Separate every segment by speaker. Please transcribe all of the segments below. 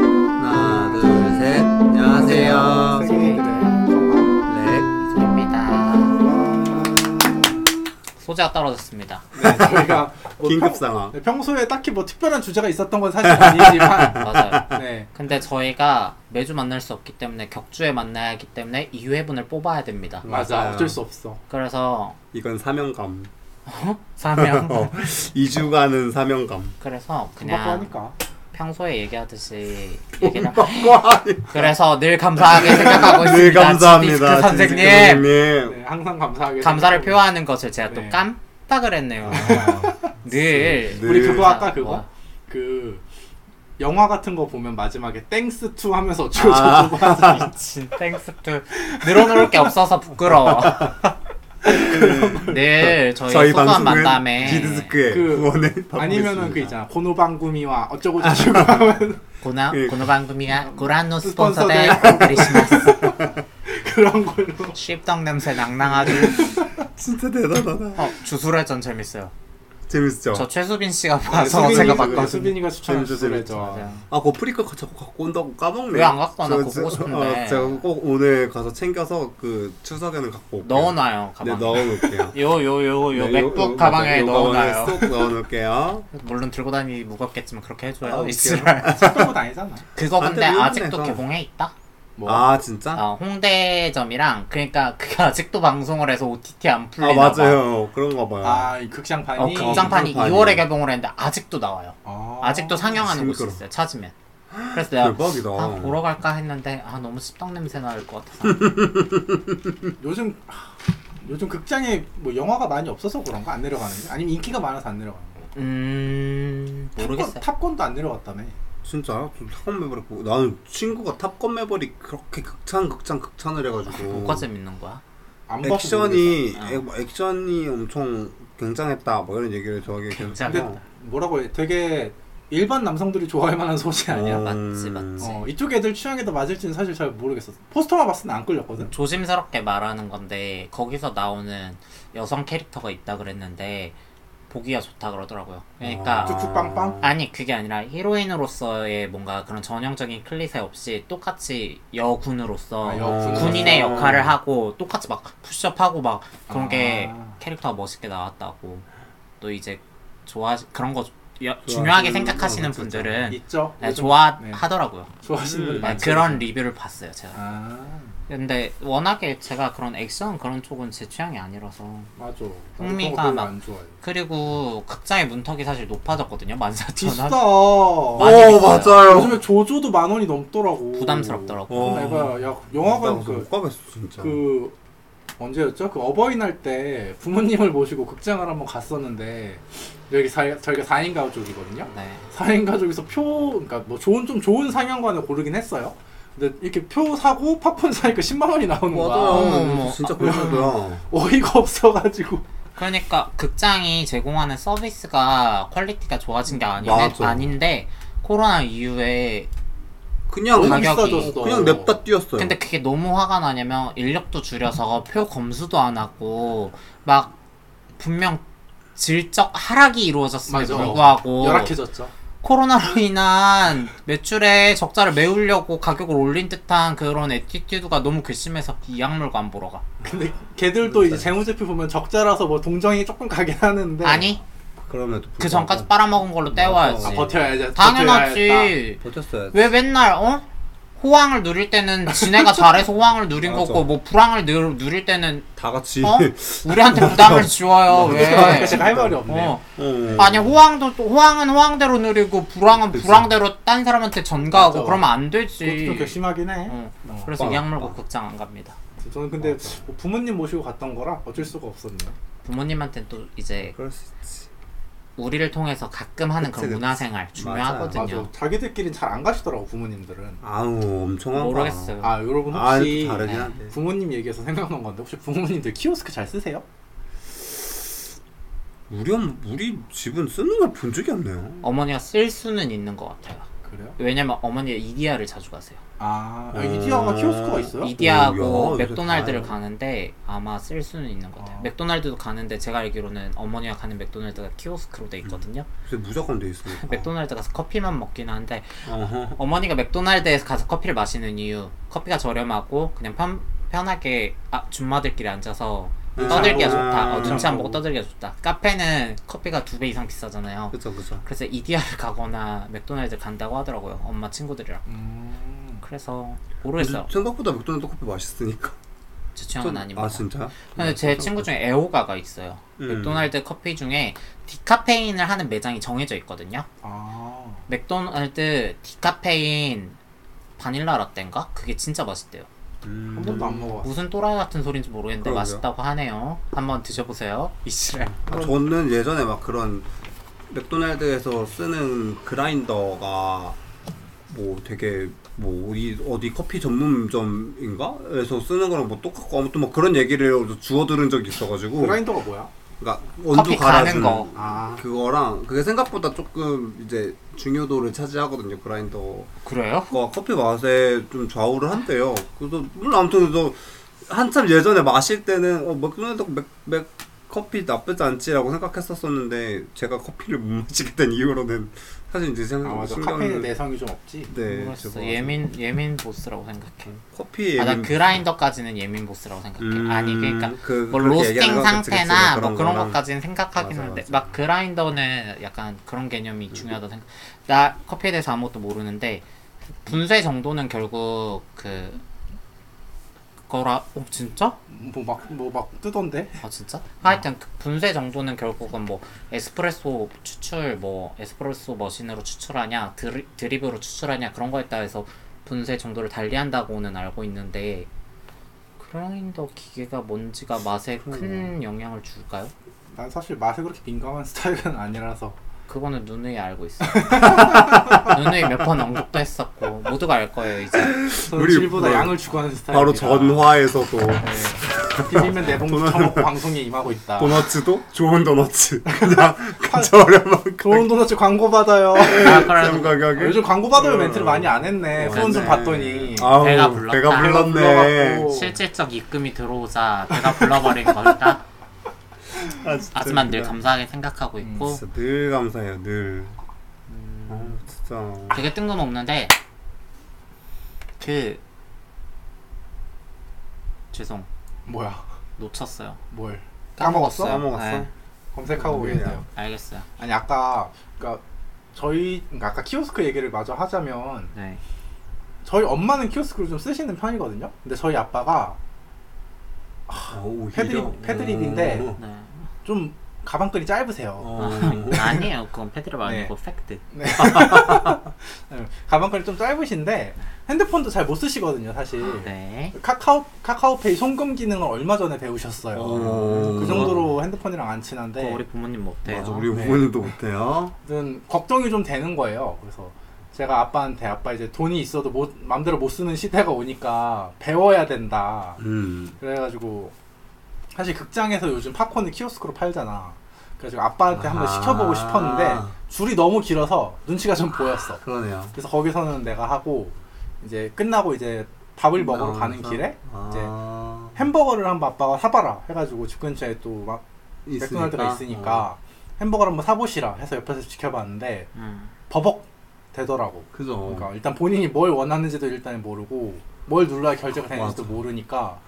Speaker 1: 네. 소재가 떨어졌습니다.
Speaker 2: 네, 저희가 뭐
Speaker 3: 아, 긴급
Speaker 2: 평-
Speaker 3: 상황.
Speaker 2: 네, 평소에 딱히 뭐 특별한 주제가 있었던 건 사실 아니지만
Speaker 1: 맞아요.
Speaker 2: 네.
Speaker 1: 근데 저희가 매주 만날 수 없기 때문에 격주에 만나야 하기 때문에 2회분을 뽑아야 됩니다.
Speaker 2: 맞아
Speaker 3: 맞아요.
Speaker 2: 어쩔 수 없어
Speaker 1: 그래서
Speaker 3: 이건 사명감. 어,
Speaker 1: 3명.
Speaker 3: 2주간은 사명감.
Speaker 1: 그래서
Speaker 2: 금방
Speaker 1: 그냥
Speaker 2: 하니까
Speaker 1: 평소에 얘기하듯이 얘기를
Speaker 3: 와,
Speaker 1: 그래서 늘 감사하게 생각하고
Speaker 3: 늘
Speaker 1: 있습니다.
Speaker 3: 감사합니다.
Speaker 1: 지디스크 선생님.
Speaker 3: 지디스크 선생님.
Speaker 2: 네, 항상 감사하게
Speaker 1: 감사를
Speaker 2: 생각하고
Speaker 1: 표하는 것을 제가
Speaker 2: 네.
Speaker 1: 또 깜빡을 했네요. 늘.
Speaker 3: 늘.
Speaker 2: 우리 그거
Speaker 1: 항상
Speaker 2: 아까 그거
Speaker 1: 뭐.
Speaker 2: 그 영화 같은 거 보면 마지막에 땡스 투 하면서 어쩌고
Speaker 3: 아.
Speaker 2: 저쩌고 하지
Speaker 1: 미친 땡스 투 늘어놓을 게 없어서 부끄러워. 늘 네, 저희,
Speaker 3: 저희
Speaker 1: 소소한
Speaker 3: 방송은
Speaker 1: 만남에
Speaker 3: 지디스크의
Speaker 2: 그-
Speaker 3: 후원을 받고
Speaker 2: 아니면은 그
Speaker 3: 있습니다.
Speaker 2: 있잖아 고노방구미와 어쩌고 저쩌고 하면
Speaker 1: 고나
Speaker 3: 예.
Speaker 1: 고노방금이야 고란노
Speaker 2: 스폰서대.
Speaker 1: 스폰서대 크리스마스
Speaker 2: 그런 걸로
Speaker 1: 씹떡 냄새 낭낭하죠. 그
Speaker 3: 진짜 대단하다.
Speaker 1: 어 주술회전 재밌어요.
Speaker 3: 재밌죠?
Speaker 1: 저 최수빈 씨가
Speaker 3: 어,
Speaker 1: 봐서
Speaker 3: 수빈이
Speaker 1: 제가
Speaker 3: 그-
Speaker 1: 봤거든요.
Speaker 2: 네,
Speaker 1: 네,
Speaker 2: 수빈이가 추천한
Speaker 3: 재밌죠,
Speaker 2: 주술회죠
Speaker 3: 아, 그거 프리카 자꾸 갖고 온다고 까먹네.
Speaker 1: 왜안 갖고 와? 나
Speaker 3: 저-
Speaker 1: 그거
Speaker 3: 저-
Speaker 1: 보고 싶은데.
Speaker 3: 어, 제가 꼭 오늘 가서 챙겨서 그 추석에는 갖고 올게요.
Speaker 1: 넣어놔요
Speaker 3: 네,
Speaker 1: 가방.
Speaker 3: 넣어놓을게요.
Speaker 1: 요 요 요 요
Speaker 3: 네,
Speaker 1: 맥북
Speaker 3: 요- 요-
Speaker 1: 가방에
Speaker 3: 요 가방에
Speaker 1: 넣어놔요.
Speaker 3: 쏙 넣어놓을게요.
Speaker 1: 물론 들고 다니기 무겁겠지만 그렇게
Speaker 3: 아,
Speaker 1: 해줘요
Speaker 3: 웃겨.
Speaker 1: 이스라엘.
Speaker 2: 착하고 다니잖아
Speaker 1: 그거
Speaker 3: 안
Speaker 1: 근데
Speaker 3: 돼,
Speaker 1: 아직도
Speaker 3: 일본에서.
Speaker 1: 개봉해 있다.
Speaker 2: 뭐
Speaker 3: 아, 진짜?
Speaker 1: 어, 홍대점이랑 그러니까 그게 아직도 방송을 해서 OTT 안
Speaker 3: 아,
Speaker 1: 풀리나 봐.
Speaker 3: 맞아요. 그런가 봐요.
Speaker 2: 아, 이 극장판이
Speaker 1: 어, 극장판이
Speaker 3: 극장판이.
Speaker 1: 2월에 개봉을 했는데 아직도 나와요.
Speaker 2: 아.
Speaker 1: 아직도 상영하는 곳이
Speaker 3: 징그러워. 그러니까.
Speaker 1: 있어요. 찾으면. 그래서 내가
Speaker 3: 대박이다.
Speaker 1: 아, 보러 갈까 했는데 아 너무 씹떡 냄새 날 것 같아서
Speaker 2: 요즘 하, 요즘 극장에 뭐 영화가 많이 없어서 그런가 안 내려가는 거 아니면 인기가 많아서 안 내려가는 거
Speaker 1: 음 모르겠어요.
Speaker 2: 탑건, 도안 내려갔다며
Speaker 3: 진짜? 좀 탑건 매버릭 보고 나는 친구가 탑건 매버릭 그렇게 극찬 극찬 극찬을 해가지고
Speaker 1: 뭐가 재밌는 거야?
Speaker 2: 안 봤어,
Speaker 3: 액션이
Speaker 1: 모르겠어.
Speaker 3: 액- 액션이 엄청 굉장했다 뭐 이런 얘기를 저에게 계속
Speaker 1: 굉장했다.
Speaker 3: 해서.
Speaker 2: 모르겠어. 뭐라고 해 되게 일반 남성들이 좋아할 만한 소재 아니야
Speaker 3: 어,
Speaker 1: 맞지, 맞지.
Speaker 2: 어, 이쪽 애들 취향에도 맞을지는 사실 잘 모르겠어 포스터만 봤을 때안 끌렸거든
Speaker 1: 조심스럽게 말하는 건데 거기서 나오는 여성 캐릭터가 있다 그랬는데 보기가 좋다 그러더라고요. 그러니까
Speaker 2: 아. 쭉쭉 빵빵?
Speaker 1: 아니 그게 아니라 히로인으로서의 뭔가 그런 전형적인 클리셰 없이 똑같이 여군으로서
Speaker 2: 아, 여군.
Speaker 1: 군인의
Speaker 3: 어.
Speaker 1: 역할을 하고 똑같이 막 푸시업하고 막 그런 게
Speaker 2: 아.
Speaker 1: 캐릭터가 멋있게 나왔다고 또 이제 좋아 그런 거 여- 중요하게
Speaker 3: 좋아하시는
Speaker 1: 생각하시는
Speaker 3: 분들은
Speaker 1: 분들은
Speaker 2: 있죠
Speaker 1: 네,
Speaker 2: 요즘 네.
Speaker 1: 좋아하더라고요.
Speaker 2: 좋아하시는 분들
Speaker 3: 음,
Speaker 1: 네,
Speaker 2: 많죠
Speaker 1: 그런 리뷰를 봤어요 제가.
Speaker 2: 아
Speaker 1: 근데 워낙에 제가 그런 액션 그런 쪽은 제 취향이 아니라서
Speaker 2: 맞아 나도 그런
Speaker 1: 흥미가
Speaker 2: 거 별로
Speaker 1: 막-
Speaker 2: 안 좋아해
Speaker 1: 그리고 극장의 문턱이 사실 높아졌거든요.
Speaker 2: 비싸
Speaker 1: 14,000원.
Speaker 2: 요
Speaker 1: 많이
Speaker 3: 오
Speaker 1: 비싸요.
Speaker 3: 어, 맞아요
Speaker 2: 요즘에 조조도 만 원이 넘더라고
Speaker 1: 부담스럽더라고.
Speaker 3: 어.
Speaker 2: 내가 야
Speaker 3: 나
Speaker 2: 영화관 그
Speaker 3: 못 가겠어 진짜
Speaker 2: 그 언제였죠? 그 어버이날 때 부모님을 모시고 극장을 한번 갔었는데 여기 사, 저희가 4인 가족이거든요.
Speaker 1: 네.
Speaker 2: 4인 가족에서 표 그러니까 뭐 좋은 좀 좋은 상영관을 고르긴 했어요. 근데 이렇게 표 사고 팝콘 사니까 10만 원이 나오는 거야.
Speaker 1: 어머,
Speaker 3: 맞아
Speaker 1: 어머.
Speaker 3: 진짜 그러더라
Speaker 2: 어이가 없어가지고
Speaker 1: 그러니까 극장이 제공하는 서비스가 퀄리티가 좋아진 게 아니네,
Speaker 3: 맞아.
Speaker 1: 아닌데 코로나 이후에
Speaker 3: 그냥
Speaker 2: 너무
Speaker 1: 가격이-
Speaker 2: 비싸졌어.
Speaker 3: 그냥 냅다
Speaker 2: 네.
Speaker 3: 뛰었어요
Speaker 1: 근데 그게 너무 화가 나냐면 인력도 줄여서 표 검수도 안 하고 막 분명 질적 하락이 이루어졌음에도
Speaker 2: 맞아.
Speaker 1: 불구하고
Speaker 2: 열악해졌죠.
Speaker 1: 코로나로 인한 매출에 적자를 메우려고 가격을 올린 듯한 그런 애티튜드가 너무 괘씸해서 이 약물과 안 보러 가.
Speaker 2: 근데 걔들도 이제 재무제표 보면 적자라서 뭐 동정이 조금 가긴 하는데
Speaker 1: 아니
Speaker 3: 그럼에도 불구하고
Speaker 1: 그 전까지 빨아먹은 걸로 떼와야지.
Speaker 2: 네.
Speaker 3: 아,
Speaker 2: 버텨야지. 아, 네. 버텨야겠다.
Speaker 1: 당연하지.
Speaker 3: 버텼어요
Speaker 1: 왜 맨날 어? 호황을 누릴 때는 지네가 잘해서 호황을 누린
Speaker 3: 맞아.
Speaker 1: 거고 뭐 불황을 누, 누릴 때는
Speaker 3: 다 같이
Speaker 1: 어? 우리한테 부담을 지워요 왜?
Speaker 2: 제가 할 말이 없네요.
Speaker 1: 어. 아니 호황도 또- 호황은 호황대로 누리고 불황은
Speaker 3: 그치.
Speaker 1: 불황대로 딴 사람한테 전가하고
Speaker 2: 맞아.
Speaker 1: 그러면 안
Speaker 2: 그것도 좀
Speaker 1: 되지.
Speaker 2: 괘씸하긴 해.
Speaker 1: 어.
Speaker 2: 어.
Speaker 1: 그래서
Speaker 3: 빵,
Speaker 1: 약물고
Speaker 3: 빵.
Speaker 1: 극장 안 갑니다.
Speaker 2: 저는 근데 뭐 부모님 모시고 갔던 거라 어쩔 수가 없었네요.
Speaker 1: 부모님한테 또 이제
Speaker 3: 그럴 수 있지
Speaker 1: 우리를 통해서 가끔 하는
Speaker 3: 그치,
Speaker 1: 그런
Speaker 3: 그치.
Speaker 1: 문화생활 중요하거든요.
Speaker 2: 맞아. 자기들끼리 잘 안 가시더라고 부모님들은.
Speaker 3: 아우 엄청한 거
Speaker 1: 모르겠어요.
Speaker 2: 아 여러분
Speaker 3: 아
Speaker 2: 혹시
Speaker 3: 이거 다르긴
Speaker 1: 네.
Speaker 3: 한데
Speaker 2: 부모님 얘기해서 생각난 건데 혹시 부모님들 키오스크 잘 쓰세요?
Speaker 3: 우리 엄 우리 집은 쓰는 걸 본 적이 없네요.
Speaker 1: 어머니가 쓸 수는 있는 것 같아요.
Speaker 2: 그래요?
Speaker 1: 왜냐면 어머니가 이디야를 자주 가세요.
Speaker 2: 아
Speaker 3: 어.
Speaker 2: 이디아가 키오스크가 있어요?
Speaker 3: 이-
Speaker 1: 이디하고
Speaker 3: 오, 야,
Speaker 1: 맥도날드를
Speaker 3: 요새 다양해.
Speaker 1: 가는데 아마 쓸 수는 있는 것 같아요.
Speaker 2: 아.
Speaker 1: 맥도날드도 가는데 제가 알기로는 어머니가 가는 맥도날드가 키오스크로 돼 있거든요.
Speaker 3: 그래서 무조건 돼 있어요.
Speaker 1: 맥도날드 가서 커피만 먹긴 한데
Speaker 3: 어허.
Speaker 1: 어머니가 맥도날드에서 가서 커피를 마시는 이유 커피가 저렴하고 그냥 편, 편하게 아, 줌마들끼리 앉아서
Speaker 3: 음.
Speaker 1: 떠들기가
Speaker 2: 음.
Speaker 1: 좋다. 어,
Speaker 3: 음.
Speaker 1: 눈치 안 보고 떠들기가 좋다. 카페는 커피가 두 배 이상 비싸잖아요.
Speaker 3: 그쵸 그쵸
Speaker 1: 그래서 이디야를 가거나 맥도날드 간다고 하더라고요. 엄마 친구들이랑.
Speaker 2: 음.
Speaker 1: 그래서 모르겠어요.
Speaker 3: 생각보다 맥도날드 커피 맛있으니까
Speaker 1: 제 취향은 아닙니다.
Speaker 3: 아 진짜?
Speaker 1: 근데 제 친구 중에 애호가가 있어요.
Speaker 3: 음.
Speaker 1: 맥도날드 커피 중에 디카페인을 하는 매장이 정해져 있거든요.
Speaker 2: 아.
Speaker 1: 맥도날드 디카페인 바닐라 라떼인가? 그게 진짜 맛있대요.
Speaker 3: 음.
Speaker 2: 한 번도 안 먹어봤어.
Speaker 1: 무슨 또라이 같은 소린지 모르겠는데
Speaker 3: 그러게요.
Speaker 1: 맛있다고 하네요. 한번 드셔보세요. 이씨랄.
Speaker 3: 아, 저는 예전에 막 그런 맥도날드에서 쓰는 그라인더가 뭐 되게 뭐 어디, 어디 커피 전문점인가? 에서 쓰는 거랑 뭐 똑같고 아무튼 뭐 그런 얘기를 주워 들은 적이 있어가지고
Speaker 2: 그라인더가 뭐야?
Speaker 3: 그러니까
Speaker 1: 커피
Speaker 3: 원두
Speaker 1: 가는
Speaker 3: 갈아주는
Speaker 1: 거.
Speaker 2: 아.
Speaker 3: 그거랑 그게 생각보다 조금 이제 중요도를 차지하거든요 그라인더
Speaker 1: 그래요?
Speaker 3: 거 커피 맛에 좀 좌우를 한대요. 그래서 물론 아무튼 저 한참 예전에 마실 때는 어, 맥도날드 맥, 맥 커피 나쁘지 않지라고 생각했었었는데 제가 커피를 못 마시게 된 이후로는 사실 이제
Speaker 2: 아
Speaker 3: 생각보다
Speaker 2: 맞아.
Speaker 3: 신경을
Speaker 2: 카페인 내성이 좀 없지.
Speaker 3: 네,
Speaker 1: 모르겠어.
Speaker 3: 저거
Speaker 1: 예민 예민 보스라고 생각해.
Speaker 3: 커피 예민
Speaker 1: 아, 나 그라인더까지는 예민 보스라고 생각해.
Speaker 3: 음,
Speaker 1: 아니 그러니까
Speaker 3: 그,
Speaker 1: 뭐
Speaker 3: 그렇게 얘기하는
Speaker 1: 로스팅
Speaker 3: 거 같아,
Speaker 1: 상태나
Speaker 3: 그치,
Speaker 1: 뭐 그런
Speaker 3: 거랑.
Speaker 1: 것까지는 생각하긴
Speaker 3: 맞아,
Speaker 1: 하는데
Speaker 3: 맞아. 음.
Speaker 1: 막 그라인더는 약간 그런 개념이 중요하다 생각. 나 커피에 대해서 아무것도 모르는데 분쇄 정도는 결국 그 거라. 어 진짜?
Speaker 2: 뭐 막 뭐 막 뜨던데.
Speaker 1: 아 진짜? 하여튼 그 분쇄 정도는 결국은 뭐 에스프레소 추출 뭐 에스프레소 머신으로 추출하냐 드리, 드립으로 추출하냐 그런 거에 따라서 분쇄 정도를 달리한다고는 알고 있는데 그라인더 기계가 뭔지가 맛에 큰 영향을 줄까요?
Speaker 2: 난 사실 맛에 그렇게 민감한 스타일은 아니라서.
Speaker 1: 그거는 누누이 알고 있어. 누누이 몇 번 언급도 했었고 모두가 알 거예요 이제.
Speaker 2: 저는
Speaker 3: 우리
Speaker 2: 질보다
Speaker 3: 뭐-
Speaker 2: 양을 추구하는 스타일.
Speaker 3: 바로 전화에서도
Speaker 2: 네. 비빔면 내봉 처먹고 방송에 임하고 있다.
Speaker 3: 도너츠도 좋은 도너츠 그냥 저렴한
Speaker 2: 좋은 도넛 광고 받아요.
Speaker 1: 아 그래도
Speaker 3: 그냥 가격에
Speaker 2: 요즘 광고 받아요 멘트를
Speaker 3: 어.
Speaker 2: 많이 안 했네. 후원 좀
Speaker 3: 네.
Speaker 2: 받더니.
Speaker 3: 아우,
Speaker 1: 배가 불렀다.
Speaker 3: 배가 불렀네
Speaker 2: 불러갖고.
Speaker 1: 실질적 입금이 들어오자 내가 불러버린 거다.
Speaker 3: 아, 진짜
Speaker 1: 하지만 늘
Speaker 3: 웃기다.
Speaker 1: 감사하게 생각하고 있고
Speaker 3: 진짜 늘 감사해요 늘.
Speaker 2: 음.
Speaker 3: 아 진짜.
Speaker 1: 되게 뜬금없는데 그 죄송
Speaker 2: 뭐야?
Speaker 1: 놓쳤어요.
Speaker 2: 뭘?
Speaker 1: 까먹었어요.
Speaker 3: 까먹었어?
Speaker 1: 네,
Speaker 2: 검색하고
Speaker 3: 뭐야.
Speaker 2: 오겠네요.
Speaker 1: 알겠어요.
Speaker 2: 아니 아까 그러니까 저희 그러니까 아까 키오스크 얘기를 마저 하자면
Speaker 1: 네.
Speaker 2: 저희 엄마는 키오스크를 좀 쓰시는 편이거든요. 근데 저희 아빠가
Speaker 3: 아, 오히려.
Speaker 2: 패드립- 패드립인데.
Speaker 3: 어.
Speaker 1: 네.
Speaker 2: 좀 가방끈이 짧으세요.
Speaker 3: 어.
Speaker 1: 아니에요. 그건 패드립 아니고 팩트.
Speaker 2: 네, 가방끈이 좀 짧으신데 핸드폰도 잘 못 쓰시거든요, 사실.
Speaker 1: 네.
Speaker 2: 카카오 카카오페이 송금 기능을 얼마 전에 배우셨어요.
Speaker 3: 어.
Speaker 2: 그 정도로 핸드폰이랑 안 친한데
Speaker 1: 그거 어, 우리 부모님 못해요.
Speaker 3: 네. 맞아 우리
Speaker 2: 네.
Speaker 3: 부모님도 못해요.
Speaker 2: 아무튼 걱정이 좀 되는 거예요. 그래서 제가 아빠한테 아빠 이제 돈이 있어도 못 마음대로 못 쓰는 시대가 오니까 배워야 된다.
Speaker 3: 음.
Speaker 2: 그래가지고 사실 극장에서 요즘 팝콘을 키오스크로 팔잖아. 그래서 아빠한테 한번
Speaker 3: 아하.
Speaker 2: 시켜보고 싶었는데 줄이 너무 길어서 눈치가 좀 보였어.
Speaker 3: 그러네요.
Speaker 2: 그래서 거기서는 내가 하고 이제 끝나고 이제
Speaker 3: 음,
Speaker 2: 밥을 먹으러
Speaker 3: 아,
Speaker 2: 가는 길에 이제 햄버거를 한번 아빠가 사봐라 해가지고 집 근처에 또막
Speaker 3: 이제
Speaker 2: 맥도날드가
Speaker 3: 어,
Speaker 2: 있으니까 햄버거를 한번 사보시라 해서 옆에서 지켜봤는데
Speaker 1: 음.
Speaker 2: 버벅 되더라고.
Speaker 3: 그죠.
Speaker 2: 그러니까 일단 본인이 뭘 원하는지도 일단 모르고 뭘 눌러야 결제가 되는지도
Speaker 3: 맞아.
Speaker 2: 모르니까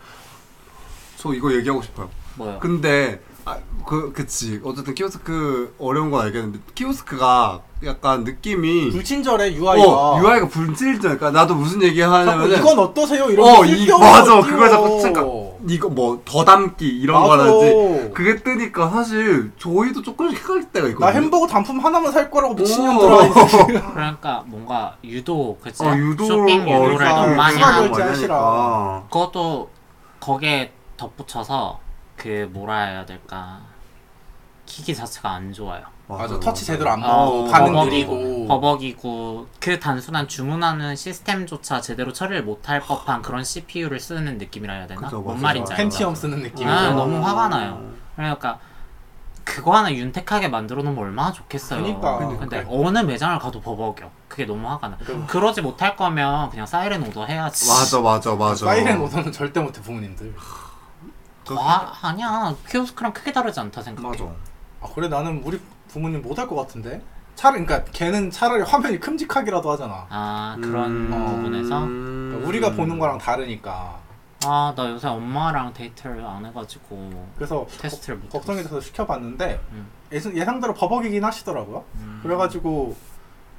Speaker 3: 저 이거 얘기하고 싶어요.
Speaker 1: 뭐요?
Speaker 3: 근데 아, 그 그치 어쨌든 키오스크 어려운 건 알겠는데 키오스크가 약간 느낌이
Speaker 2: 불친절해 UI가.
Speaker 3: 어 UI가 불질절. 그러니까 나도 무슨
Speaker 2: 자꾸
Speaker 3: 얘기하냐면
Speaker 2: 이건 어떠세요? 이런
Speaker 3: 어,
Speaker 2: 거
Speaker 3: 이,
Speaker 2: 쓸데없는
Speaker 3: 맞아.
Speaker 2: 거
Speaker 3: 그걸 자꾸
Speaker 2: 띄워.
Speaker 3: 잠깐 이거 뭐 더 담기 이런
Speaker 2: 맞아.
Speaker 3: 거라든지 그게 뜨니까 사실 저희도 조금씩 헷갈릴 때가 있거든요.
Speaker 2: 나 햄버거 단품 하나만 살 거라고
Speaker 3: 어.
Speaker 2: 미친년들아. 이 새끼.
Speaker 3: 오.
Speaker 1: 그러니까 뭔가 유도 그치?
Speaker 3: 어, 유도
Speaker 1: 쇼핑 유도를
Speaker 2: 그러니까
Speaker 1: 너무 많이
Speaker 2: 추가
Speaker 1: 하고
Speaker 2: 결제. 결제하시라.
Speaker 1: 그것도 거기에 덧붙여서 그 뭐라 해야 될까 기기 자체가 안 좋아요.
Speaker 2: 맞아. 터치 제대로 안
Speaker 1: 아,
Speaker 2: 보고
Speaker 3: 어,
Speaker 2: 반응
Speaker 1: 버벅이고,
Speaker 2: 느리고.
Speaker 1: 버벅이고 그 단순한 주문하는 시스템조차 제대로 처리를 못할 법한 그런 CPU를 쓰는 느낌이라 해야 되나?
Speaker 3: 그죠,
Speaker 1: 뭔
Speaker 3: 맞아요.
Speaker 1: 말인지 알죠?
Speaker 2: 팬티엄 쓰는 느낌.
Speaker 1: 아, 너무 화가 나요. 그러니까 그거 하나 윤택하게 만들어 놓으면 얼마나 좋겠어요.
Speaker 2: 그니까.
Speaker 1: 근데
Speaker 2: 그니까.
Speaker 1: 어느 매장을 가도 버벅여. 그게 너무 화가 나. 그러지 못할 거면 그냥 사이렌 오더 해야지.
Speaker 3: 맞아 맞아 맞아.
Speaker 2: 사이렌 뭐 오더는 절대 못해 부모님들.
Speaker 1: 더 화- 아니야. 키오스크랑 크게 다르지 않다 생각해.
Speaker 3: 맞아.
Speaker 2: 아 그래 나는 우리 부모님 못할 것 같은데. 차라리 그러니까 걔는 차라리 화면이 큼직하기라도 하잖아.
Speaker 1: 아 그런
Speaker 3: 음,
Speaker 1: 부분에서
Speaker 2: 음. 그러니까 우리가 보는 거랑 다르니까.
Speaker 1: 아, 나 요새 엄마랑 데이트를 안 해가지고
Speaker 2: 그래서
Speaker 1: 테스트를 못
Speaker 2: 걱정이 돼서 시켜봤는데
Speaker 1: 음.
Speaker 2: 예상, 예상대로 버벅이긴 하시더라고요.
Speaker 1: 음.
Speaker 2: 그래가지고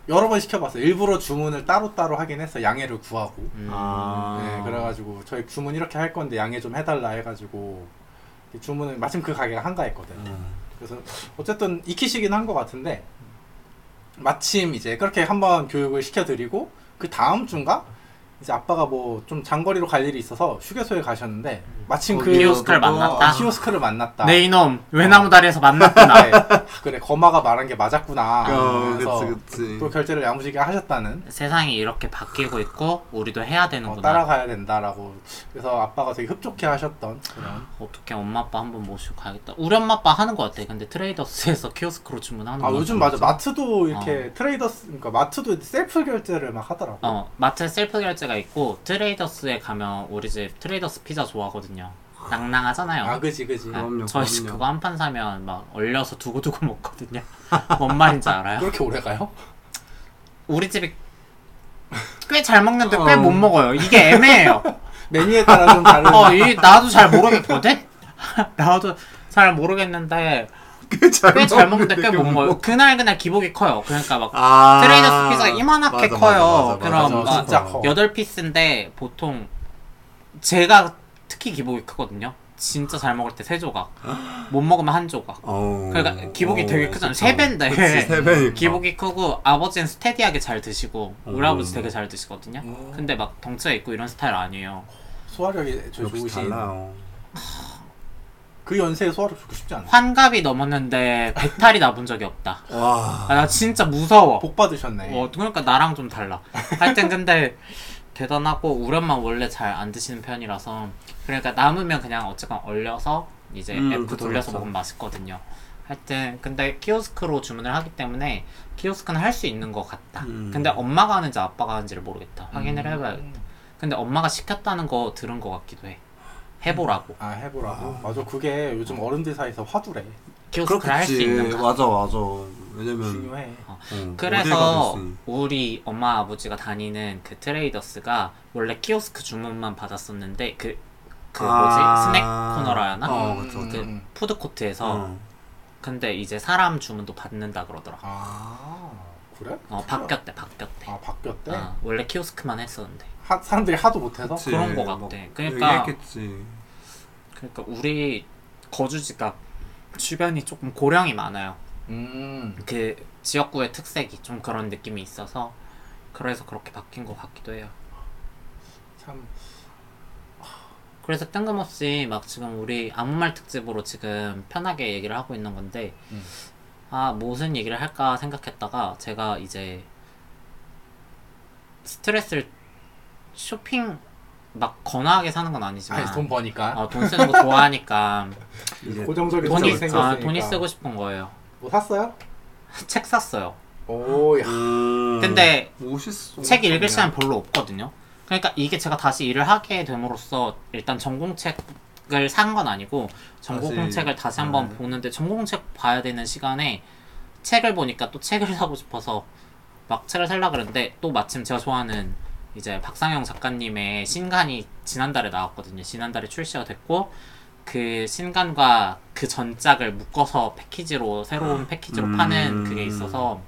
Speaker 2: 여러 번 시켜봤어요. 일부러 주문을 따로따로 하긴 했어. 양해를 구하고. 네,
Speaker 1: 음.
Speaker 4: 아.
Speaker 2: 그래가지고 저희 주문 이렇게 할 건데 양해 좀 해달라 해가지고 주문을 마침 그 가게가 한가했거든. 요 그래서 어쨌든 익히시긴 한 것 같은데 마침 이제 그렇게 한번 교육을 시켜드리고 그 다음 주인가 이제 아빠가 뭐 좀 장거리로 갈 일이 있어서 휴게소에 가셨는데 마침
Speaker 1: 어,
Speaker 2: 그
Speaker 1: 이오스카를
Speaker 2: 그거-
Speaker 1: 만났다?
Speaker 2: 어, 히오스카를 만났다.
Speaker 1: 네 이놈 외나무 다리에서 만났구나.
Speaker 2: 네. 아, 그래 거마가 말한 게
Speaker 3: 아,
Speaker 2: 맞았구나.
Speaker 4: 어,
Speaker 2: 아, 그래서
Speaker 4: 그치 그치.
Speaker 2: 또 결제를 야무지게 하셨다는
Speaker 1: 세상이 이렇게 바뀌고 있고 우리도 해야
Speaker 2: 어,
Speaker 1: 되는구나.
Speaker 2: 따라가야 된다라고 그래서 아빠가 되게 흡족해 하셨던 그런
Speaker 1: 어떻게 엄마 아빠 한번 모시고 가야겠다. 우리 엄마 아빠 하는 것 같아. 근데 트레이더스에서 키오스크로 주문하는
Speaker 2: 아
Speaker 1: 거
Speaker 2: 요즘 맞아 마트도 이렇게 트레이더스 그러니까 마트도 셀프 결제를 막 하더라고.
Speaker 1: 어 마트 셀프 결제가 있고 트레이더스에 가면 우리 집 트레이더스 피자 좋아하거든요. 낭낭하잖아요.
Speaker 2: 아 그지 그지.
Speaker 1: 네,
Speaker 4: 그럼요,
Speaker 1: 저희 집
Speaker 4: 그럼요.
Speaker 1: 그거 한 판 사면 막 얼려서 두고두고 먹거든요. 뭔 말인지 알아요?
Speaker 2: 그렇게 오래 가요?
Speaker 1: 우리 집이 꽤 잘 먹는데 꽤
Speaker 4: 어.
Speaker 1: 못 먹어요. 이게 애매해요.
Speaker 2: 메뉴에 따라 좀 다른.
Speaker 1: 어, 이 나도 잘 모르겠거든. 나도 잘 모르겠는데
Speaker 2: 그
Speaker 1: 꽤 잘 먹는데 꽤 못 먹어요. 그날 그날 기복이 커요. 그러니까 막
Speaker 4: 아.
Speaker 1: 트레이더스 피자가 이만하게 커요. 그럼
Speaker 2: 맞아,
Speaker 1: 막
Speaker 2: 진짜 커.
Speaker 1: 여덟 피스인데 보통 제가 특히 기복이 크거든요. 진짜 잘 먹을 때 세 조각, 못 먹으면 한 조각.
Speaker 4: 어.
Speaker 1: 그러니까 기복이
Speaker 4: 어,
Speaker 1: 되게 크잖아요.
Speaker 4: 그쵸.
Speaker 1: 세 배인데.
Speaker 4: 그치, 세 배니까.
Speaker 1: 기복이 크고 아버지는 스테디하게 잘 드시고 우리
Speaker 4: 어.
Speaker 1: 아버지 되게 잘 드시거든요.
Speaker 2: 어.
Speaker 1: 근데 막 덩치가 있고 이런 스타일 아니에요.
Speaker 2: 소화력이 제일
Speaker 4: 역시
Speaker 2: 좋으신.
Speaker 4: 달라요.
Speaker 2: 그 연세에 소화력 좋고 싶지 않아.
Speaker 1: 환갑이 넘었는데 배탈이 나본 적이 없다.
Speaker 4: 와.
Speaker 1: 아, 나 진짜 무서워.
Speaker 2: 복 받으셨네.
Speaker 1: 어, 그러니까 나랑 좀 달라. 하여튼 근데 대단하고 우리 엄마 원래 잘 안 드시는 편이라서 그러니까 남으면 그냥 어쨌건 얼려서 이제
Speaker 4: 음,
Speaker 1: F
Speaker 4: 그쵸,
Speaker 1: 돌려서
Speaker 4: 그쵸.
Speaker 1: 먹으면 맛있거든요. 하여튼 근데 키오스크로 주문을 하기 때문에 키오스크는 할 수 있는 것 같다.
Speaker 4: 음.
Speaker 1: 근데 엄마가 하는지 아빠가 하는지를 모르겠다. 확인을 해봐야겠다.
Speaker 2: 음.
Speaker 1: 근데 엄마가 시켰다는 거 들은 것 같기도 해. 해보라고.
Speaker 2: 아 해보라고. 맞아 음. 그게 요즘 어른들 사이에서 화두래.
Speaker 1: 키오스크를 할 수 있는 거. 음,
Speaker 4: 맞아 맞아. 왜냐면
Speaker 2: 중요해.
Speaker 4: 어, 어딜 가도
Speaker 1: 그래서
Speaker 4: 있으니.
Speaker 1: 우리 엄마 아버지가 다니는 그 트레이더스가 원래 키오스크 주문만 받았었는데 그 그
Speaker 4: 아.
Speaker 1: 뭐지 스낵 코너라 하나
Speaker 4: 어, 그쵸,
Speaker 1: 그
Speaker 2: 음, 음.
Speaker 1: 푸드 코트에서
Speaker 4: 어.
Speaker 1: 근데 이제 사람 주문도 받는다 그러더라.
Speaker 2: 아 그래?
Speaker 1: 어 바뀌었대 바뀌었대.
Speaker 2: 아 바뀌었대.
Speaker 1: 어, 원래 키오스크만 했었는데.
Speaker 2: 하, 사람들이 하도 못해서.
Speaker 4: 그치.
Speaker 1: 그런 거
Speaker 4: 뭐
Speaker 1: 같아. 그러니까-
Speaker 4: 얘기했겠지.
Speaker 1: 그러니까 우리 거주지가 주변이 조금 고령이 많아요.
Speaker 2: 음.
Speaker 1: 그 지역구의 특색이 좀 그런 느낌이 있어서 그래서 그렇게 바뀐 것 같기도 해요.
Speaker 2: 참.
Speaker 1: 그래서 뜬금없이 막 지금 우리 아무 말 특집으로 지금 편하게 얘기를 하고 있는 건데
Speaker 2: 음.
Speaker 1: 아 무슨 얘기를 할까 생각했다가 제가 이제 스트레스를 쇼핑 막 거나하게 사는 건 아니지만
Speaker 2: 아니 돈 버니까.
Speaker 1: 아, 돈 쓰는 거 좋아하니까
Speaker 4: 이제
Speaker 2: 고정적인
Speaker 1: 돈이
Speaker 2: 그렇죠. 생각이 생겼으니까.
Speaker 1: 아, 돈이 쓰고 싶은 거예요
Speaker 2: 뭐 샀어요?
Speaker 1: 책 샀어요
Speaker 2: 오, 야.
Speaker 4: 음.
Speaker 1: 근데
Speaker 4: 멋있어.
Speaker 1: 책 읽을 시간 별로 없거든요. 그러니까 이게 제가 다시 일을 하게 됨으로써 일단 전공책을 산 건 아니고 전공책을 다시 네. 한번
Speaker 4: 음.
Speaker 1: 보는데 전공책 봐야 되는 시간에 책을 보니까 또 책을 사고 싶어서 막 책을 살라 그랬는데 또 마침 제가 좋아하는 이제 박상영 작가님의 신간이 지난달에 나왔거든요. 지난달에 출시가 됐고 그 신간과 그 전작을 묶어서 패키지로 새로운 패키지로
Speaker 4: 음.
Speaker 1: 파는 그게 있어서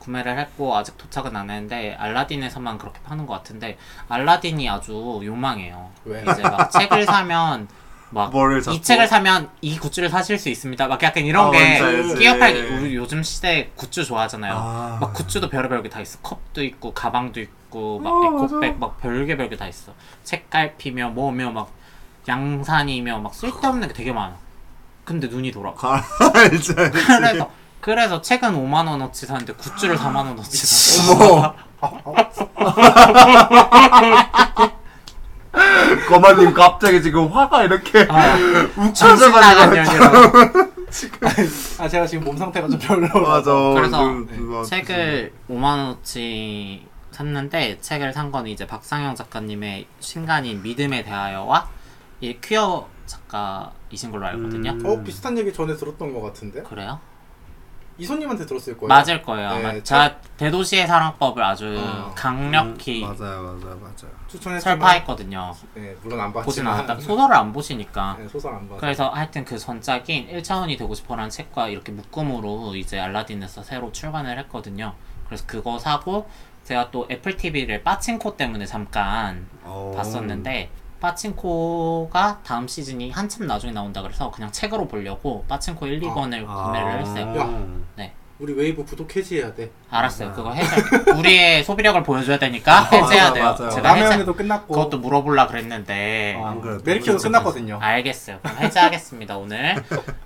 Speaker 1: 구매를 했고 아직 도착은 안 했는데 알라딘에서만 그렇게 파는 것 같은데 알라딘이 아주 요망해요.
Speaker 2: 왜?
Speaker 1: 이제 막 책을 사면 막
Speaker 4: 네. 뭐를
Speaker 1: 이
Speaker 4: 자꾸-
Speaker 1: 책을 사면 이 굿즈를 사실 수 있습니다. 막 약간 이런
Speaker 4: 아,
Speaker 1: 게
Speaker 4: 뭔지 알지.
Speaker 1: 끼어 팔기 우리 요즘 시대에 굿즈 좋아하잖아요.
Speaker 4: 아.
Speaker 1: 막 굿즈도 별의별 게 다 있어. 컵도 있고 가방도 있고 막
Speaker 4: 어,
Speaker 1: 에코백 막 별게 별게 다 있어. 책갈피며 뭐며 막 양산이며 막 쓸데없는 게 되게 많아. 근데 눈이 돌아.
Speaker 4: 가 알지 알지.
Speaker 1: 그래서 그래서 책은 5만 원어치 사는데 굿즈를 4만 원어치 사.
Speaker 4: 어머. 거마님 갑자기 지금 화가 이렇게
Speaker 1: 아, 정신 나간
Speaker 4: 웃겨져가지고
Speaker 1: 년이라고.
Speaker 2: 아 제가 지금 몸 상태가 좀 별로.
Speaker 4: 맞아.
Speaker 1: 그래서
Speaker 4: 눈- 눈 앞에서.
Speaker 1: 책을 5만원어치 샀는데 책을 산 건 이제 박상영 작가님의 신간인 믿음에 대하여와 이 퀴어 작가이신 걸로 알거든요
Speaker 4: 음.
Speaker 2: 어 비슷한 얘기 전에 들었던 것 같은데
Speaker 1: 그래요?
Speaker 2: 이소님한테 들었을 거예요.
Speaker 1: 맞을 거예요.
Speaker 2: 네,
Speaker 1: 아마
Speaker 2: 저-
Speaker 1: 제가 대도시의 사랑법을 아주
Speaker 2: 어,
Speaker 1: 강력히
Speaker 4: 음, 맞아요, 맞아요, 맞아요.
Speaker 2: 추천했지만
Speaker 1: 설파했거든요.
Speaker 2: 네, 물론 안
Speaker 1: 보진
Speaker 2: 봤지만
Speaker 1: 않았다. 소설을 안 보시니까.
Speaker 2: 네, 소설 안 봤어요.
Speaker 1: 그래서 하여튼 그 전작인 1차원이 되고 싶어라는 책과 이렇게 묶음으로 이제 알라딘에서 새로 출간을 했거든요. 그래서 그거 사고 제가 또 애플 TV를 빠친코 때문에 잠깐
Speaker 4: 어.
Speaker 1: 봤었는데 빠친코가 다음 시즌이 한참 나중에 나온다 그래서 그냥 책으로 보려고 빠친코 1, 2권을
Speaker 4: 아.
Speaker 1: 구매를 했어요. 네,
Speaker 4: 야.
Speaker 2: 우리 웨이브 구독 해지해야 돼.
Speaker 1: 알았어요. 그거 해제. 우리의 소비력을 보여줘야 되니까 해제해야
Speaker 4: 맞아요,
Speaker 1: 돼요.
Speaker 4: 맞아요.
Speaker 1: 제가
Speaker 2: 남의
Speaker 1: 해제.
Speaker 2: 형에도 끝났고 아,
Speaker 1: 그것도 아. 물어보려 그랬는데
Speaker 4: 어. 안 그래도
Speaker 2: 메리키도
Speaker 4: 그래도
Speaker 2: 끝났거든요.
Speaker 1: 알겠어요. 그럼 해제하겠습니다 오늘.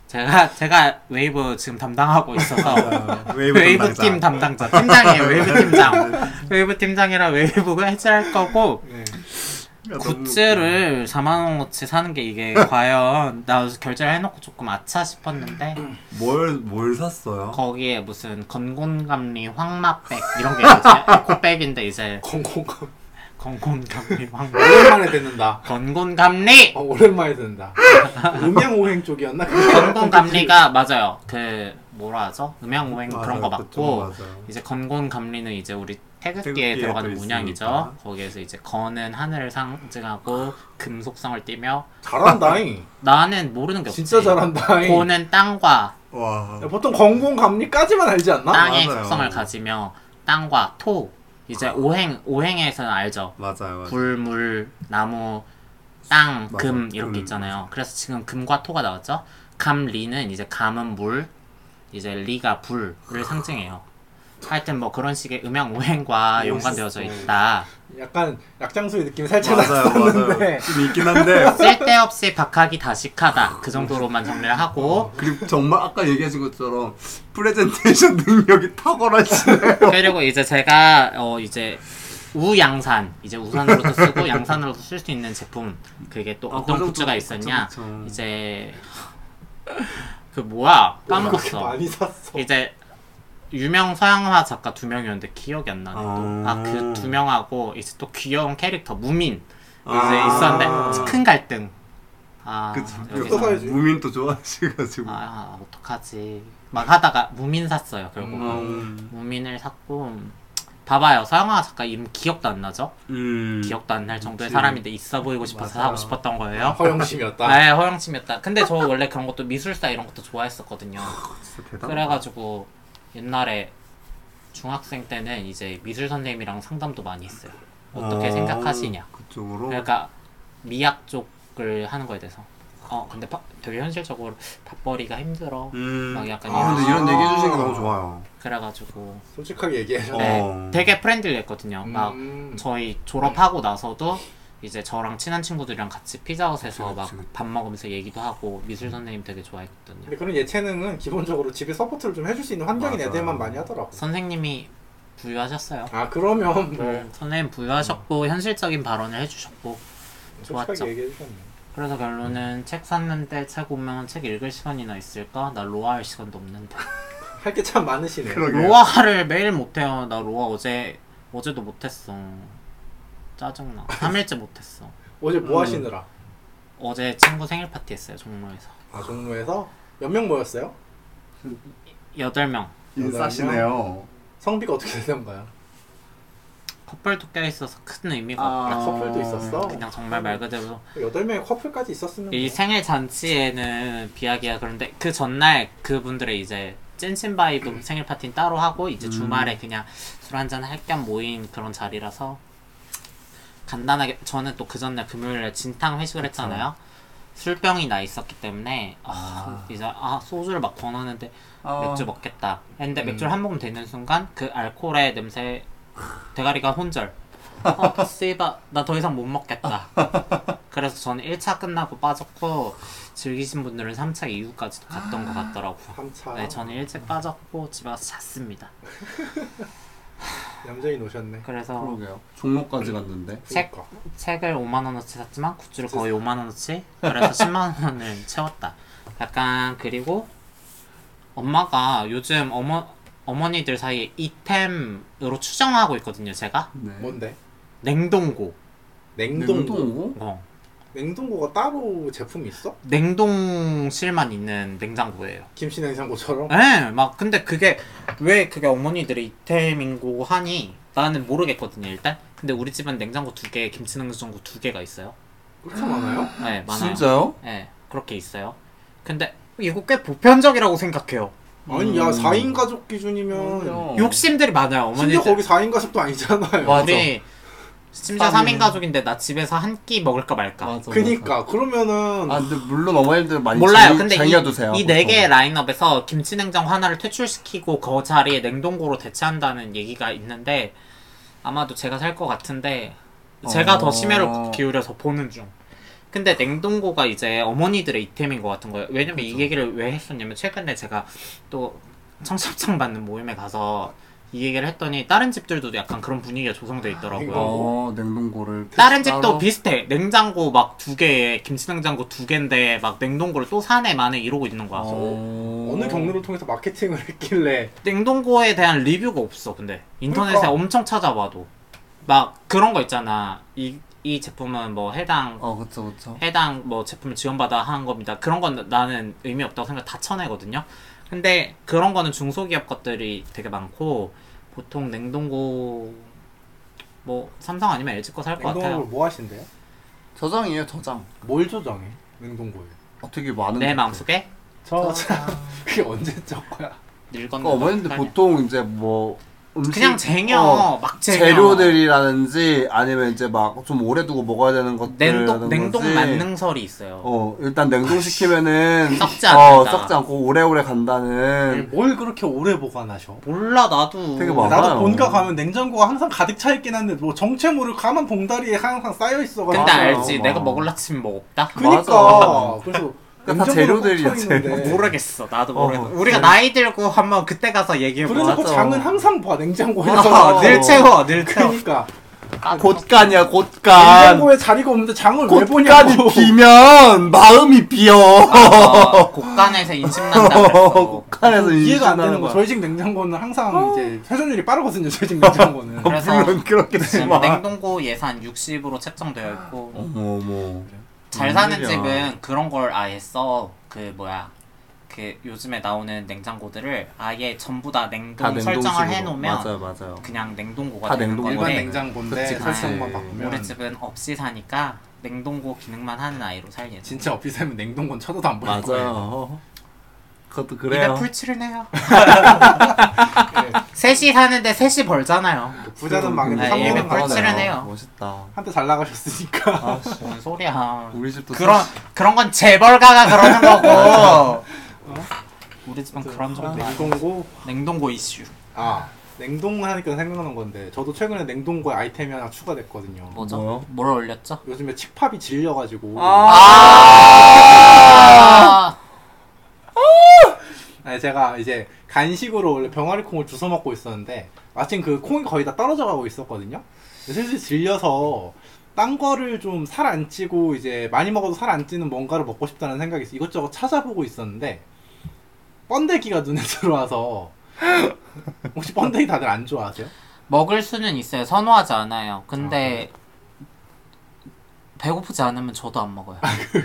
Speaker 1: 제가 제가 웨이브 지금 담당하고 있어서
Speaker 4: 아, 웨이브,
Speaker 1: 웨이브
Speaker 4: 담당자.
Speaker 1: 팀 담당자 팀장이에요. 웨이브 팀장. 웨이브 팀장이라 웨이브가 해제할 거고
Speaker 2: 네.
Speaker 4: 야, 너무
Speaker 1: 굿즈를 4만 원어치 사는 게 이게 과연 나 결제를 해놓고 조금 아차 싶었는데
Speaker 4: 웃겨. 뭘, 뭘 샀어요?
Speaker 1: 거기에 무슨 건곤감리 황마백 이런 게 이제 코백인데 이제
Speaker 2: 건공감
Speaker 1: 건곤감리 황마
Speaker 2: 오랜만에 듣는다.
Speaker 1: 건곤감리
Speaker 2: 어, 오랜만에 듣는다. 음양오행 쪽이었나?
Speaker 1: 건곤감리가 맞아요 그 뭐라 하죠 음양오행 그런 거
Speaker 4: 맞아요,
Speaker 1: 맞고
Speaker 4: 그쪽 맞아요.
Speaker 1: 이제 건곤감리는 이제 우리 태극기에
Speaker 4: 태극기에
Speaker 1: 들어가는
Speaker 4: 또
Speaker 1: 문양이죠
Speaker 4: 있으니까.
Speaker 1: 거기에서 이제 건은 하늘을 상징하고 금속성을 띠며
Speaker 2: 잘한다잉.
Speaker 1: 나는 모르는 게 없지
Speaker 2: 진짜 잘한다잉.
Speaker 1: 고는 땅과
Speaker 4: 와.
Speaker 2: 야, 보통 건공감리까지만 알지 않나?
Speaker 1: 땅의
Speaker 4: 맞아요. 아.
Speaker 1: 속성을 가지며 땅과 토 이제 오행 오행에서는 알죠
Speaker 4: 맞아요, 맞아요.
Speaker 1: 불, 물, 나무, 땅,
Speaker 4: 음, 맞아.
Speaker 1: 금 이렇게
Speaker 4: 금,
Speaker 1: 있잖아요. 그래서 지금 금과 토가 나왔죠. 감, 리는 이제 감은 물, 이제 리가 불을 상징해요. 하여튼 뭐 그런 식의 음양 오행과
Speaker 4: 멋있어.
Speaker 1: 연관되어져
Speaker 4: 네.
Speaker 1: 있다.
Speaker 2: 약간 약장수의 느낌이 살짝
Speaker 4: 맞아요,
Speaker 2: 났었는데
Speaker 4: 맞아요. 좀 있긴 한데.
Speaker 1: 쓸데없이 박하기 다식하다 그 정도로만 정리를 하고
Speaker 4: 그리고 정말 아까 얘기하신 것처럼 프레젠테이션 능력이 탁월하시네.
Speaker 1: 그리고 이제 제가 어 이제 우양산 이제 우산으로도 쓰고 양산으로도 쓸 수 있는 제품 그게 또
Speaker 4: 아,
Speaker 1: 어떤
Speaker 4: 그건
Speaker 1: 굿즈가
Speaker 4: 또-
Speaker 1: 있었냐
Speaker 4: 그쵸, 그쵸.
Speaker 1: 이제 그 뭐야
Speaker 2: 그렇게
Speaker 1: 까먹었어
Speaker 2: 많이 샀어.
Speaker 1: 이제 유명 서양화 작가 두 명이었는데 기억이 안 나네.
Speaker 4: 아.
Speaker 1: 아그 두 명하고 이제 또 귀여운 캐릭터 무민 이제
Speaker 4: 아.
Speaker 1: 있었는데 큰 갈등. 아
Speaker 4: 그쵸.
Speaker 1: 여기서
Speaker 2: 또 사야지.
Speaker 4: 무민 또 좋아하시가지고.
Speaker 1: 아 어떡하지 막 하다가 무민 샀어요 결국.
Speaker 4: 음.
Speaker 1: 무민을 샀고 음, 봐봐요 서양화 작가 이름 기억도 안 나죠?
Speaker 4: 음.
Speaker 1: 기억도 안 날 정도의
Speaker 4: 그치.
Speaker 1: 사람인데 있어 보이고 싶어서
Speaker 4: 맞아요. 어.
Speaker 1: 사고 싶었던 거예요.
Speaker 2: 허영심이었다.
Speaker 1: 네 허영침이었다. 근데 저 원래 그런 것도 미술사 이런 것도 좋아했었거든요.
Speaker 4: 진짜 대단.
Speaker 1: 그래가지고 옛날에 중학생 때는 이제 미술 선생님이랑 상담도 많이 했어요. 어떻게
Speaker 4: 아,
Speaker 1: 생각하시냐.
Speaker 4: 그쪽으로.
Speaker 1: 그러니까 미학 쪽을 하는 거에 대해서. 어 근데 밥- 되게 현실적으로 밥벌이가 힘들어.
Speaker 4: 음.
Speaker 1: 막 약간
Speaker 4: 아, 근데 이런
Speaker 2: 이런-
Speaker 4: 얘기해 주시는 게 너무 좋아요.
Speaker 1: 그래가지고
Speaker 2: 솔직하게 얘기해.
Speaker 4: 어.
Speaker 1: 네, 되게 프렌들리했거든요. 막
Speaker 2: 음.
Speaker 1: 아, 저희 졸업하고 나서도 이제 저랑 친한 친구들이랑 같이 피자헛에서
Speaker 4: 그치,
Speaker 1: 음. 막
Speaker 4: 그치.
Speaker 1: 밥 먹으면서 얘기도 하고 미술 선생님 되게 좋아했거든요.
Speaker 2: 근데 그런 예체능은 기본적으로 집에 서포트를 좀 해줄 수 있는 환경인
Speaker 4: 맞아.
Speaker 2: 애들만 많이 하더라고.
Speaker 1: 선생님이 부유하셨어요.
Speaker 2: 아 그러면 뭐
Speaker 4: 네.
Speaker 1: 음, 선생님 부유하셨고 현실적인 발언을 해주셨고 좋았죠.
Speaker 2: 솔직하게 얘기해 주셨네.
Speaker 1: 그래서 결론은
Speaker 4: 네.
Speaker 1: 책 샀는데 책 오면 책 읽을 시간이나 있을까? 나 로아 할 시간도 없는데
Speaker 2: 할 게 참 많으시네.
Speaker 4: 그러게요.
Speaker 1: 로아를 매일 못해요 나 로아 어제 어제도 못했어 짜증나 3일째 못했어
Speaker 2: 어제 뭐
Speaker 4: 음.
Speaker 2: 하시느라?
Speaker 1: 어제 친구 생일 파티 했어요 종로에서
Speaker 2: 아 종로에서 몇 명 모였어요?
Speaker 1: 8명
Speaker 4: 인싸시네요.
Speaker 2: 성비가 어떻게 되던가요?
Speaker 1: 커플도 껴있어서 큰 의미가
Speaker 2: 아,
Speaker 1: 없다
Speaker 2: 커플도 있었어?
Speaker 1: 그냥 정말 말 그대로
Speaker 2: 여덟 명의 커플까지 있었으면 뭐.
Speaker 1: 이 생일 잔치에는 비하기야 그런데 그 전날 그분들의 이제 찐친바이브 생일 파티는 따로 하고 이제 주말에 그냥 술 한잔 할 겸 모인 그런 자리라서 간단하게 저는 또 그 전날 금요일에 진탕 회식을 했잖아요 술병이 나 있었기 때문에 아, 이제 아 소주를 막 권하는데
Speaker 3: 어.
Speaker 1: 맥주 먹겠다 했는데 맥주를 한 모금 되는 순간 그 알코올의 냄새 대가리가 혼절 어 씨바 나 더 이상 못 먹겠다 그래서 저는 1차 끝나고 빠졌고 즐기신 분들은 3차 이후까지도 갔던 것 같더라고요
Speaker 2: 삼차
Speaker 1: 네 저는 일찍 빠졌고 집에 와서 잤습니다
Speaker 2: 얌전히 노셨네.
Speaker 1: 그래서
Speaker 4: 그러게요. 종로까지 갔는데.
Speaker 1: 책,
Speaker 2: 그러니까.
Speaker 1: 책을 5만원어치 샀지만 굿즈를 거의
Speaker 3: 그-
Speaker 1: 5만원어치 그래서 10만원을 채웠다 약간 그리고 엄마가 요즘 어머, 어머니들 사이에 이템으로 추정하고 있거든요 제가
Speaker 4: 네.
Speaker 2: 뭔데?
Speaker 1: 냉동고
Speaker 3: 네,
Speaker 2: 냉동.
Speaker 4: 냉동고?
Speaker 1: 어.
Speaker 2: 냉동고가 따로 제품이 있어?
Speaker 1: 냉동실만 있는 냉장고예요.
Speaker 2: 김치 냉장고처럼?
Speaker 1: 예, 막 근데 그게 왜 그게 어머니들이 이태민고 하니 나는 모르겠거든요 일단. 근데 우리 집은 냉장고 두 개, 김치 냉장고 두 개가 있어요.
Speaker 2: 그렇게 많아요?
Speaker 1: 네, 많아요.
Speaker 3: 진짜요?
Speaker 1: 예, 그렇게 있어요. 근데 이거 꽤 보편적이라고 생각해요.
Speaker 3: 음.
Speaker 2: 아니 야 4인 가족 기준이면
Speaker 1: 어. 욕심들이 많아요
Speaker 2: 심지어
Speaker 1: 어머니들.
Speaker 2: 거기 4인 가족도 아니잖아요
Speaker 3: 와.
Speaker 1: 어머니 심지어
Speaker 3: 삼인.
Speaker 1: 3인 가족인데 나 집에서 한 끼 먹을까 말까.
Speaker 2: 그러니까 그니까 그러면은
Speaker 3: 아 근데 물론 어머님들 많이
Speaker 1: 몰라요.
Speaker 3: 쟁-
Speaker 1: 근데
Speaker 3: 쟁여두세요.
Speaker 1: 이 네
Speaker 3: 보통.
Speaker 1: 개의 라인업에서 김치냉장 하나를 퇴출시키고 그 자리에 냉동고로 대체한다는 얘기가 있는데 아마도 제가 살 것 같은데 제가
Speaker 3: 어.
Speaker 1: 더 심혈을 기울여서 보는 중. 근데 냉동고가 이제 어머니들의 이템인 것 같은 거예요. 왜냐면 이 얘기를 왜 했었냐면 최근에 제가 또 청첩장 받는 모임에 가서 이 얘기를 했더니 다른 집들도 약간 그런 분위기가 조성돼 있더라고요.
Speaker 3: 어 냉동고를
Speaker 1: 음. 다른 집도
Speaker 3: 따로-
Speaker 1: 비슷해. 냉장고 막 두 개에 김치냉장고 두 개인데 막 냉동고를 또 사네 마네 이러고 있는 거야.
Speaker 3: 어...
Speaker 2: 어느 경로를 통해서 마케팅을 했길래
Speaker 1: 냉동고에 대한 리뷰가 없어. 근데 인터넷에
Speaker 2: 그러니까.
Speaker 1: 엄청 찾아봐도 막 그런 거 있잖아. 이 이 제품은 뭐 해당
Speaker 3: 어 그쵸 그쵸.
Speaker 1: 해당 뭐 제품을 지원받아 한 겁니다. 그런 건 나는 의미 없다고 생각 다 쳐내거든요. 근데 그런 거는 중소기업 것들이 되게 많고 보통 냉동고 뭐 삼성 아니면 LG 거 살 것 같아요.
Speaker 2: 냉동고를 뭐 하신대요?
Speaker 3: 저장이에요 저장.
Speaker 2: 뭘 조정해? 냉동고에
Speaker 3: 어떻게 많은
Speaker 1: 내 마음속에
Speaker 2: 저 참, 그게 언제적 거야?
Speaker 1: 늙었는
Speaker 3: 그러니까 어머님들 보통 이제 뭐 음식
Speaker 1: 네. 그냥 쟁여
Speaker 3: 어,
Speaker 1: 막 쟁여
Speaker 3: 재료들이라든지 아니면 이제 막 좀 오래 두고 먹어야 되는 것들
Speaker 1: 냉동 냉동 만능설이 있어요.
Speaker 3: 어 일단 냉동 시키면은
Speaker 1: 썩지
Speaker 3: 어
Speaker 1: 않는다. 음.
Speaker 3: 썩지 않고 오래오래 간다는
Speaker 2: 뭘 그렇게 오래 보관하셔?
Speaker 1: 몰라 나도
Speaker 3: 되게 많아.
Speaker 2: 나도
Speaker 3: 많아요.
Speaker 2: 본가 가면 냉장고가 항상 가득 차 있긴 한데 뭐 정체모를 가만 봉다리에 항상 쌓여
Speaker 1: 근데
Speaker 2: 있어가지고
Speaker 3: 맞아,
Speaker 1: 알지
Speaker 3: 맞아.
Speaker 1: 내가 먹을라 뭐 치면 먹었다.
Speaker 2: 그니까
Speaker 3: 맞아.
Speaker 2: 그래서
Speaker 3: 그러니까 다
Speaker 2: 냉장고는
Speaker 3: 재료들이야,
Speaker 2: 꽂혀 있는데.
Speaker 3: 재료.
Speaker 1: 모르겠어 나도
Speaker 3: 어, 뭐.
Speaker 1: 모르겠어. 우리가
Speaker 3: 그래.
Speaker 1: 나이 들고 한번 그때 가서 얘기해 보자.
Speaker 2: 그래서 그
Speaker 3: 맞아.
Speaker 2: 장은 항상 봐 냉장고에서
Speaker 1: 어, 늘 채워 늘 채워.
Speaker 2: 그러니까
Speaker 3: 아, 네. 곶간이야 곶간
Speaker 2: 냉장고에 자리가 없는데 장을 왜 보냐고
Speaker 3: 곶간이 아, 비면 마음이 비어
Speaker 1: 어, 곳간에서 인심 난다 그랬어.
Speaker 3: 곶간에서
Speaker 2: 이해가 안 되는
Speaker 3: 인신하는
Speaker 2: 거
Speaker 3: 거야.
Speaker 2: 저희 집 냉장고는 항상 이제 회전율이 빠르거든요 저희 집 냉장고는
Speaker 3: 어,
Speaker 1: 그래서
Speaker 3: 물론
Speaker 1: 지금
Speaker 3: 그렇겠지만
Speaker 1: 냉동고 예산 60으로 책정되어 있고
Speaker 3: 어머 어머
Speaker 1: 잘 사는
Speaker 3: 웬일이야.
Speaker 1: 집은 그런 걸 아예 써. 그 뭐야. 그 요즘에 나오는 냉장고들을 아예 전부 다 냉동
Speaker 3: 다
Speaker 1: 설정을
Speaker 3: 냉동식으로.
Speaker 1: 해 놓으면
Speaker 3: 맞아요 맞아요
Speaker 1: 그냥 냉동고가
Speaker 3: 다
Speaker 1: 되는
Speaker 3: 냉동-
Speaker 1: 건데
Speaker 2: 일반
Speaker 3: 거네.
Speaker 2: 냉장고인데
Speaker 3: 그치,
Speaker 1: 그치.
Speaker 2: 설정만 바꾸면
Speaker 1: 우리 집은 없이 사니까 냉동고 기능만 하는 아이로 살겠네.
Speaker 2: 진짜 업비 살면 냉동고는 쳐다도 안 보일 거예요
Speaker 3: 맞아요 그것도
Speaker 1: 입에
Speaker 3: 그래요
Speaker 1: 풀칠을 해요. 그 셋이 사는데 셋이 벌잖아요.
Speaker 2: 그 부자는
Speaker 1: 네,
Speaker 2: 망해도
Speaker 1: 입에
Speaker 2: 상무는
Speaker 1: 꿀 칠은
Speaker 2: 망하잖아요
Speaker 1: 해요.
Speaker 3: 그 어, 멋있다
Speaker 2: 한때 잘 나가셨으니까
Speaker 3: 아, 씨.
Speaker 1: 뭔 소리야.
Speaker 3: 우리 집도
Speaker 1: 그런 그런 건 재벌가가 그러는 거고. 어? 우리 집은 그런 정도 아니야.
Speaker 2: 냉동고
Speaker 1: 냉동고 이슈.
Speaker 2: 아 냉동 하니까 생각나는 건데 저도 최근에 냉동고에 아이템이 하나 추가됐거든요
Speaker 1: 뭐죠?
Speaker 3: 뭐요?
Speaker 1: 뭘 올렸죠?
Speaker 2: 요즘에 칡팝이 질려가지고
Speaker 1: 아!
Speaker 2: 아니, 네, 제가 이제 간식으로 원래 병아리 콩을 주워 먹고 있었는데 마침 그 콩이 거의 다 떨어져 가고 있었거든요. 근데 슬슬 질려서 딴 거를 좀 살 안 찌고 이제 많이 먹어도 살 안 찌는 뭔가를 먹고 싶다는 생각이 있어 이것저것 찾아보고 있었는데 번데기가 눈에 들어와서 혹시 번데기 다들 안 좋아하세요?
Speaker 1: 먹을 수는 있어요. 선호하지 않아요. 근데 배고프지 않으면 저도 안 먹어요.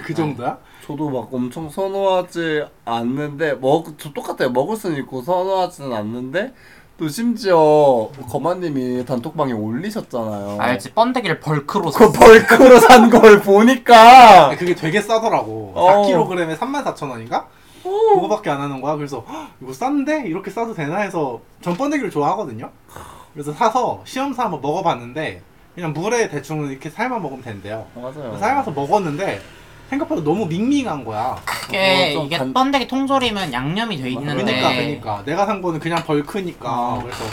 Speaker 2: 그 정도야?
Speaker 3: 저도 막 엄청 선호하지 않는데 먹 저 똑같아요 먹을 수는 있고 선호하지는 않는데 또 심지어 거마님이 단톡방에 올리셨잖아요
Speaker 1: 알지? 번데기를 벌크로
Speaker 3: 어. 그
Speaker 1: 샀어.
Speaker 3: 벌크로 산 걸 보니까
Speaker 2: 아니, 그게 되게 싸더라고.
Speaker 3: 어.
Speaker 2: 4kg에 34,000원인가? 그거밖에 안 하는 거야. 그래서 "헉, 이거 싼데 이렇게 싸도 되나 해서 전 번데기를 좋아하거든요. 그래서 사서 시험사 한번 먹어봤는데 그냥 물에 대충 이렇게 삶아 먹으면 된대요.
Speaker 3: 맞아요
Speaker 2: 삶아서 먹었는데 생각보다 너무 밍밍한 거야.
Speaker 1: 그게
Speaker 3: 어, 좀
Speaker 1: 예, 이게
Speaker 3: 간-
Speaker 1: 번데기 통조림은 양념이 돼 있는데
Speaker 2: 그러니까 그러니까 내가 산 거는 그냥 벌크니까 그래서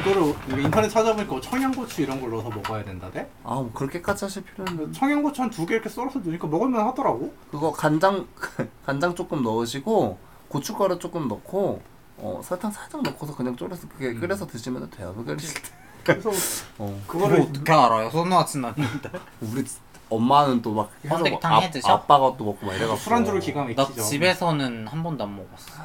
Speaker 2: 이거를 이게 인터넷 찾아보니까 뭐 청양고추 이런 걸 넣어서 먹어야 된다대.
Speaker 3: 아뭐 그렇게까지 하실 필요는
Speaker 2: 청양고추 한 두 개 이렇게 썰어서 넣으니까 먹을만 하더라고.
Speaker 3: 그거 간장 간장 조금 넣으시고 고춧가루 조금 넣고 어, 설탕 살짝 넣고서 그냥 졸여서 그게 끓여서 드시면 돼요 끓이실 때
Speaker 2: 그래서
Speaker 3: 어.
Speaker 2: 그거를
Speaker 1: 어떻게 알아요? 선호하진 않는데.
Speaker 3: 우리 엄마는 또 막 해서 막
Speaker 1: 번데기탕 해 드셔?
Speaker 3: 아, 아빠가 또 먹고 막 이래가지고
Speaker 2: 술안주를 기가
Speaker 1: 나
Speaker 2: 막히죠.
Speaker 1: 집에서는 한 번도 안 먹었어.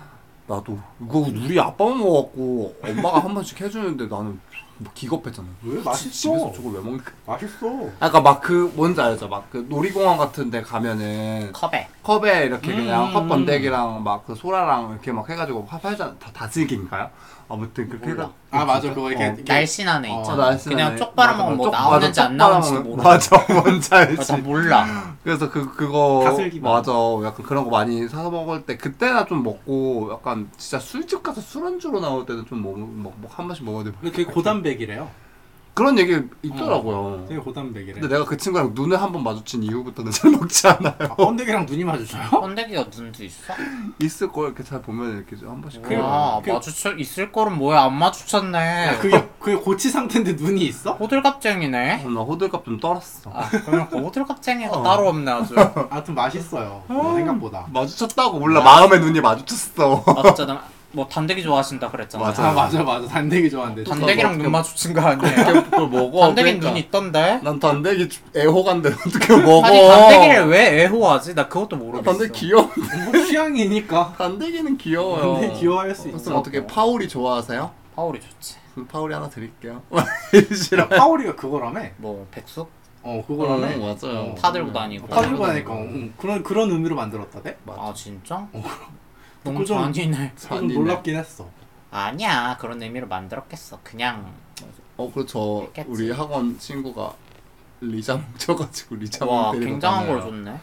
Speaker 3: 나도 이거 우리 아빠만 먹었고 엄마가 한 번씩 해주는데 나는 뭐 기겁했잖아요. 왜
Speaker 2: 맛있어.
Speaker 3: 집에서 저걸 왜 먹는?
Speaker 2: 맛있어.
Speaker 3: 아까 막 그 뭔지 알죠? 막 그 놀이공원 같은데 가면은
Speaker 1: 컵에
Speaker 3: 컵에 이렇게
Speaker 2: 음,
Speaker 3: 그냥
Speaker 2: 음,
Speaker 3: 컵번데기랑 막 그 소라랑 이렇게 막 해가지고 화- 팔잖아. 다 다슬기인가요? 아무튼 그렇게
Speaker 1: 몰라.
Speaker 3: 해가.
Speaker 2: 아 맞아 그거 이렇게,
Speaker 3: 어.
Speaker 2: 이렇게
Speaker 1: 날씬 안에
Speaker 2: 어,
Speaker 1: 있잖아.
Speaker 3: 날씬하네.
Speaker 1: 그냥 쪽 빨아먹으면 뭐
Speaker 3: 맞아, 맞아.
Speaker 1: 나오는지
Speaker 3: 맞아,
Speaker 1: 안 나오는지
Speaker 3: 쪽바라먹으면-
Speaker 1: 모르.
Speaker 3: 맞아 뭔지 알지.
Speaker 1: 나 몰라.
Speaker 3: 그래서 그 그거
Speaker 2: 가슬기 맛.
Speaker 3: 맞아 약간 그런 거 많이 사서 먹을 때 그때나 좀 먹고 약간 진짜 술집 가서 술안주로 나올 때는 좀먹먹한 번씩 먹어야 돼
Speaker 2: 근데 되게 고단백이래요.
Speaker 3: 그런 얘기 있더라고요.
Speaker 2: 되게 고단백이래.
Speaker 3: 근데 내가 그 친구랑 눈을 한 번 마주친 이후부터는 잘 먹지 않아요.
Speaker 2: 아, 번데기랑 눈이 마주쳐요?
Speaker 1: 번데기가 눈도 있어?
Speaker 3: 있을 걸 이렇게 잘 보면 이렇게 좀한 번씩.
Speaker 2: 그-
Speaker 1: 와
Speaker 2: 그-
Speaker 1: 마주쳐 있을 거는 뭐야 안 마주쳤네.
Speaker 2: 야, 아, 그게 그게 고치 상태인데 눈이 있어?
Speaker 1: 호들갑쟁이네.
Speaker 3: 어, 나 호들갑 좀 떨었어.
Speaker 1: 아 그러면 그 호들갑쟁이가
Speaker 3: 어.
Speaker 1: 따로 없네 아주.
Speaker 2: 아무튼 맛있어요. 뭐 생각보다.
Speaker 3: 마주쳤다고 몰라 마음의 눈이 마주쳤어.
Speaker 1: 아 진짜 나뭐 단데기 좋아하신다 그랬잖아.
Speaker 3: 맞아.
Speaker 2: 아 맞아 맞아 단데기 좋아한대.
Speaker 3: 또
Speaker 1: 단데기랑
Speaker 3: 어떻게-
Speaker 1: 눈 마주친 거 아니에요?
Speaker 3: 이렇게 그걸 먹어.
Speaker 1: 단데기는
Speaker 3: 그러니까.
Speaker 1: 눈이 있던데.
Speaker 3: 난 단데기 주- 애호가인데 어떻게 먹어?
Speaker 1: 아니 단데기를 왜 애호하지? 나
Speaker 3: 아,
Speaker 1: 그것도 모르겠어.
Speaker 3: 단데 귀여워.
Speaker 2: 뭐 취향이니까.
Speaker 3: 단데기는 귀여워요.
Speaker 2: 근데 귀여워할 수
Speaker 3: 어. 그래서
Speaker 2: 있어.
Speaker 3: 어떻게 파울이 좋아하세요?
Speaker 1: 파울이 좋지.
Speaker 3: 그럼 파울이 하나 드릴게요.
Speaker 2: 야,
Speaker 3: 싫어.
Speaker 2: 파오리가 그거라며.
Speaker 1: 뭐 백숙?
Speaker 2: 어 그거라며.
Speaker 3: 어, 맞아요.
Speaker 1: 파 들고 네. 다니고. 어,
Speaker 2: 파주고 하니까 응. 그런 그런 의미로 만들었다대.
Speaker 1: 아
Speaker 3: 어,
Speaker 1: 진짜?
Speaker 2: 그거
Speaker 1: 너무
Speaker 2: 좀-
Speaker 1: 잔인해.
Speaker 2: 좀
Speaker 3: 아니네.
Speaker 2: 놀랍긴 했어.
Speaker 1: 아니야 그런 의미로 만들었겠어. 그냥
Speaker 3: 어 그렇죠.
Speaker 1: 있겠지.
Speaker 3: 우리 학원 친구가 리자몽 쳐가지고 리자몽
Speaker 1: 와
Speaker 3: 데리고
Speaker 1: 굉장한 걸
Speaker 3: 가네요.
Speaker 1: 줬네.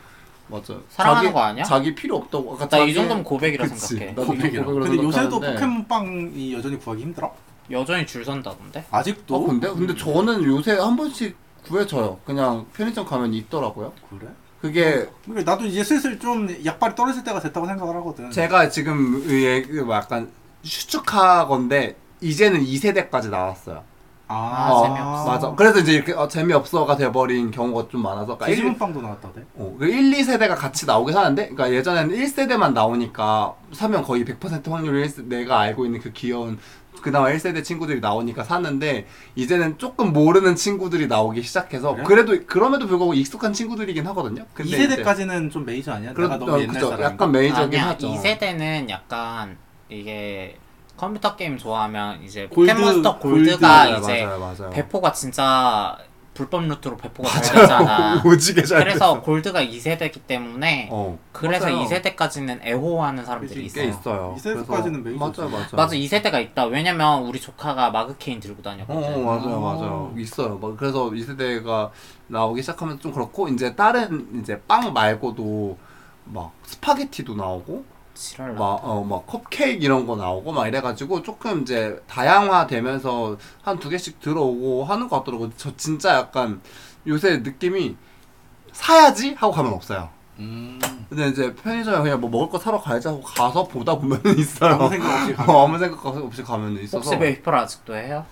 Speaker 3: 맞아.
Speaker 1: 사랑하는
Speaker 3: 자기-
Speaker 1: 거 아니야?
Speaker 3: 자기 필요 없다고. 아까
Speaker 1: 나 이
Speaker 3: 자기-
Speaker 1: 정도면 고백이라
Speaker 3: 그치.
Speaker 1: 생각해.
Speaker 3: 나도
Speaker 2: 고백이라.
Speaker 3: 고백이라
Speaker 2: 근데 요새도
Speaker 3: 생각하는데.
Speaker 2: 포켓몬빵이 여전히 구하기 힘들어?
Speaker 1: 여전히 줄 선다던데?
Speaker 2: 아직도?
Speaker 3: 어 근데 근데 저는 요새 한 번씩 구해져요. 그냥 편의점 가면 있더라고요.
Speaker 2: 그래?
Speaker 3: 그게
Speaker 2: 그러니까 나도 이제 슬슬 좀 약발이 떨어질 때가 됐다고 생각을 하거든.
Speaker 3: 제가 지금 예, 그 약간 추측하건데 이제는 2세대까지 나왔어요.
Speaker 2: 아,
Speaker 1: 어,
Speaker 2: 재미없어.
Speaker 3: 맞아. 그래서 이제 이렇게 어, 재미없어가 돼버린 경우가 좀 많아서. 그러니까 일-
Speaker 2: 지지문빵도 나왔다대.
Speaker 3: 어, 그 1, 2세대가 같이 나오긴 하는데, 그러니까 예전에는 1세대만 나오니까 사면 거의 100% 확률로 1세, 내가 알고 있는 그 귀여운 그나마 1세대 친구들이 나오니까 사는데 이제는 조금 모르는 친구들이 나오기 시작해서
Speaker 2: 그래?
Speaker 3: 그래도 그럼에도 불구하고 익숙한 친구들이긴 하거든요. 근데
Speaker 2: 2세대까지는 좀 메이저 아니야?
Speaker 3: 이제 그런
Speaker 2: 내가 너무
Speaker 3: 어,
Speaker 2: 옛날
Speaker 3: 그죠.
Speaker 2: 사람.
Speaker 3: 약간 메이저긴
Speaker 1: 아니야
Speaker 3: 하죠.
Speaker 1: 2세대는 약간 이게 컴퓨터 게임 좋아하면 이제
Speaker 2: 골드,
Speaker 1: 포켓몬스터 골드가
Speaker 3: 네, 맞아요,
Speaker 1: 이제
Speaker 3: 맞아요, 맞아요.
Speaker 1: 배포가 진짜 불법 루트로 배포가 잘 되잖아.
Speaker 3: 오지게 잘
Speaker 1: 그래서 골드가 2세대기 때문에
Speaker 3: 어,
Speaker 1: 그래서
Speaker 3: 맞아요.
Speaker 1: 2세대까지는 애호하는 사람들이
Speaker 2: 그치,
Speaker 1: 있어.
Speaker 3: 꽤 있어요.
Speaker 2: 2세대까지는 메이저지.
Speaker 3: 맞아요, 맞아요.
Speaker 1: 맞아 2세대가 있다. 왜냐면 우리 조카가 마그케인 들고
Speaker 3: 어,
Speaker 1: 다녔거든.
Speaker 3: 어 맞아요 맞아요 있어요 막 그래서 2세대가 나오기 시작하면 좀 그렇고 이제 다른 이제 빵 말고도 막 스파게티도 나오고
Speaker 1: 지랄.
Speaker 3: 막 어 막 컵케이크 이런 거 나오고 막 이래가지고 조금 이제 다양화되면서 한 두 개씩 들어오고 하는 것 같더라고 저 진짜 약간 요새 느낌이 사야지 하고 가면 없어요
Speaker 2: 음.
Speaker 3: 근데 이제 편의점에 그냥 뭐 먹을 거 사러 가야지 하고 가서 보다 보면 있어요
Speaker 2: 아무 생각 없이 가면.
Speaker 3: 어, 아무 생각 없이 가면 있어서
Speaker 1: 혹시 메이플 아직도 해요?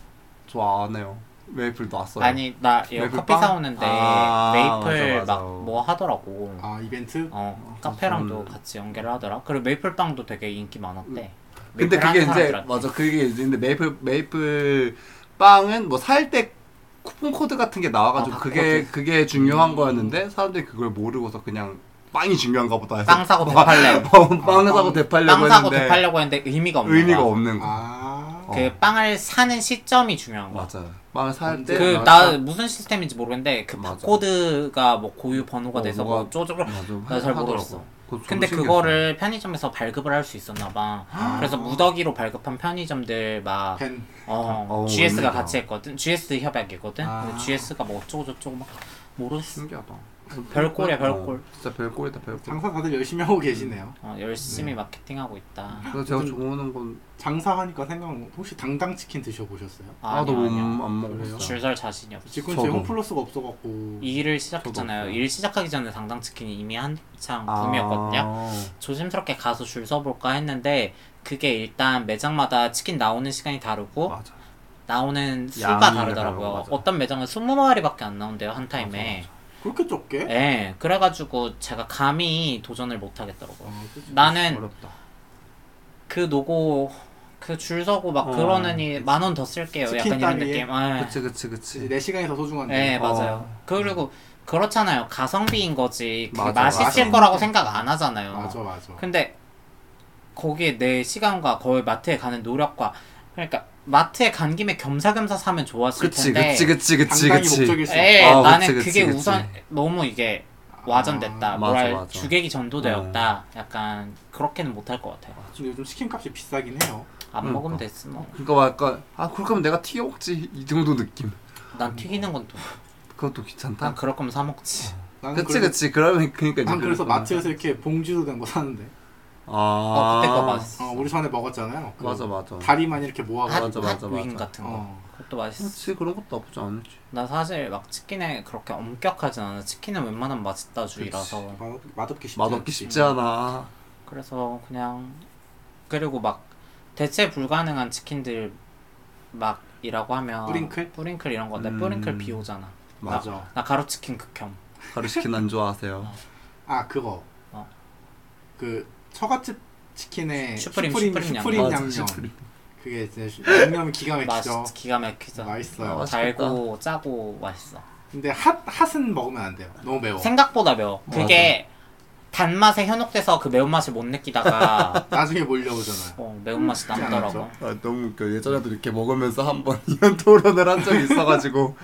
Speaker 3: 저 안 해요 메이플 놨어요
Speaker 1: 아니 나 이거
Speaker 3: 네. 메이플
Speaker 1: 커피
Speaker 3: 빵?
Speaker 1: 사오는데
Speaker 3: 아,
Speaker 1: 메이플
Speaker 3: 맞아, 맞아.
Speaker 1: 막 뭐 하더라고.
Speaker 2: 아, 이벤트?
Speaker 1: 어
Speaker 3: 아,
Speaker 1: 카페랑도
Speaker 3: 저는-
Speaker 1: 같이 연계를 하더라. 그리고 메이플 빵도 되게 인기 많았대.
Speaker 3: 음. 근데
Speaker 1: 메이플
Speaker 3: 그게
Speaker 1: 하는
Speaker 3: 이제 뭐
Speaker 1: 사람들한테.
Speaker 3: 맞아 그게 이제 근데 메이플 메이플 빵은 뭐 살 때 쿠폰 코드 같은 게 나와가지고
Speaker 1: 아, 음.
Speaker 3: 그게 그게 중요한 거였는데 사람들이 그걸 모르고서 그냥 빵이 중요한가 보다 해서
Speaker 1: 빵 사고 대팔래.
Speaker 3: 빵, 빵
Speaker 2: 아,
Speaker 3: 사고
Speaker 2: 빵-
Speaker 3: 대팔려고
Speaker 1: 빵 사고
Speaker 3: 뭐 했는데
Speaker 1: 대팔려고 했는데 의미가 없는
Speaker 3: 의미가
Speaker 1: 거야.
Speaker 3: 없는 거
Speaker 2: 아.
Speaker 3: 어.
Speaker 1: 그 빵을 사는 시점이 중요한 거야.
Speaker 3: 맞아 빵을
Speaker 2: 그
Speaker 3: 살때
Speaker 1: 그 나 무슨 시스템인지 모르겠는데 그
Speaker 3: 맞아.
Speaker 1: 바코드가 뭐 고유 번호가
Speaker 3: 어,
Speaker 1: 돼서
Speaker 3: 뭐가-
Speaker 1: 뭐 쪼쪼 나잘 모르겠어. 근데
Speaker 3: 근데
Speaker 1: 그거를 편의점에서 발급을 할 수 있었나 봐.
Speaker 3: 아.
Speaker 1: 그래서 무더기로 발급한 편의점들 막
Speaker 2: 팬.
Speaker 1: 어,
Speaker 3: 어,
Speaker 1: GS가
Speaker 3: 웬일이야.
Speaker 1: 같이 했거든. GS 협약이거든.
Speaker 2: 아.
Speaker 1: 근데 GS가 뭐 어쩌고 저쩌고 막 모르겠어.
Speaker 3: 신기하다
Speaker 1: 별꼴이야, 별꼴.
Speaker 3: 어, 진짜 별꼴이다 별꼴
Speaker 2: 장사 다들 열심히 하고 계시네요.
Speaker 1: 어,
Speaker 3: 음.
Speaker 1: 열심히 마케팅하고 있다. 아,
Speaker 3: 그래서 제가 좋아하는
Speaker 2: 장사하니까 생각 혹시 당당 치킨 드셔 보셨어요?
Speaker 1: 아, 아니야, 아니야.
Speaker 3: 건아너안 먹었어
Speaker 1: 줄설 자신이 없어.
Speaker 2: 지금 제
Speaker 3: 저도.
Speaker 2: 홈플러스가 없어 갖고
Speaker 1: 이 일을 시작했잖아요.
Speaker 3: 저도.
Speaker 1: 일 시작하기 전에 당당 치킨이 이미 한창
Speaker 3: 아.
Speaker 1: 붐이었거든요. 조심스럽게 가서 줄 서볼까 했는데 그게 일단 매장마다 치킨 나오는 시간이 다르고
Speaker 3: 맞아
Speaker 1: 나오는 수가
Speaker 3: 양이
Speaker 1: 다르더라고요.
Speaker 3: 다르고, 맞아.
Speaker 1: 어떤 매장은 20마리밖에 안 나온대요 한 타임에.
Speaker 2: 그렇게 적게?
Speaker 1: 예, 그래가지고 제가 감히 도전을 못 하겠더라고요.
Speaker 2: 어, 그치.
Speaker 1: 나는
Speaker 3: 어렵다
Speaker 1: 그 노고 그 줄 서고 막
Speaker 3: 어,
Speaker 1: 그러느니 만 원 더 쓸게요.
Speaker 2: 치킨
Speaker 1: 약간 이런
Speaker 2: 따위에.
Speaker 1: 느낌.
Speaker 3: 그치
Speaker 1: 예.
Speaker 3: 그치
Speaker 2: 이제
Speaker 3: 그치
Speaker 2: 내 시간이 더 소중한데.
Speaker 1: 예,
Speaker 3: 어.
Speaker 1: 맞아요. 그리고 그렇잖아요. 가성비인 거지. 그
Speaker 3: 맞아,
Speaker 1: 맛있을
Speaker 2: 맞아.
Speaker 1: 거라고 생각 안 하잖아요.
Speaker 2: 맞아, 맞아.
Speaker 1: 근데 거기에 내 시간과 거의 마트에 가는 노력과 그러니까 마트에 간 김에 겸사겸사 사면 좋았을
Speaker 3: 그치
Speaker 1: 텐데.
Speaker 3: 그치 그치 그치
Speaker 2: 네. 당당히
Speaker 3: 그치
Speaker 2: 목적일 수
Speaker 1: 에
Speaker 3: 아,
Speaker 1: 나는
Speaker 3: 그치,
Speaker 1: 그
Speaker 3: 그치,
Speaker 1: 게
Speaker 3: 그치.
Speaker 1: 우선 너무 이게 와전됐다.
Speaker 2: 아,
Speaker 1: 뭐랄
Speaker 3: 맞아, 네. 맞아.
Speaker 1: 주객이 전도되었다. 약간 그렇게는 못할 것 같아요.
Speaker 2: 근데 요즘 치킨값이 비싸긴 해요.
Speaker 1: 안
Speaker 3: 그러니까.
Speaker 1: 먹으면 됐어 뭐.
Speaker 3: 그러니까 막 약간 아 그럴 거면 내가 튀겨 먹지 이 정도 느낌
Speaker 1: 난 튀기는 건 또
Speaker 3: 그것도 귀찮다
Speaker 1: 난 그럴 거면 사 먹지.
Speaker 2: 나는
Speaker 3: 그치
Speaker 2: 아, 그래서-
Speaker 3: 그치 그러면 그니까
Speaker 2: 난 아, 그래서 마트에서 이렇게 봉지로 된 거 사는데.
Speaker 3: 아
Speaker 1: 어, 그때 거 맛있어.
Speaker 2: 어, 우리 전에 먹었잖아요. 그
Speaker 3: 맞아 맞아
Speaker 2: 다리만 이렇게 모아가.
Speaker 3: 맞아,
Speaker 1: 핫,
Speaker 3: 맞아,
Speaker 1: 핫
Speaker 3: 맞아.
Speaker 1: 위인 같은 거.
Speaker 2: 어.
Speaker 1: 그것도 맛있어.
Speaker 3: 그렇지 그런 것도 나쁘지 않지
Speaker 1: 나 사실 막 치킨에 그렇게 엄격하진 않아. 치킨은 웬만하면 맛있다 주의라서.
Speaker 2: 맛없- 맛없기 쉽지.
Speaker 3: 맛없기
Speaker 2: 않지.
Speaker 3: 쉽지 않아
Speaker 1: 그래서 그냥 그리고 막 대체 불가능한 치킨들 막 이라고 하면
Speaker 2: 뿌링클?
Speaker 1: 뿌링클 이런 건데
Speaker 3: 음.
Speaker 1: 뿌링클 비오잖아.
Speaker 2: 맞아.
Speaker 1: 나 가루치킨 극혐.
Speaker 3: 가루치킨 안 좋아하세요
Speaker 2: 아 그거.
Speaker 1: 어.
Speaker 2: 그 처갓집 치킨에
Speaker 1: 슈프림,
Speaker 2: 슈프림,
Speaker 1: 슈프림 양념.
Speaker 2: 슈프림
Speaker 3: 맞아,
Speaker 2: 양념.
Speaker 3: 슈프림.
Speaker 2: 그게 이제 슈- 양념이 기가
Speaker 1: 맛
Speaker 2: 막히죠.
Speaker 1: 기가 막히죠.
Speaker 2: 맛있어요.
Speaker 3: 아, 맛있-
Speaker 1: 달고 짜고 맛있어.
Speaker 2: 근데 핫 핫은 먹으면 안 돼요. 너무 매워.
Speaker 1: 생각보다
Speaker 2: 어,
Speaker 1: 매워. 그게 단맛에 현혹돼서 그 매운맛을 못 느끼다가
Speaker 2: 나중에 몰려오잖아요.
Speaker 1: 어, 매운맛이 남더라고.
Speaker 2: 음, 않죠?
Speaker 3: 아 너무 웃겨 예전에도 이렇게 먹으면서 한 번 이런 토론을 한 적이 있어가지고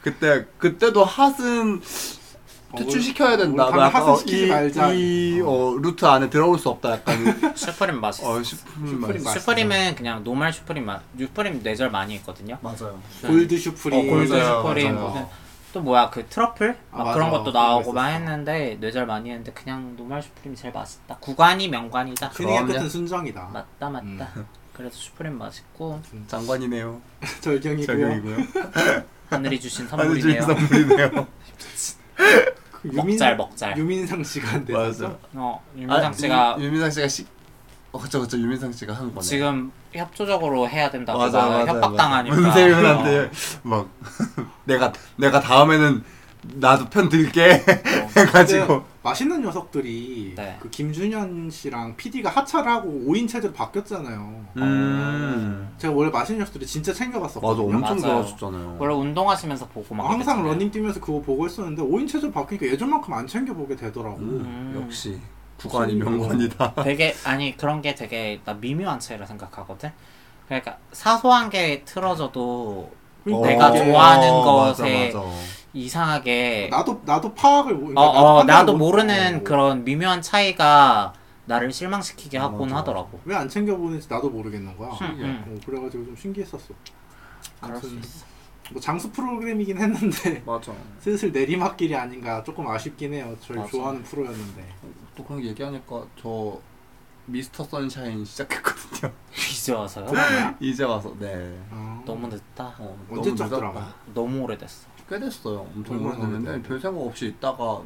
Speaker 3: 그때 그때도 핫은 어, 퇴출시켜야 된다
Speaker 2: 어, 우리
Speaker 3: 약간
Speaker 2: 핫은 시키지
Speaker 3: 이-
Speaker 2: 말자.
Speaker 3: 이 어, 루트 안에 들어올 수 없다 약간
Speaker 1: 슈프림 맛있어.
Speaker 3: 어 싶은 말
Speaker 2: 슈프림 맛있어.
Speaker 1: 슈프림은 그냥 노말 슈프림 맛. 슈프림 뇌절 많이 있거든요.
Speaker 3: 맞아요
Speaker 2: 골드 슈프림. 네,
Speaker 1: 어, 골드
Speaker 3: 맞아요,
Speaker 1: 슈프림
Speaker 3: 맞아요.
Speaker 1: 무슨 또 뭐야 그 트러플
Speaker 2: 아,
Speaker 1: 막
Speaker 2: 맞아.
Speaker 1: 그런 것도
Speaker 2: 그런 거
Speaker 1: 나오고 막
Speaker 2: 있었어.
Speaker 1: 했는데 뇌절 많이 했는데 그냥 노말 슈프림이 제일 맛있다. 구간이 명관이다.
Speaker 2: 그니까 음.
Speaker 3: 그럼요.
Speaker 2: 끝은 순정이다.
Speaker 1: 맞다 맞다. 그래서 슈프림 맛있고
Speaker 3: 장관이네요
Speaker 2: 절경이고요.
Speaker 3: 장관이고요
Speaker 1: 하늘이 주신
Speaker 3: 아주 주인
Speaker 1: 선물이네요.
Speaker 3: 선물이네요
Speaker 2: 그
Speaker 1: 먹잘 먹잘.
Speaker 2: 유민상 씨가 안 돼서.
Speaker 3: 네, 맞아.
Speaker 1: 어 윤상 씨가
Speaker 3: 아, 유- 유민상 씨가 시... 어 그쵸 그쵸 유민상 씨가 한 거네
Speaker 1: 지금 협조적으로 해야 된다고
Speaker 3: 맞아,
Speaker 1: 막
Speaker 3: 맞아,
Speaker 1: 협박당하니까 어.
Speaker 3: 맞아. 문세윤한테 막 내가 내가 다음에는 나도 편 들게
Speaker 1: 어.
Speaker 3: 해가지고
Speaker 2: 맛있는 녀석들이
Speaker 1: 네.
Speaker 2: 그 김준현 씨랑 PD가 하차를 하고 5인 체제로 바뀌었잖아요.
Speaker 3: 음
Speaker 2: 제가 원래 맛있는 녀석들이 진짜
Speaker 3: 맞아
Speaker 2: 챙겨봤었거든요.
Speaker 3: 엄청
Speaker 1: 맞아요.
Speaker 3: 좋아하셨잖아요
Speaker 1: 원래 운동하시면서 보고 막
Speaker 2: 항상
Speaker 1: 그랬잖아요.
Speaker 2: 러닝 뛰면서 그거 보고 했었는데 5인 체제로 바뀌니까 예전만큼 안 챙겨보게 되더라고.
Speaker 3: 음,
Speaker 1: 음.
Speaker 3: 역시 구간이 명관이다
Speaker 1: 되게 아니 그런 게 되게 나 미묘한 차이라 생각하거든 그러니까 사소한 게 틀어져도
Speaker 2: 그러니까
Speaker 1: 내가
Speaker 2: 이게
Speaker 1: 좋아하는
Speaker 3: 어, 맞아,
Speaker 1: 것에
Speaker 3: 맞아.
Speaker 1: 이상하게
Speaker 2: 나도 나도 파악을 못-
Speaker 1: 어,
Speaker 2: 그러니까
Speaker 1: 어,
Speaker 2: 판단을
Speaker 1: 나도
Speaker 2: 못-
Speaker 1: 모르는
Speaker 2: 어.
Speaker 1: 그런 미묘한 차이가 나를 실망시키게
Speaker 3: 맞아.
Speaker 1: 하곤 하더라고
Speaker 2: 왜 안 챙겨보는지 나도 모르겠는 거야.
Speaker 1: 음, 음.
Speaker 2: 어, 그래가지고 좀 신기했었어.
Speaker 1: 그럴 수
Speaker 2: 아무튼
Speaker 1: 있어
Speaker 2: 뭐 장수 프로그램이긴 했는데
Speaker 3: 맞아
Speaker 2: 슬슬 내리막길이 아닌가 조금 아쉽긴 해요. 저희
Speaker 3: 맞아.
Speaker 2: 좋아하는 프로였는데.
Speaker 3: 또 그런 거 얘기하니까 저 미스터 선샤인 시작했거든요
Speaker 1: 이제 와서요?
Speaker 3: 이제 와서 네
Speaker 2: 어.
Speaker 1: 너무 늦다
Speaker 3: 어,
Speaker 2: 언제
Speaker 3: 너무
Speaker 2: 쫙
Speaker 3: 늦었다.
Speaker 2: 들어가요?
Speaker 1: 너무 오래됐어
Speaker 3: 꽤 됐어요. 엄청
Speaker 2: 얼마나
Speaker 3: 오래됐는데
Speaker 2: 됐는데?
Speaker 3: 별 생각 없이 있다가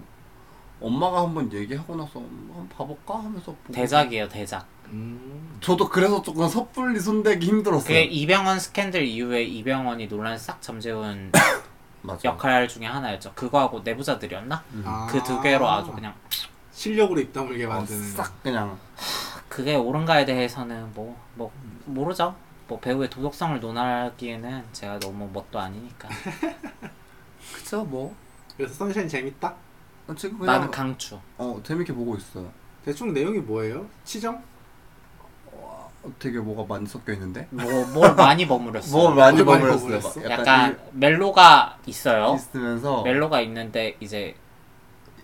Speaker 3: 엄마가 한번 얘기하고 나서 음, 한번 봐볼까 하면서 보고
Speaker 1: 대작이에요 대작
Speaker 2: 음.
Speaker 3: 저도 그래서 조금 섣불리 손대기 힘들었어요.
Speaker 1: 그게 이병헌 스캔들 이후에 이병헌이 논란을 싹 잠재운
Speaker 3: 맞아.
Speaker 1: 역할 중에 하나였죠 그거하고 내부자들이었나?
Speaker 3: 음.
Speaker 2: 아.
Speaker 1: 그 두 개로 아주 그냥
Speaker 2: 실력으로 입다물게
Speaker 3: 어,
Speaker 2: 만드는
Speaker 3: 싹 그냥
Speaker 1: 아, 그게 옳은가에 대해서는 뭐, 뭐 모르죠. 뭐 배우의 도덕성을 논하기에는 제가 너무 멋도 아니니까.
Speaker 3: 그쵸 뭐
Speaker 2: 그래서 선샤인 재밌다?
Speaker 3: 나 지금 그냥
Speaker 1: 나는 강추.
Speaker 3: 어 재밌게 보고 있어요.
Speaker 2: 대충 내용이 뭐예요? 치정?
Speaker 3: 어, 되게 뭐가 많이 섞여 있는데
Speaker 1: 뭐 뭘 많이 버무렸어.
Speaker 3: 뭐 많이
Speaker 2: 뭘 많이
Speaker 3: 버무렸어요.
Speaker 2: 버무렸어?
Speaker 1: 약간 멜로가 있어요.
Speaker 3: 있으면서
Speaker 1: 멜로가 있는데 이제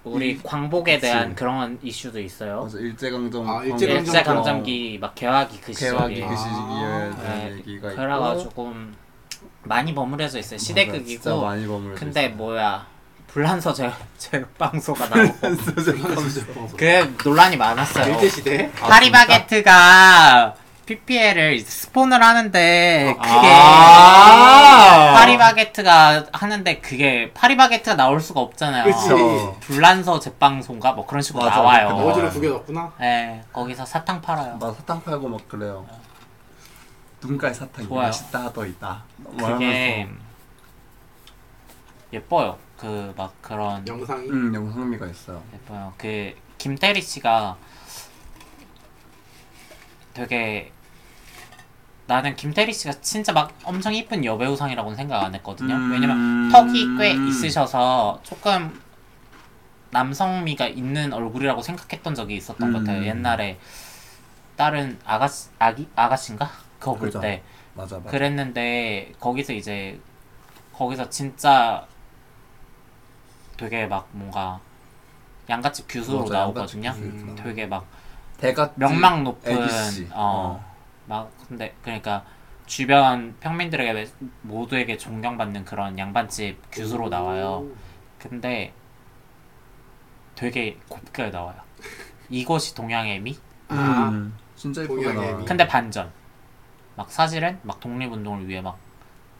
Speaker 1: 우리
Speaker 3: 이-
Speaker 1: 광복에
Speaker 3: 그치.
Speaker 1: 대한 그런 이슈도 있어요.
Speaker 3: 맞아 일제강점
Speaker 2: 아,
Speaker 3: 광복-
Speaker 2: 일제강점기.
Speaker 1: 일제 강점기 막 개화기 그
Speaker 3: 개화기
Speaker 1: 시절이.
Speaker 3: 그 시기에
Speaker 1: 네,
Speaker 3: 대한 얘기가 있고
Speaker 1: 그래가지고 좀 많이 버무려져 있어요.
Speaker 3: 맞아, 진짜
Speaker 1: 시대극이고.
Speaker 3: 많이 버무려.
Speaker 1: 근데 뭐야 불란서 제 제빵소가 나오고.
Speaker 2: 뭐,
Speaker 1: 그 논란이 많았어요. 아,
Speaker 2: 일제 시대?
Speaker 3: 아,
Speaker 1: 파리바게트가 PPL을 스폰을 하는데 그게
Speaker 3: 아.
Speaker 1: 파리바게트가 하는데 그게 파리바게트가 나올 수가 없잖아요. 어.
Speaker 2: 그치.
Speaker 1: 불란서 제빵소인가 뭐 그런 식으로
Speaker 3: 맞아,
Speaker 1: 나와요.
Speaker 3: 그렇게 뭐,
Speaker 2: 어지로
Speaker 3: 어.
Speaker 2: 구겨졌구나.
Speaker 1: 예, 거기서 사탕 팔아요.
Speaker 3: 막 사탕 팔고 막 그래요. 눈깔 사탕이
Speaker 1: 좋아요.
Speaker 3: 맛있다 더 있다.
Speaker 1: 그게
Speaker 3: 뭐 말하면서.
Speaker 1: 예뻐요. 그 막 그런
Speaker 2: 영상이
Speaker 3: 음 영상미가 있어요.
Speaker 1: 예뻐요. 그 김태리 씨가 되게 나는 김태리 씨가 진짜 막 엄청 이쁜 여배우상이라고는 생각 안 했거든요.
Speaker 3: 음.
Speaker 1: 왜냐면 턱이 꽤 있으셔서 조금 남성미가 있는 얼굴이라고 생각했던 적이 있었던 것 같아요.
Speaker 3: 음.
Speaker 1: 옛날에 다른 아가씨 아기 아가씨인가 그
Speaker 3: 그죠.
Speaker 1: 그때
Speaker 3: 맞아 맞아.
Speaker 1: 그랬는데 거기서 이제 거기서 진짜 되게 막 뭔가 양같이 뷰수로
Speaker 3: 맞아,
Speaker 1: 나오거든요.
Speaker 3: 양같이 뷰수 음,
Speaker 1: 음,
Speaker 3: 나와.
Speaker 1: 되게 막
Speaker 3: 그 대가
Speaker 1: 명망 높은
Speaker 3: ABC.
Speaker 1: 어, 막 근데 그러니까 주변 평민들에게 모두에게 존경받는 그런 양반집 규수로 나와요. 근데 되게 곱게 나와요. 이것이 동양의 미?
Speaker 2: 아.
Speaker 3: 음. 진짜 예쁘게
Speaker 2: 동양의
Speaker 3: 나와.
Speaker 2: 미.
Speaker 1: 근데 반전. 막 사실은 막 독립운동을 위해 막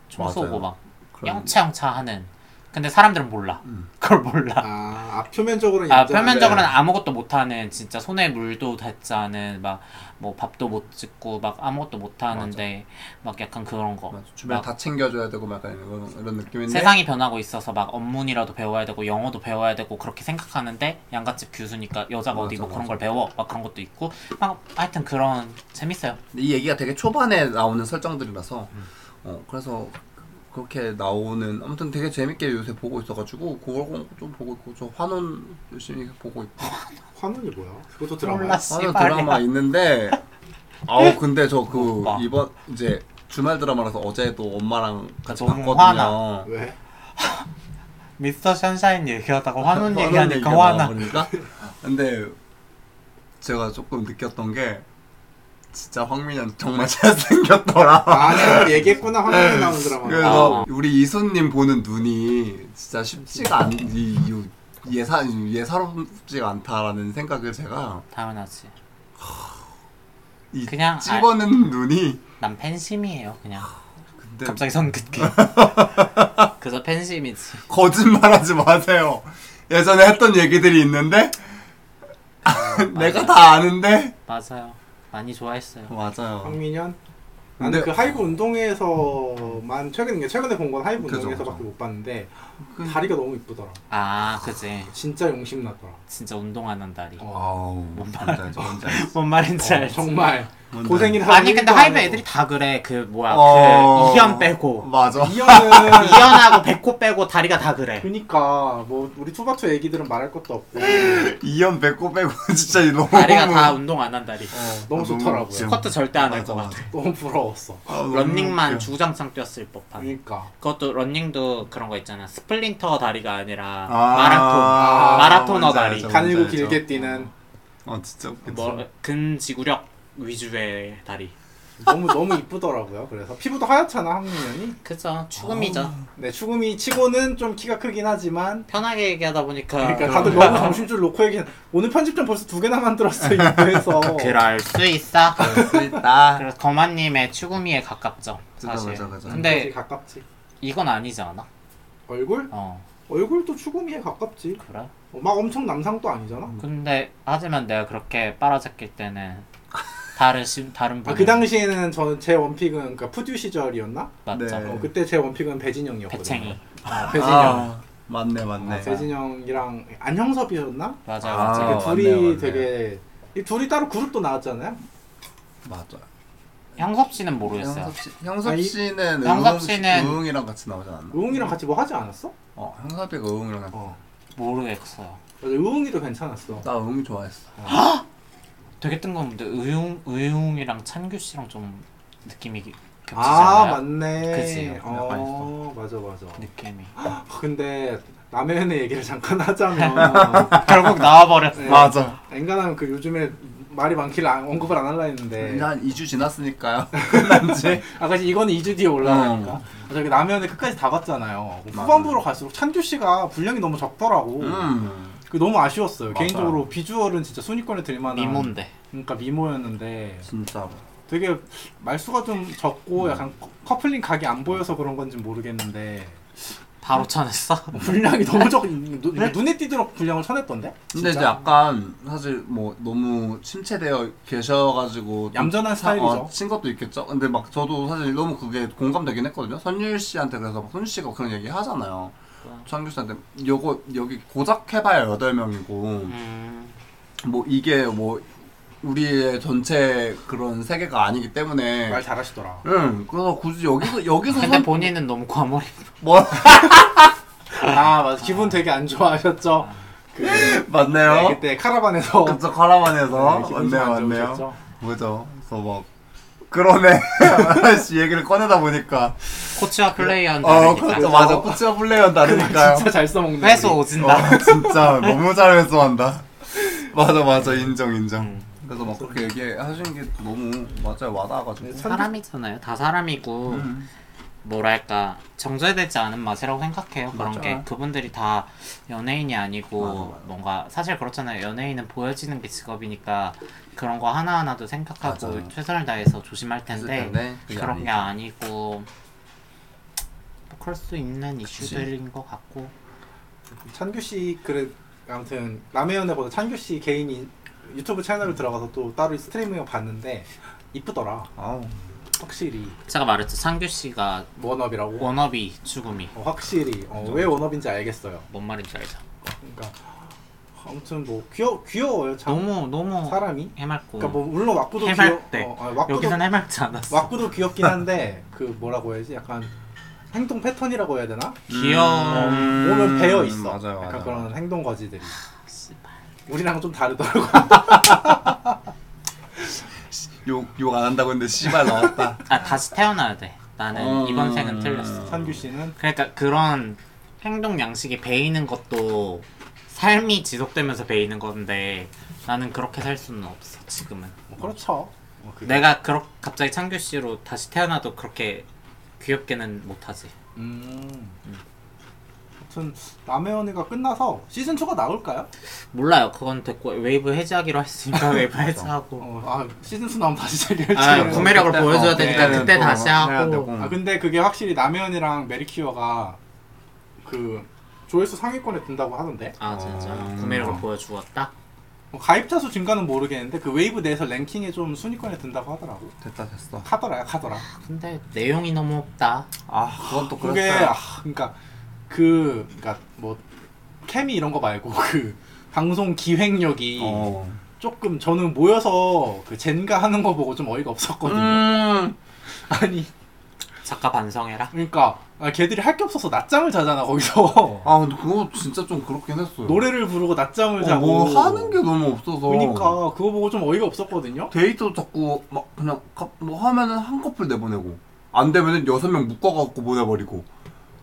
Speaker 1: 총 쏘고
Speaker 3: 맞아요.
Speaker 1: 막
Speaker 3: 그런-
Speaker 1: 영차영차 하는. 근데 사람들은 몰라.
Speaker 3: 음.
Speaker 1: 그걸 몰라.
Speaker 2: 아, 아 표면적으로는
Speaker 1: 아,
Speaker 2: 인정하는데
Speaker 1: 표면적으로는 아무것도 못하는 진짜 손에 물도 닿지 않은 막 뭐 밥도 못 짓고 막 아무것도 못하는데 막 약간 그런 거.
Speaker 3: 맞아. 주변
Speaker 1: 막
Speaker 3: 다 챙겨줘야 되고 막 이런 이런 느낌인데
Speaker 1: 세상이 변하고 있어서 막 업문이라도 배워야 되고 영어도 배워야 되고 그렇게 생각하는데 양갓집 교수니까 여자가 어디
Speaker 3: 맞아,
Speaker 1: 뭐 그런
Speaker 3: 맞아.
Speaker 1: 걸 배워 막 그런 것도 있고 막 하여튼 그런 재밌어요.
Speaker 3: 이 얘기가 되게 초반에 나오는 설정들이라서
Speaker 1: 음.
Speaker 3: 어 그래서 그렇게 나오는 아무튼 되게 재밌게 요새 보고 있어가지고 그걸 좀 보고 있고 저 환원 열심히 보고 있고
Speaker 2: 화면이 뭐야? 그것도
Speaker 1: 몰라,
Speaker 2: 드라마.
Speaker 3: 환원
Speaker 1: 아, 씨발이야.
Speaker 3: 드라마 있는데 아우 근데 저 그
Speaker 1: 오빠.
Speaker 3: 이번 이제 주말 드라마라서 어제도 엄마랑 같이
Speaker 1: 너무
Speaker 3: 봤거든요.
Speaker 1: 화나.
Speaker 2: 왜?
Speaker 1: 미스터 션샤인 얘기하다가 환혼
Speaker 3: 환원
Speaker 1: 아, 뭐 얘기하니까
Speaker 3: 얘기가
Speaker 1: 화나.
Speaker 3: 나와버리니까. 근데 제가 조금 느꼈던 게 진짜 황민현 정말 잘생겼더라.
Speaker 2: 아, 내가 얘기했구나 화면에 나오는 드라마.
Speaker 3: 그래서
Speaker 1: 아.
Speaker 3: 우리 이수님 보는 눈이 진짜 쉽지가 않, 이, 이, 예사, 예사롭지가 않다라는 생각을 제가
Speaker 1: 당연하지.
Speaker 3: 이
Speaker 1: 그냥 아-
Speaker 3: 찝어낸 눈이
Speaker 1: 난 팬심이에요, 그냥.
Speaker 3: 근데
Speaker 1: 갑자기 손 긋기. 그래서 팬심이지.
Speaker 3: 거짓말하지 마세요. 예전에 했던 얘기들이 있는데 내가 다 아는데
Speaker 1: 맞아요. 많이 좋아했어요.
Speaker 3: 맞아요.
Speaker 2: 황민현.
Speaker 3: 근데-
Speaker 2: 나는 그 하이브 운동에서만 최근에 최근에 본 건 하이브
Speaker 3: 그죠,
Speaker 2: 운동에서밖에
Speaker 3: 그죠.
Speaker 2: 못 봤는데
Speaker 3: 그-
Speaker 2: 다리가 너무 이쁘더라.
Speaker 1: 아, 그지.
Speaker 2: 진짜 용심 났더라.
Speaker 1: 진짜 운동하는 다리.
Speaker 3: 어. 아우 뭔지 알지 뭔지 알지.
Speaker 1: 뭔 말인지 알지.
Speaker 2: 어, 정말
Speaker 3: 뭔지
Speaker 2: 고생이라.
Speaker 1: 어, 아니 근데 하이브 애들이 다 그래. 그 뭐야?
Speaker 3: 어.
Speaker 1: 그 이현 빼고
Speaker 3: 맞아.
Speaker 2: 이현은
Speaker 1: 이현하고 백호 빼고 다리가 다 그래.
Speaker 2: 그니까 뭐 우리 투바투 애기들은 말할 것도 없고 어,
Speaker 3: 이연 빼고 빼고 진짜 너무
Speaker 1: 다리가 다 운동 안 한 다리.
Speaker 2: 너무
Speaker 3: 아, 너무
Speaker 2: 좋더라고요.
Speaker 3: 진짜.
Speaker 1: 스쿼트 절대 안 할
Speaker 3: 어. 맞아,
Speaker 1: 것
Speaker 3: 맞아.
Speaker 1: 같아.
Speaker 2: 너무 부러웠어.
Speaker 3: 아, 너무
Speaker 1: 런닝만
Speaker 3: 웃겨.
Speaker 1: 주구장창 뛰었을 법한.
Speaker 2: 그러니까
Speaker 3: 아,
Speaker 1: 그것도 런닝도 그런 거 있잖아. 스플린터 다리가 아니라
Speaker 3: 아,
Speaker 1: 마라톤. 마라토너
Speaker 3: 뭔지
Speaker 1: 다리.
Speaker 3: 알죠, 뭔지
Speaker 2: 가늘고
Speaker 3: 알죠.
Speaker 2: 길게 뛰는
Speaker 3: 아 진짜 웃겼어.
Speaker 1: 뭐 근지구력 위주의 다리.
Speaker 2: 너무 너무 이쁘더라고요. 그래서 피부도 하얗잖아 황민현이.
Speaker 1: 그죠. 죽음이죠.
Speaker 2: 네 추구미 치고는 좀 키가 크긴 하지만
Speaker 1: 편하게 얘기하다 보니까
Speaker 2: 그러니까 다들 너무 정신줄 놓고 얘기해. 오늘 편집점 벌써 두 개나 만들었어 이거에서.
Speaker 1: 그럴 수 있어.
Speaker 3: 수 있다.
Speaker 1: 그래서 거만님의 추구미에 가깝죠.
Speaker 3: 그죠,
Speaker 1: 사실.
Speaker 3: 그죠, 그죠.
Speaker 2: 근데
Speaker 1: 근데
Speaker 2: 가깝지.
Speaker 1: 이건 아니지 않아?
Speaker 2: 얼굴?
Speaker 1: 어
Speaker 2: 얼굴도 추구미에 가깝지.
Speaker 1: 그래.
Speaker 2: 어, 막 엄청 남상도 아니잖아.
Speaker 1: 근데 하지만 내가 그렇게 빨아잡힐 때는 다른 심 다른 분
Speaker 2: 아 그 당시에는 저는 제 원픽은 그러니까 푸듀 시절이었나?
Speaker 1: 맞죠.
Speaker 3: 네.
Speaker 2: 어, 그때 제 원픽은 배진영이었거든요.
Speaker 1: 배챙이
Speaker 2: 아, 배진영.
Speaker 3: 아, 맞네 맞네.
Speaker 2: 아, 배진영이랑 안형섭이었나?
Speaker 1: 맞아
Speaker 3: 아.
Speaker 1: 맞아.
Speaker 2: 되게
Speaker 3: 맞네요,
Speaker 2: 둘이
Speaker 1: 요
Speaker 3: 맞네요.
Speaker 2: 되게 이 둘이 따로 그룹도 나왔잖아요.
Speaker 3: 맞아.
Speaker 1: 형섭 씨는 모르겠어요.
Speaker 3: 형섭 씨, 형섭
Speaker 2: 아니,
Speaker 3: 씨는
Speaker 1: 형섭
Speaker 3: 형섭
Speaker 1: 씨는-
Speaker 3: 씨는 의웅이랑 같이 나오지 않았나?
Speaker 2: 우웅이랑 같이 뭐 하지 않았어?
Speaker 3: 어, 형섭이가 의웅이랑 같이.
Speaker 2: 어.
Speaker 1: 모르겠어요.
Speaker 2: 맞아, 우웅이도 괜찮았어.
Speaker 3: 나 의웅 좋아했어.
Speaker 1: 되게 뜬금없는데 의웅 의웅이랑 찬규 씨랑 좀 느낌이 겹치지
Speaker 2: 아
Speaker 1: 않아요?
Speaker 2: 맞네.
Speaker 1: 그치, 약간 네.
Speaker 2: 어 맞아 맞아.
Speaker 1: 느낌이
Speaker 2: 아, 근데 남해은의 얘기를 잠깐 하자면
Speaker 3: 아.
Speaker 1: 결국 나와버렸어.
Speaker 2: 네.
Speaker 3: 맞아.
Speaker 2: 엔간하면 그 요즘에 말이 많길래 안- 언급을 안 할라 했는데
Speaker 3: 네. 이제 한 2주 지났으니까요. 끝난지.
Speaker 2: 아까 이거는 2주 뒤에 올라가니까 아, 저기 남해은의 끝까지 다 봤잖아요. 후반부로 갈수록 찬규 씨가 분량이 너무 적더라고.
Speaker 3: 음.
Speaker 2: 그 너무 아쉬웠어요.
Speaker 3: 맞아요.
Speaker 2: 개인적으로 비주얼은 진짜 순위권에
Speaker 3: 아.
Speaker 2: 들만한
Speaker 1: 미모인데.
Speaker 2: 그러니까 미모였는데
Speaker 3: 진짜로.
Speaker 2: 되게 말수가 좀 적고 약간 커- 커플링 각이 안 보여서 그런 건지 모르겠는데
Speaker 1: 바로 쳐냈어?
Speaker 2: 분량이 너무 적 눈- 눈에 띄도록 분량을 쳐냈던데
Speaker 3: 근데 이제 약간 사실 뭐 너무 침체되어 계셔가지고 좀
Speaker 2: 얌전한 스타일이죠.
Speaker 3: 어, 친 것도 있겠죠. 근데 막 저도 사실 너무 그게 공감되긴 했거든요. 선율 씨한테 그래서 막 선율 씨가 그런 얘기 하잖아요.
Speaker 2: 그러니까.
Speaker 3: 창규 씨한테 요거 여기 고작 해봐야 여덟 명이고
Speaker 1: 음,
Speaker 3: 뭐 이게 뭐 우리의 전체 그런 세계가 아니기 때문에
Speaker 2: 말 잘하시더라
Speaker 3: 응 그래서 굳이 여기서 여기서
Speaker 1: 근데
Speaker 3: 선-
Speaker 1: 본인은 너무 과몰입.
Speaker 3: 뭐
Speaker 2: 아 맞아 기분 되게 안 좋아하셨죠 그,
Speaker 3: 맞네요.
Speaker 2: 네, 그때 카라반에서
Speaker 3: 그쵸 카라반에서
Speaker 2: 네, 기분
Speaker 3: 아, 맞네요
Speaker 2: 좀안
Speaker 3: 맞네요
Speaker 2: 좋으셨죠?
Speaker 3: 그죠 그래서 막 그러네. 아씨 얘기를 꺼내다 보니까
Speaker 1: 코치와 플레이한
Speaker 3: 어
Speaker 1: 다르니까
Speaker 3: 그, 맞아 코치와 플레이어는 다르니까요.
Speaker 2: 진짜 잘 써먹는.
Speaker 1: 뺏어
Speaker 2: 우리.
Speaker 1: 오진다.
Speaker 3: 어, 진짜 너무 잘 회수한다. 맞아 맞아 인정 인정.
Speaker 1: 음.
Speaker 3: 그래서 막 그렇게 얘기하시는 게 너무 맞아요
Speaker 1: 네,
Speaker 3: 와닿아가지고.
Speaker 1: 사람이잖아요. 다 사람이고
Speaker 3: 음.
Speaker 1: 뭐랄까 정제되지 않은 맛이라고 생각해요. 그런
Speaker 3: 맞아.
Speaker 1: 게 그분들이 다 연예인이 아니고
Speaker 3: 맞아, 맞아.
Speaker 1: 뭔가 사실 그렇잖아요. 연예인은 보여지는 게 직업이니까 그런 거 하나 하나도 생각하고
Speaker 3: 맞아요.
Speaker 1: 최선을 다해서 조심할 텐데
Speaker 3: 텐데 그게
Speaker 1: 네, 그런 게
Speaker 3: 아니죠.
Speaker 1: 아니고 뭐 그럴 수 있는 이슈들인 것 같고
Speaker 2: 찬규 씨 그래 아무튼 라메연에보다 찬규 씨 개인이 유튜브 채널을 들어가서 또 따로 스트리밍을 봤는데 이쁘더라.
Speaker 3: 아우.
Speaker 2: 확실히
Speaker 1: 제가 말했죠. 상규 씨가
Speaker 2: 원업이라고.
Speaker 1: 워너비 죽음이
Speaker 2: 어, 확실히 어, 왜 원업인지 알겠어요.
Speaker 1: 뭔 말인지 알죠.
Speaker 2: 그러니까 아무튼 뭐 귀여 귀여워요. 참.
Speaker 1: 너무 너무
Speaker 2: 사람이.
Speaker 1: 해맑고
Speaker 2: 그러니까 뭐 물론 왁구도 귀여.
Speaker 1: 해맑대.
Speaker 2: 어, 아니, 왁구도
Speaker 1: 여기선 해맑지 않았어.
Speaker 2: 왁구도 귀엽긴 한데 그 뭐라고 해야지 약간 행동 패턴이라고 해야 되나? 음.
Speaker 1: 귀여운
Speaker 2: 몸은 배어 있어.
Speaker 3: 맞아요,
Speaker 2: 약간
Speaker 3: 맞아요.
Speaker 2: 그런 행동 거지들이.
Speaker 1: 씨발.
Speaker 2: 우리랑 좀 다르더라고.
Speaker 3: 욕욕 안 한다고 했는데 씨발 나왔다.
Speaker 1: 아 다시 태어나야 돼. 나는
Speaker 3: 음.
Speaker 1: 이번 생은 틀렸어.
Speaker 2: 찬규 씨는
Speaker 1: 그러니까 그런 행동 양식이 배이는 것도 삶이 지속되면서 배이는 건데 나는 그렇게 살 수는 없어 지금은.
Speaker 2: 뭐 그렇죠. 뭐 그게-
Speaker 1: 내가 그렇 갑자기 창규 씨로 다시 태어나도 그렇게 귀엽게는 못하지.
Speaker 2: 음. 아무튼 남의 언니가 끝나서 시즌 2가 나올까요?
Speaker 1: 몰라요. 그건 됐고 웨이브 해제하기로 했으니까 웨이브 해제하고.
Speaker 2: 어, 아 시즌 2 나오면 다시 재리할지.
Speaker 1: 아, 구매력을
Speaker 3: 그때,
Speaker 1: 보여줘야
Speaker 3: 어,
Speaker 1: 되니까
Speaker 3: 그때는
Speaker 1: 그때
Speaker 3: 또
Speaker 1: 다시
Speaker 3: 해야
Speaker 1: 하고.
Speaker 3: 되고.
Speaker 2: 아 근데 그게 확실히 남의 언니랑 메리큐어가 그 조회수 상위권에 든다고 하던데.
Speaker 1: 아 진짜
Speaker 2: 어.
Speaker 3: 음.
Speaker 1: 구매력을 보여주었다.
Speaker 2: 뭐 가입자 수 증가는 모르겠는데 그 웨이브 내에서 랭킹에 좀 순위권에 든다고 하더라고.
Speaker 3: 됐다 됐어.
Speaker 2: 카더라야 카더라.
Speaker 1: 근데 내용이 너무 없다.
Speaker 3: 아 그건 또
Speaker 2: 아, 그게
Speaker 3: 그랬어요.
Speaker 2: 아, 그러니까 그 그러니까 뭐 케미 이런 거 말고 그 방송 기획력이
Speaker 3: 어.
Speaker 2: 조금 저는 모여서 그 젠가 하는 거 보고 좀 어이가 없었거든요.
Speaker 3: 음.
Speaker 2: 아니
Speaker 1: 작가 반성해라.
Speaker 2: 그러니까 아, 걔들이 할 게 없어서 낮잠을 자잖아 거기서
Speaker 3: 아 근데 그거 진짜 좀 그렇긴 했어요.
Speaker 2: 노래를 부르고 낮잠을
Speaker 3: 어,
Speaker 2: 자고
Speaker 3: 뭐 하는 게 너무 없어서.
Speaker 2: 그러니까 그거 보고 좀 어이가 없었거든요.
Speaker 3: 데이트도 자꾸 막 그냥 가- 뭐 하면은 한 커플 내보내고 안 되면은 여섯 명 묶어갖고 보내버리고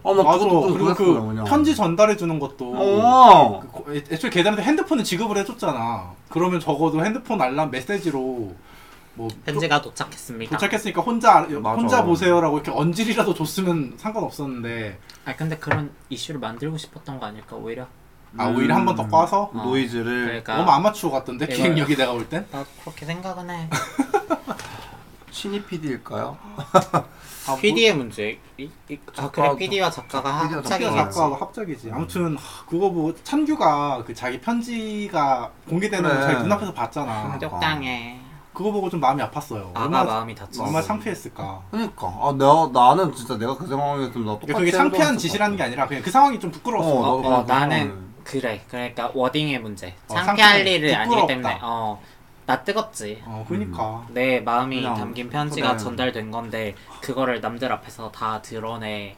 Speaker 3: 아나
Speaker 2: 맞아.
Speaker 3: 그것도 좀
Speaker 2: 그리고
Speaker 3: 그랬어요
Speaker 2: 그
Speaker 3: 그냥
Speaker 2: 편지 전달해 주는 것도
Speaker 3: 어
Speaker 2: 그 고- 애- 애초에 걔들한테 핸드폰을 지급을 해줬잖아. 그러면 적어도 핸드폰 알람 메시지로 뭐
Speaker 1: 편지가 도착했습니다.
Speaker 2: 도착했으니까 혼자
Speaker 3: 맞아.
Speaker 2: 혼자 보세요라고 이렇게 언질이라도 줬으면 상관없었는데
Speaker 1: 아 근데 그런 이슈를 만들고 싶었던 거 아닐까 오히려.
Speaker 2: 아
Speaker 3: 음.
Speaker 2: 오히려 한 번 더 꽈서
Speaker 1: 어.
Speaker 3: 노이즈를
Speaker 1: 그러니까
Speaker 2: 너무 아마추어 같던데
Speaker 1: 이거-
Speaker 2: 기획력이 내가 볼 땐.
Speaker 1: 나 그렇게 생각은 해.
Speaker 3: 신입 PD일까요?
Speaker 2: 아, 뭐-
Speaker 1: PD의 문제. 이, 이, 아
Speaker 3: 작가,
Speaker 1: 그래 PD와 작가가
Speaker 3: PD와
Speaker 1: 합작이
Speaker 2: 음.
Speaker 3: 작가가
Speaker 1: 있지.
Speaker 2: 작가하고 합작이지. 아무튼 하, 그거 뭐 찬규가 그 자기 편지가 공개되는 걸
Speaker 3: 그래.
Speaker 2: 저희 눈앞에서 봤잖아.
Speaker 3: 그래.
Speaker 1: 적당해.
Speaker 2: 그거 보고 좀 마음이 음. 아팠어요.
Speaker 1: 아가
Speaker 2: 얼마나
Speaker 1: 마음이 다쳤어.
Speaker 2: 얼마나 창피했을까.
Speaker 3: 그러니까 아 내가 나는 진짜 내가 그 상황이었으면 나 똑같이
Speaker 2: 그러니까 그게 창피한
Speaker 3: 행동했을
Speaker 2: 짓이라는
Speaker 3: 것
Speaker 2: 게
Speaker 3: 같아.
Speaker 2: 아니라 그냥 그 상황이 좀 부끄러웠어.
Speaker 1: 어,
Speaker 3: 어,
Speaker 1: 어,
Speaker 3: 그거는-
Speaker 1: 나는 그래. 그러니까 워딩의 문제.
Speaker 2: 어,
Speaker 1: 창피할
Speaker 2: 상쾌해.
Speaker 1: 일이 아니기
Speaker 2: 부끄럽다.
Speaker 1: 때문에 어나 뜨겁지.
Speaker 2: 어, 그러니까.
Speaker 1: 내 마음이
Speaker 3: 그냥
Speaker 1: 담긴 편지가
Speaker 3: 그냥-
Speaker 1: 전달된 건데 그거를 남들 앞에서 다 드러내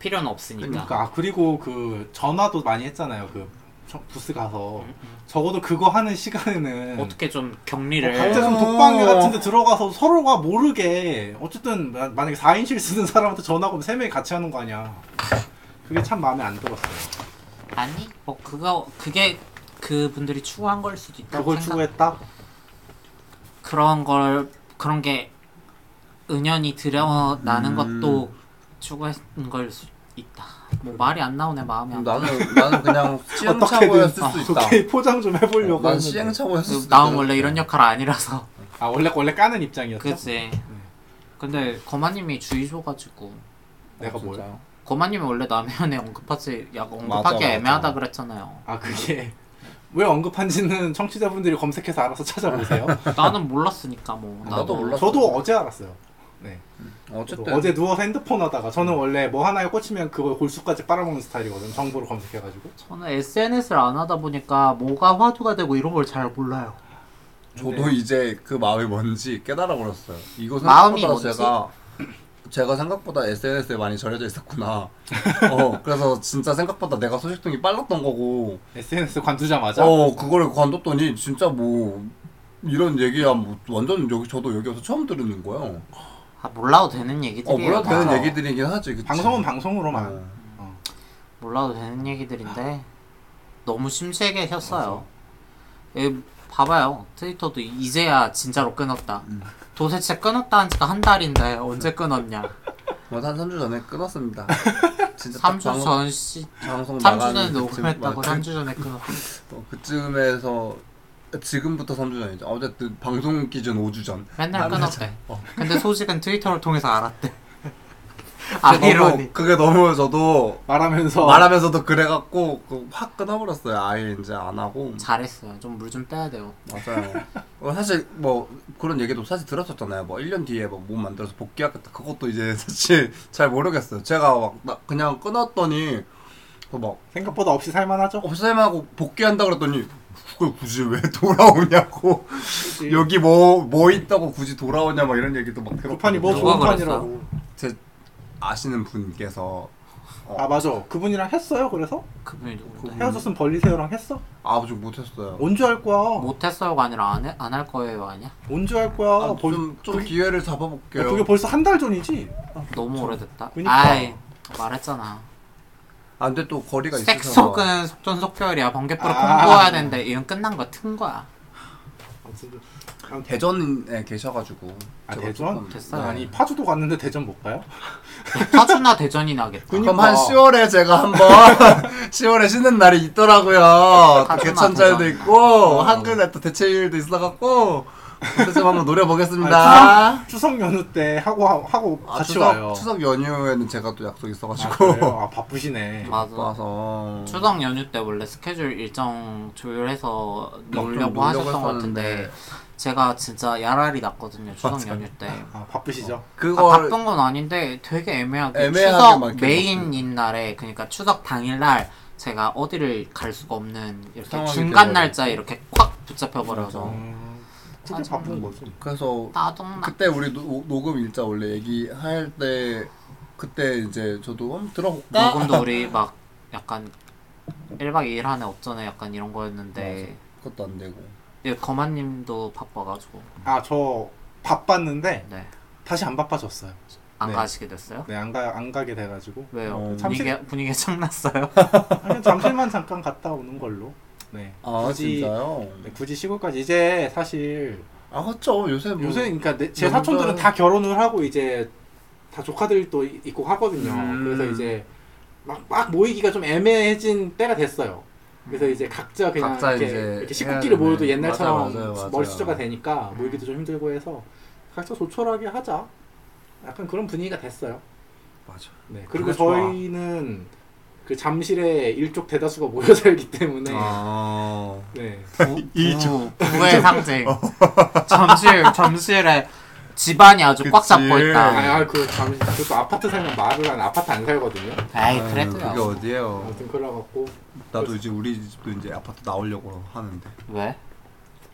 Speaker 1: 필요는 없으니까.
Speaker 2: 그러니까 아, 그리고 그 전화도 많이 했잖아요. 그 저- 부스 가서 적어도 그거 하는 시간에는
Speaker 1: 어떻게 좀
Speaker 2: 어,
Speaker 1: 격리를
Speaker 2: 각자 좀
Speaker 3: 어.
Speaker 2: 독방에 같은 데 들어가서 서로가 모르게 어쨌든 마- 만약에 4인실 쓰는 사람한테 전화가 오면 3명이 같이 하는 거 아니야 그게 참 마음에 안 들었어요
Speaker 1: 아니 뭐 그거 그게 그분들이 추구한 걸 수도 있다고
Speaker 2: 그걸
Speaker 1: 생각.
Speaker 2: 추구했다?
Speaker 1: 그런 걸 그런 게 은연히 들여나는
Speaker 3: 음.
Speaker 1: 것도 추구한 걸 수 있다. 뭐 말이 안 나오네 마음이 안.
Speaker 3: 나는 나는 그냥 시행착오였을
Speaker 2: 어떻게든
Speaker 3: 수 있다.
Speaker 2: 어떻게 포장 좀 해보려고
Speaker 3: 난
Speaker 2: 하는데. 네.
Speaker 3: 시행착오였을 수 있다.
Speaker 1: 그 나온 원래 이런 역할 아니라서.
Speaker 2: 아 원래 원래 까는 입장이었어?
Speaker 1: 그치. 근데 거마님이 주의줘가지고
Speaker 2: 내가
Speaker 3: 어,
Speaker 2: 뭐야?
Speaker 3: 진짜요?
Speaker 1: 거마님이 원래 남현에 언급하지 약 언급하기
Speaker 3: 맞아, 맞아.
Speaker 1: 애매하다 그랬잖아요.
Speaker 2: 아 그게 왜 언급한지는 청취자분들이 검색해서 알아서 찾아보세요
Speaker 1: 나는 몰랐으니까 뭐.
Speaker 3: 나도 몰랐어.
Speaker 2: 저도 어제 알았어요 네.
Speaker 3: 어쨌든
Speaker 2: 어제 누워서 핸드폰 하다가 저는 원래 뭐 하나에 꽂히면 그걸 골수까지 빨아먹는 스타일이거든 정보를 검색해가지고
Speaker 1: 저는 SNS를 안 하다 보니까 뭐가 화두가 되고 이런 걸 잘 몰라요.
Speaker 3: 저도 이제 그 마음이 뭔지 깨달아 버렸어요. 이거
Speaker 1: 네. 마음이
Speaker 3: 생각보다
Speaker 1: 뭔지?
Speaker 3: 제가 제가 생각보다 SNS에 많이 절여져 있었구나. 어, 그래서 진짜 생각보다 내가 소식통이 빨랐던 거고.
Speaker 2: SNS 관두자마자
Speaker 3: 어, 그거를 관뒀더니 진짜 뭐 이런 얘기야 뭐 완전 여기 저도 여기 와서 처음 들은 거예요.
Speaker 1: 아, 몰라도 되는
Speaker 3: 어
Speaker 1: 얘기들이에요.
Speaker 3: 몰라도 되는
Speaker 1: 맞아.
Speaker 3: 얘기들이긴 하지. 그치? 어.
Speaker 2: 방송은 방송으로만
Speaker 1: 몰라도 되는 얘기들인데 너무 심세게 혔어요. 예, 봐봐요. 트위터도 이제야 진짜로 끊었다.
Speaker 3: 음.
Speaker 1: 도대체 끊었다 한 지가 한 달인데 언제 끊었냐.
Speaker 3: 뭐한 3주 전에 끊었습니다. 진짜 딱
Speaker 1: 3주 전 시...
Speaker 3: 방송
Speaker 1: 3주
Speaker 3: 나가는
Speaker 1: 전에
Speaker 3: 그쯤-
Speaker 1: 녹음했다고
Speaker 3: 막
Speaker 1: 3주 전에 끊었다.
Speaker 3: 어, 그쯤에서 지금부터 3주 전이죠. 어쨌든 방송 기준 5주 전.
Speaker 1: 맨날
Speaker 3: 한
Speaker 1: 끊었대.
Speaker 3: 어.
Speaker 1: 근데 소식은 트위터를 통해서 알았대.
Speaker 3: 그게
Speaker 1: 아이러니.
Speaker 3: 너무, 그게 너무 저도
Speaker 2: 말하면서
Speaker 3: 말하면서도 그래갖고 그확 끊어버렸어요. 아예 이제 안 하고.
Speaker 1: 잘했어요. 좀 물 좀 빼야 돼요.
Speaker 3: 맞아요. 어, 사실 뭐 그런 얘기도 사실 들었었잖아요. 뭐 1년 뒤에 뭐 몸 만들어서 복귀하겠다. 그것도 이제 사실 잘 모르겠어요. 제가 막나 그냥 끊었더니 그막
Speaker 2: 생각보다 없이
Speaker 3: 어,
Speaker 2: 살만하죠.
Speaker 3: 없애하고 복귀한다 그랬더니 그걸 굳이 왜 돌아오냐고 여기 뭐 뭐 있다고 굳이 돌아오냐 막 이런 얘기도 막 들었거든요.
Speaker 2: 구판이 뭐
Speaker 1: 누가
Speaker 2: 좋은
Speaker 1: 그랬어?
Speaker 2: 판이라고.
Speaker 3: 제 아시는 분께서
Speaker 2: 아 맞아. 그분이랑 했어요. 그래서
Speaker 1: 그분이
Speaker 3: 네.
Speaker 1: 누군데?
Speaker 2: 헤어졌으면 벌리세요랑 했어.
Speaker 3: 아직 못했어요.
Speaker 2: 언제 할 거야?
Speaker 3: 뭐?
Speaker 1: 못했어요가 아니라 안할 거예요 아니야?
Speaker 2: 언제 할 거야?
Speaker 3: 아,
Speaker 2: 벌-
Speaker 3: 좀, 좀
Speaker 2: 그게-
Speaker 3: 기회를 잡아볼게요.
Speaker 2: 야, 그게 벌써 한 달 전이지.
Speaker 1: 너무 오래됐다.
Speaker 2: 그니까.
Speaker 1: 아이 말했잖아.
Speaker 3: 안돼 또 거리가 있어서
Speaker 1: 색속은 속전속결이야. 번개불을
Speaker 2: 아.
Speaker 1: 공부해야 되는데 이건 끝난 거야. 튼 거야.
Speaker 2: 아무튼
Speaker 3: 대전에 계셔가지고
Speaker 2: 아,
Speaker 3: 제가
Speaker 2: 대전?
Speaker 3: 조금-
Speaker 1: 됐어요.
Speaker 2: 아니 파주도 갔는데 대전 못 가요?
Speaker 1: 파주나 대전이 나겠다.
Speaker 2: 그니-
Speaker 3: 그럼
Speaker 2: 그러니까.
Speaker 3: 한 10월에 제가 한번 10월에 쉬는 날이
Speaker 2: 어,
Speaker 3: 있더라고요. 또
Speaker 1: 하지마,
Speaker 3: 개천절도
Speaker 1: 도전.
Speaker 3: 있고 한글날 또 대체일도 있어가지고 그래서 한번 노려보겠습니다.
Speaker 2: 아니, 추석, 추석 연휴 때 하고 하고
Speaker 3: 음, 아,
Speaker 2: 같이
Speaker 3: 추석,
Speaker 2: 와요.
Speaker 3: 추석 연휴에는 제가 또 약속
Speaker 2: 아,
Speaker 3: 있어가지고
Speaker 2: 그래요? 아 바쁘시네.
Speaker 3: 뭐.
Speaker 1: 맞아.
Speaker 3: 와서
Speaker 1: 추석 연휴 때 원래 스케줄 일정 조율해서
Speaker 3: 좀
Speaker 1: 놀려고
Speaker 3: 놀려고
Speaker 1: 하셨던 것 같은데
Speaker 3: 했었는데.
Speaker 1: 제가 진짜 야랄이 났거든요. 추석 연휴 때.
Speaker 2: 아 바쁘시죠?
Speaker 1: 아,
Speaker 3: 그걸
Speaker 1: 바쁜 건 아닌데 되게 애매하게
Speaker 3: 애매하게 막
Speaker 1: 추석
Speaker 3: 이렇게
Speaker 1: 메인인 날에 그러니까 추석 당일날 제가 어디를 갈 수가 없는 이렇게
Speaker 3: 상황이
Speaker 1: 중간
Speaker 3: 돼버리고.
Speaker 1: 날짜에 이렇게 콱 붙잡혀
Speaker 3: 어.
Speaker 1: 버려서
Speaker 2: 음,
Speaker 1: 아,
Speaker 2: 그게
Speaker 1: 참.
Speaker 2: 바쁜 거지.
Speaker 3: 그래서
Speaker 1: 따동나
Speaker 3: 그때 우리 노, 녹음 일자 원래 얘기할 때 그때 이제 저도 한번 들어볼까?
Speaker 1: 녹음도 우리 막 약간 1박 2일 안에 없잖아요 약간 이런 거였는데
Speaker 3: 그것도 안 되고
Speaker 1: 예, 거만님도 바빠가지고
Speaker 2: 아저 바빴는데
Speaker 1: 네.
Speaker 2: 다시 안 바빠졌어요.
Speaker 1: 안
Speaker 3: 네.
Speaker 1: 가시게 됐어요?
Speaker 2: 네안가안 가게 돼가지고
Speaker 1: 왜요?
Speaker 3: 어,
Speaker 1: 분위기 분위기 창났어요?
Speaker 2: 아니, 잠실만 잠깐 갔다 오는 걸로. 네.
Speaker 3: 아 진짜요?
Speaker 2: 네, 굳이 시골까지 이제 사실
Speaker 3: 아 그렇죠 요새 뭐
Speaker 2: 요새 그러니까 내, 제
Speaker 3: 명절.
Speaker 2: 사촌들은 다 결혼을 하고 이제 다 조카들도 이- 있고 하거든요.
Speaker 3: 음.
Speaker 2: 그래서 이제 막, 막 모이기가 좀 애매해진 때가 됐어요. 그래서 이제 각자 그냥
Speaker 3: 음. 각자
Speaker 2: 이렇게,
Speaker 3: 이제
Speaker 2: 이렇게
Speaker 3: 해야
Speaker 2: 식구끼리
Speaker 3: 되네.
Speaker 2: 모여도 옛날처럼
Speaker 3: 맞아, 맞아요, 맞아요.
Speaker 2: 멀티즈가 되니까 모이기도 좀 힘들고 해서 각자 조촐하게 하자. 약간 그런 분위기가 됐어요.
Speaker 3: 맞아
Speaker 2: 네. 그리고
Speaker 3: 그거 좋아.
Speaker 2: 저희는 그 잠실에 일족 대다수가 모여 살기 때문에
Speaker 3: 아
Speaker 2: 네.
Speaker 3: 이 어.
Speaker 1: 부, 부의 상징 점실 점실에 집안이 아주 꽉 잡고
Speaker 3: 그치.
Speaker 2: 아,
Speaker 1: 있다.
Speaker 2: 아, 그 잠실 그것도 아파트 살면 말을 안 아파트 안 살거든요.
Speaker 1: 에이
Speaker 3: 아유, 그게
Speaker 1: 그래도요.
Speaker 3: 어디예요?
Speaker 2: 아무튼 그래갖고
Speaker 3: 나도 이제 우리 집도 이제 아파트 나오려고 하는데
Speaker 1: 왜?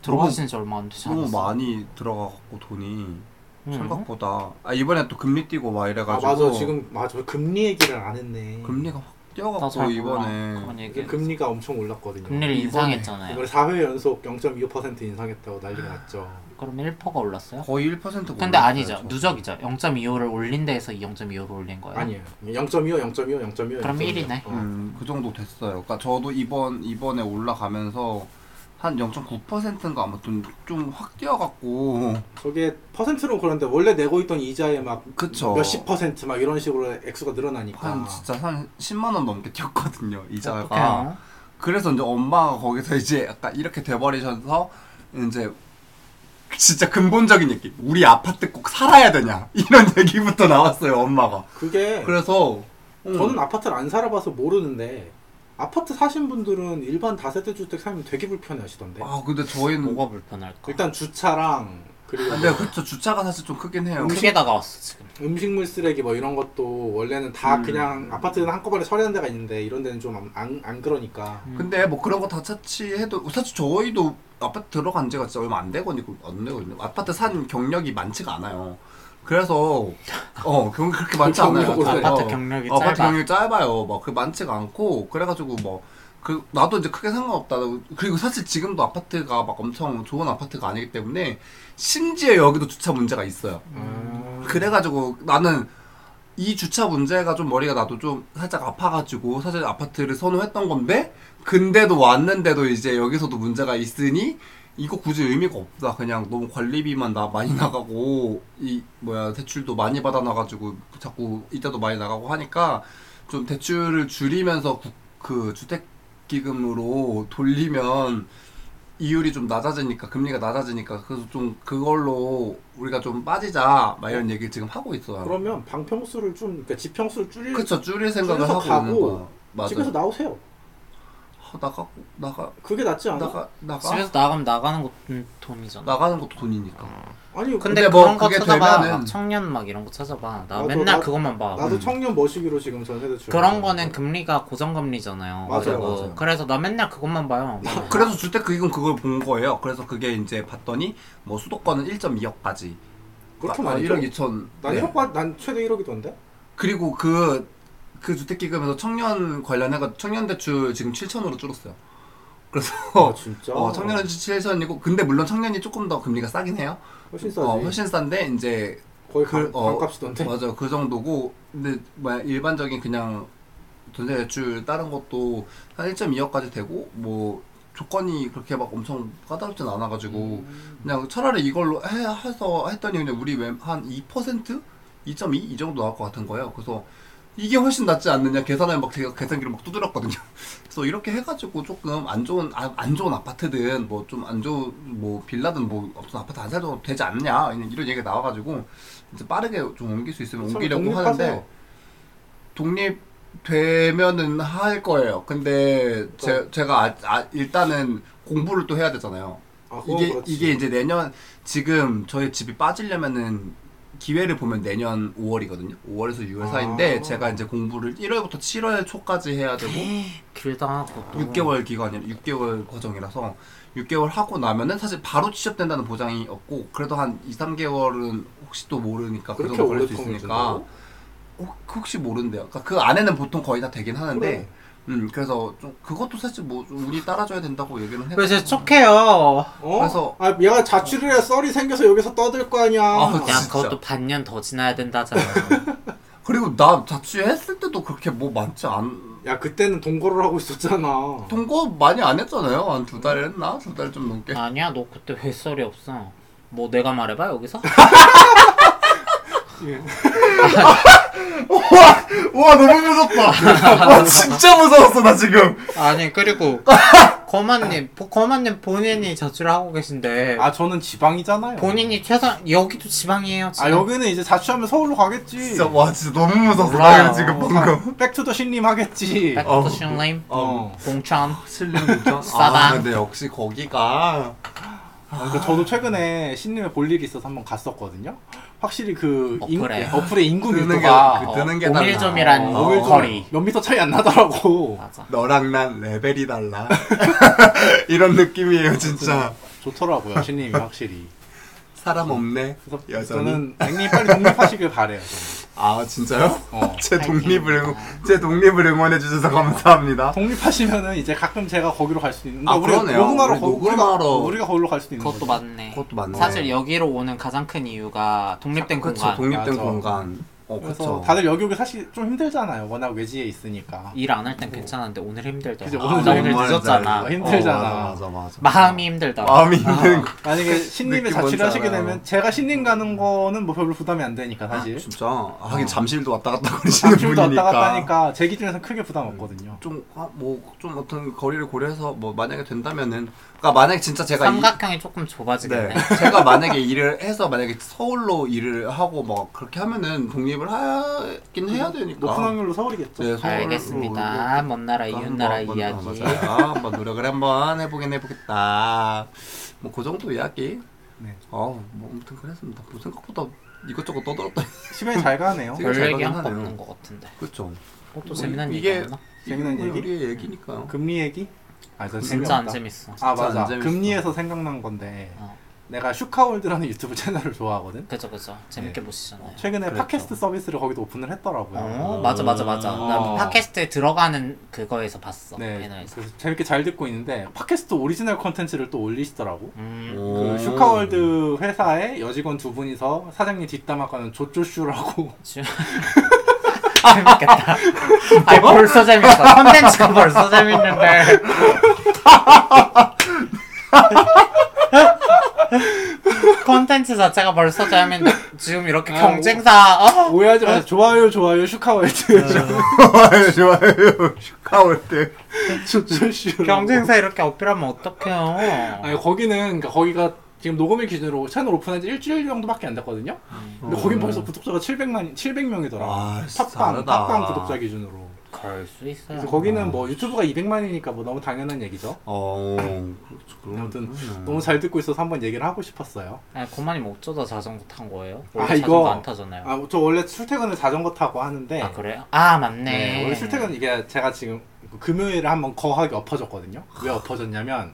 Speaker 1: 들어가신 지 얼마 안 되지
Speaker 3: 너무
Speaker 1: 않았어?
Speaker 3: 많이 들어가갖고 돈이
Speaker 1: 음.
Speaker 3: 생각보다 아 이번에 또 금리 뛰고 막
Speaker 2: 아
Speaker 3: 이래가지고
Speaker 2: 맞아 지금 맞아 금리 얘기를 안 했네.
Speaker 3: 금리가 확
Speaker 1: 나잘
Speaker 3: 뛰어갖고
Speaker 1: 몰라.
Speaker 3: 이번에
Speaker 1: 그런 얘기.
Speaker 2: 이게 금리가 엄청 올랐거든요.
Speaker 1: 금리를
Speaker 3: 이번에-
Speaker 1: 인상했잖아요.
Speaker 2: 이번에 4회 연속 0.25% 인상했다고 난리가 났죠.
Speaker 1: 그럼 1%가 올랐어요?
Speaker 3: 거의 1%
Speaker 1: 근데
Speaker 3: 올랐어요,
Speaker 1: 아니죠.
Speaker 3: 저.
Speaker 1: 누적이죠. 0.25를 올린 데에서 이 0.25를 올린 거예요.
Speaker 2: 아니에요. 0.25, 0.25, 0.25.
Speaker 1: 그럼 일이네.
Speaker 2: 어.
Speaker 3: 음, 그 정도 됐어요. 그러니까 저도 이번 이번에 올라가면서 한 0.9%인가 아무튼 좀 확 뛰어갖고
Speaker 2: 저게 퍼센트로 그런데 원래 내고 있던 이자에 막
Speaker 1: 어.
Speaker 3: 그쵸.
Speaker 2: 몇십 퍼센트 막 이런 식으로 액수가 늘어나니까.
Speaker 1: 아,
Speaker 3: 한 진짜 한 10만 원 넘게 뛰었거든요 이자가.
Speaker 1: 어떡해요?
Speaker 3: 그래서 이제 엄마가 거기서 이제 약간 이렇게 돼버리셔서 이제 진짜 근본적인 얘기 우리 아파트 꼭 살아야 되냐 이런 얘기부터 나왔어요 엄마가
Speaker 2: 그게
Speaker 3: 그래서 음,
Speaker 2: 저는 아파트를 안 살아봐서 모르는데 아파트 사신 분들은 일반 다세대 주택 살면 되게 불편해하시던데.
Speaker 3: 아 근데 저희는
Speaker 1: 뭐가 불편할까?
Speaker 2: 일단 주차랑 그리고
Speaker 3: 근데 그쵸 주차가 사실 좀 크긴 해요
Speaker 1: 크게 다가왔어 지금.
Speaker 2: 음식물 쓰레기 뭐 이런 것도 원래는 다
Speaker 3: 음.
Speaker 2: 그냥 아파트는 한꺼번에 처리하는 데가 있는데 이런 데는 좀 안 안 그러니까
Speaker 3: 근데 뭐 그런 거 다 차치해도 사실 저희도 아파트 들어간 지가 진짜 얼마 안 되거든요. 안 되거든요. 아파트 산 경력이 많지가 않아요. 그래서 어 경력 그렇게 많지 않아요. 어,
Speaker 2: 경력으로
Speaker 3: 아파트
Speaker 1: 아파트 경력이
Speaker 3: 아파트
Speaker 1: 짧아.
Speaker 3: 경력이 짧아요. 막 그 많지가 않고 그래가지고 뭐 그 나도 이제 크게 상관없다. 그리고 사실 지금도 아파트가 막 엄청 좋은 아파트가 아니기 때문에 심지어 여기도 주차 문제가 있어요. 음.
Speaker 2: 아.
Speaker 3: 그래가지고 나는 이 주차 문제가 좀 머리가 나도 좀 살짝 아파가지고 사실 아파트를 선호했던 건데 근데도 왔는데도 이제 여기서도 문제가 있으니 이거 굳이 의미가 없다 그냥 너무 관리비만 나 많이 나가고 이 뭐야 대출도 많이 받아놔가지고 자꾸 이자도 많이 나가고 하니까 좀 대출을 줄이면서 구- 그 주택기금으로 돌리면 이율이 좀 낮아지니까 금리가 낮아지니까 그래서 좀 그걸로 우리가 좀 빠지자 막 이런 얘기를 지금 하고 있어요.
Speaker 2: 그러면 방평수를 좀 그러니까 지평수를 줄일
Speaker 3: 그쵸 줄일 생각을
Speaker 2: 집에서
Speaker 3: 하고 있는
Speaker 2: 가고
Speaker 3: 거야. 맞아.
Speaker 2: 집에서 나오세요.
Speaker 3: 아, 나가고 나가
Speaker 2: 그게 낫지 않아?
Speaker 3: 나가 나가
Speaker 1: 집에서 나가면 나가는 것도 음, 돈이잖아.
Speaker 3: 나가는 것도 돈이니까.
Speaker 2: 아니
Speaker 1: 근데,
Speaker 3: 근데 뭐
Speaker 1: 그런 거
Speaker 3: 그게
Speaker 1: 찾아봐.
Speaker 3: 되면은-
Speaker 1: 막 청년 막 이런 거 찾아봐. 나
Speaker 2: 나도
Speaker 1: 맨날
Speaker 2: 나-
Speaker 1: 그것만 봐.
Speaker 3: 음.
Speaker 2: 나도 청년 머시기로 지금 전세대 출
Speaker 1: 그런 거는 금리가 고정금리잖아요.
Speaker 2: 맞아요,
Speaker 1: 그리고
Speaker 3: 맞아요.
Speaker 1: 그래서 나 맨날 그것만 봐요.
Speaker 2: 아.
Speaker 1: 뭐.
Speaker 3: 그래서 주택기금 그걸 본 거예요. 그래서 그게 이제 봤더니 뭐 수도권은 1.2억까지. 아,
Speaker 2: 그렇게 그렇죠, 많이
Speaker 3: 1억 2천.
Speaker 2: 난
Speaker 3: 네.
Speaker 2: 1억 난 최대 1억이던데.
Speaker 3: 그리고 그, 그 주택기금에서 청년 관련해가 청년 대출 지금 7천으로 줄었어요. 그래서
Speaker 2: 아, 진짜.
Speaker 3: 어, 청년 대출 7천이고 근데 물론 청년이 조금 더 금리가 싸긴 해요.
Speaker 2: 훨씬 싸지.
Speaker 3: 어, 훨씬 싼데 이제
Speaker 2: 거의
Speaker 3: 그-
Speaker 2: 반,
Speaker 3: 어,
Speaker 2: 반값이던데.
Speaker 3: 맞아 그 정도고 근데 뭐 일반적인 그냥 전세 대출 다른 것도 한 1.2억까지 되고 뭐 조건이 그렇게 막 엄청 까다롭진 않아가지고
Speaker 2: 음.
Speaker 3: 그냥 차라리 이걸로 해, 해서 했더니 그냥 우리 웬한2% 2.2? 이 정도 나올 것 같은 거예요. 그래서 이게 훨씬 낫지 않느냐 계산을 막 제가 계산기를 막 두드렸거든요. 그래서 이렇게 해가지고 조금 안 좋은 아, 안 좋은 아파트든 뭐 좀 안 좋은 뭐 빌라든 뭐 없던 아파트 안 사도 되지 않느냐 이런 이런 얘기가 나와가지고 이제 빠르게 좀 옮길 수 있으면
Speaker 2: 서로
Speaker 3: 옮기려고
Speaker 2: 독립하세요.
Speaker 3: 하는데 독립 되면은 할 거예요. 근데
Speaker 2: 그러니까.
Speaker 3: 제, 제가 아, 아, 일단은 공부를 또 해야 되잖아요.
Speaker 2: 아, 그건
Speaker 3: 이게
Speaker 2: 그렇지.
Speaker 3: 이게 이제 내년 지금 저희 집이 빠지려면은 기회를 보면 내년 5월이거든요. 5월에서 6월
Speaker 2: 아.
Speaker 3: 사이인데 제가 이제 공부를 1월부터 7월 초까지 해야 되고
Speaker 1: 길다
Speaker 2: 아.
Speaker 1: 그것도.
Speaker 3: 6개월 기간이 6개월 과정이라서 6개월 하고 나면은 사실 바로 취업된다는 보장이 없고 그래도 한 2, 3개월은 혹시 또 모르니까 그
Speaker 2: 그렇게
Speaker 3: 정도 걸릴
Speaker 2: 오래
Speaker 3: 수
Speaker 2: 통일
Speaker 3: 있으니까
Speaker 2: 정도로?
Speaker 3: 혹- 혹시 모른대요. 그러니까 그 안에는 보통 거의 다 되긴 하는데
Speaker 2: 그래.
Speaker 3: 음 그래서 좀 그것도 사실 뭐좀 운이 따라줘야 된다고 얘기는 해요.
Speaker 1: 왜제 촉해요?
Speaker 2: 어?
Speaker 3: 그래서-
Speaker 2: 아 얘가 자취를 해 썰이 생겨서 여기서 떠들 거 어, 아니야.
Speaker 3: 아,
Speaker 1: 야
Speaker 3: 진짜.
Speaker 1: 그것도 반년 더 지나야 된다잖아.
Speaker 3: 그리고 나 자취했을 때도 그렇게 뭐 많지 않
Speaker 2: 야 그때는 동거를 하고 있었잖아.
Speaker 3: 동거 많이 안 했잖아요. 한 두 달 했나? 두 달 좀 넘게.
Speaker 1: 아니야 너 그때 왜 썰이 없어? 뭐 내가 말해봐 여기서?
Speaker 2: 예.
Speaker 3: 와 너무 무섭다. 와 진짜 무서웠어 나 지금.
Speaker 1: 아니 그리고 거만님 보- 거만님 본인이 자취를 하고 계신데
Speaker 2: 아 저는 지방이잖아요.
Speaker 1: 본인이 최선 여기도 지방이에요 지금.
Speaker 2: 아 여기는 이제 자취하면 서울로 가겠지. 아,
Speaker 3: 진짜
Speaker 1: 뭐,
Speaker 3: 와 진짜 너무 무서웠어
Speaker 1: 몰라요.
Speaker 3: 나 지금 방금.
Speaker 2: 백투더 신림 하겠지.
Speaker 1: 백도 신림
Speaker 2: 어.
Speaker 1: 공천
Speaker 3: 실례 문자.
Speaker 1: 싸다.
Speaker 3: 아 근데 역시 거기가
Speaker 2: 아, 그러니까 저도 최근에 신림에 볼 일이 있어서 한번 갔었거든요. 확실히 그
Speaker 1: 어플에.
Speaker 2: 인, 어플의 인구
Speaker 3: 뜨는
Speaker 2: 밀도가
Speaker 3: 그
Speaker 1: 어,
Speaker 3: 뜨는 게 달라.
Speaker 1: 오밀점이란
Speaker 3: 어, 오밀점.
Speaker 1: 거리
Speaker 2: 몇 미터 차이 안 나더라고.
Speaker 1: 맞아
Speaker 3: 너랑 난 레벨이 달라. 이런 느낌이에요 진짜.
Speaker 2: 좋더라고요 신림이 확실히.
Speaker 3: 사람 없네.
Speaker 2: 그래서
Speaker 3: 여전히.
Speaker 2: 저는 앵님 빨리 독립하시길 바래요. 저는.
Speaker 3: 아 진짜요?
Speaker 2: 어.
Speaker 3: 제 독립을 응원, 제 독립을 응원해 주셔서 감사합니다.
Speaker 2: 독립하시면은 이제 가끔 제가 거기로 갈 수도 있는데 그러니까
Speaker 3: 아,
Speaker 2: 우리가
Speaker 3: 그러네요.
Speaker 2: 녹음하러
Speaker 3: 우리
Speaker 2: 거- 우리가-
Speaker 3: 녹음하러.
Speaker 2: 우리가 거기로 갈 수도 있는
Speaker 1: 그것도
Speaker 2: 거죠.
Speaker 1: 맞네
Speaker 3: 그것도 맞네.
Speaker 1: 사실 여기로 오는 가장 큰 이유가 독립된
Speaker 3: 그쵸,
Speaker 1: 공간
Speaker 3: 독립된
Speaker 2: 맞아.
Speaker 3: 공간. 어
Speaker 2: 그래서
Speaker 3: 그렇죠.
Speaker 2: 다들 여기 오기 사실 좀 힘들잖아요. 워낙 외지에 있으니까.
Speaker 1: 일 안 할 땐 괜찮은데 오늘 힘들더라
Speaker 2: 그치,
Speaker 1: 아,
Speaker 2: 오늘
Speaker 1: 나
Speaker 2: 정말
Speaker 1: 오늘 늦었잖아 어.
Speaker 2: 힘들다. 힘들잖아.
Speaker 3: 어,
Speaker 2: 아.
Speaker 3: 맞아 맞아.
Speaker 1: 마음이 힘들다
Speaker 3: 마음이 힘든 거.
Speaker 2: 만약에 신림에
Speaker 3: 느낌
Speaker 2: 자취를
Speaker 3: 뭔지
Speaker 2: 하시게
Speaker 3: 알아요.
Speaker 2: 되면 제가 신림 가는 거는 뭐 별로 부담이 안 되니까 사실.
Speaker 3: 진짜 아, 하긴 잠실도 왔다 갔다 거리시는
Speaker 2: 어. 아, 잠실도
Speaker 3: 분이니까. 아,
Speaker 2: 왔다 갔다 하니까 제 기준에서는 크게 부담 없거든요.
Speaker 3: 좀뭐좀 어떤 거리를 고려해서 뭐 만약에 된다면은 그러니까 만약에 진짜 제가 이-
Speaker 1: 삼각형이 조금
Speaker 3: 네.
Speaker 1: 좁아지겠네
Speaker 3: 제가 만약에 일을 해서 만약에 서울로 일을 하고 막 그렇게 하면은 독립을 하긴 해야 되니까.
Speaker 2: 높은 확률로 서울이겠죠.
Speaker 3: 네, 서울로
Speaker 1: 알겠습니다 먼 나라 아,
Speaker 3: 뭐,
Speaker 1: 이웃 나라
Speaker 3: 한번,
Speaker 1: 이야기
Speaker 3: 한번, 맞아요. 한번 노력을 한번 해보긴 해보겠다. 뭐 그 정도 이야기.
Speaker 2: 네.
Speaker 3: 아우 뭐 아무튼 그랬습니다. 뭐 생각보다 이것저것 떠들었다.
Speaker 2: 시간이 잘 가네요.
Speaker 3: 되게
Speaker 1: 별
Speaker 3: 잘
Speaker 1: 얘기 한 거
Speaker 3: 가긴 하네요.
Speaker 1: 없는 것 같은데 어,
Speaker 3: 그렇죠.
Speaker 1: 뭐또
Speaker 3: 뭐
Speaker 1: 재미난
Speaker 3: 이게-
Speaker 1: 얘기 없나?
Speaker 2: 재미난 얘기?
Speaker 3: 우리의 얘기니까.
Speaker 2: 금리 얘기? 아, 저
Speaker 1: 진짜 안
Speaker 2: 재미없다.
Speaker 1: 재밌어
Speaker 2: 아
Speaker 3: 진짜 안
Speaker 2: 맞아.
Speaker 3: 재밌어.
Speaker 2: 금리에서 생각난 건데
Speaker 1: 어.
Speaker 2: 내가 슈카월드라는 유튜브 채널을 좋아하거든.
Speaker 1: 그죠 그죠
Speaker 3: 네.
Speaker 1: 재밌게 보시잖아요.
Speaker 2: 최근에
Speaker 4: 그렇죠.
Speaker 2: 팟캐스트 서비스를 거기도 오픈을 했더라고요.
Speaker 1: 어 맞아 맞아 맞아 나
Speaker 2: 어.
Speaker 1: 팟캐스트에 들어가는 그거에서 봤어
Speaker 2: 네,
Speaker 1: 배너에서
Speaker 2: 그래서 재밌게 잘 듣고 있는데 팟캐스트 오리지널 콘텐츠를 또 올리시더라고.
Speaker 1: 음
Speaker 4: 오.
Speaker 2: 그 슈카월드 회사의 여직원 두 분이서 사장님 뒷담화하는 조조슈라고
Speaker 1: 주- 재밌겠다 아니 벌써 재밌어 컨텐츠가 벌써 재밌는데 컨텐츠 자체가 벌써 재밌는데 지금 이렇게
Speaker 2: 아,
Speaker 1: 경쟁사 어?
Speaker 2: 오해하지 마세요. 좋아요, 좋아요,
Speaker 1: 네.
Speaker 2: 슈카월드.
Speaker 4: 좋아요 좋아요 슈카월드
Speaker 2: 조조슈.
Speaker 1: 경쟁사 이렇게 어필하면 어떡해요
Speaker 2: 아니 거기는 그러니까 거기가 지금 녹음일 기준으로 채널 오픈한 지 일주일 정도밖에 안 됐거든요.
Speaker 1: 어.
Speaker 2: 근데 거긴 벌써 구독자가 700만 700명이더라.
Speaker 3: 아,
Speaker 4: 와, 진짜
Speaker 2: 팟빵
Speaker 4: 다르다.
Speaker 2: 팟빵 구독자 기준으로.
Speaker 1: 그럴 수 네. 있어요
Speaker 2: 그래서 거기는 뭐 유튜브가 200만이니까 뭐 너무 당연한 얘기죠.
Speaker 4: 어
Speaker 3: 그렇죠.
Speaker 4: 그런
Speaker 2: 아무튼
Speaker 4: 거구나.
Speaker 2: 너무 잘 듣고 있어서 한번 얘기를 하고 싶었어요.
Speaker 1: 아니 고만님 어쩌다 자전거 탄 거예요?
Speaker 2: 아,
Speaker 1: 원래 자전거
Speaker 2: 이거-
Speaker 1: 안 타잖아요
Speaker 2: 아, 저 원래 출퇴근을 자전거 타고 하는데
Speaker 1: 네. 아 그래요? 아 맞네.
Speaker 2: 네, 원래 출퇴근 이게 제가 지금 금요일에 한번 거하게 엎어졌거든요. 왜 엎어졌냐면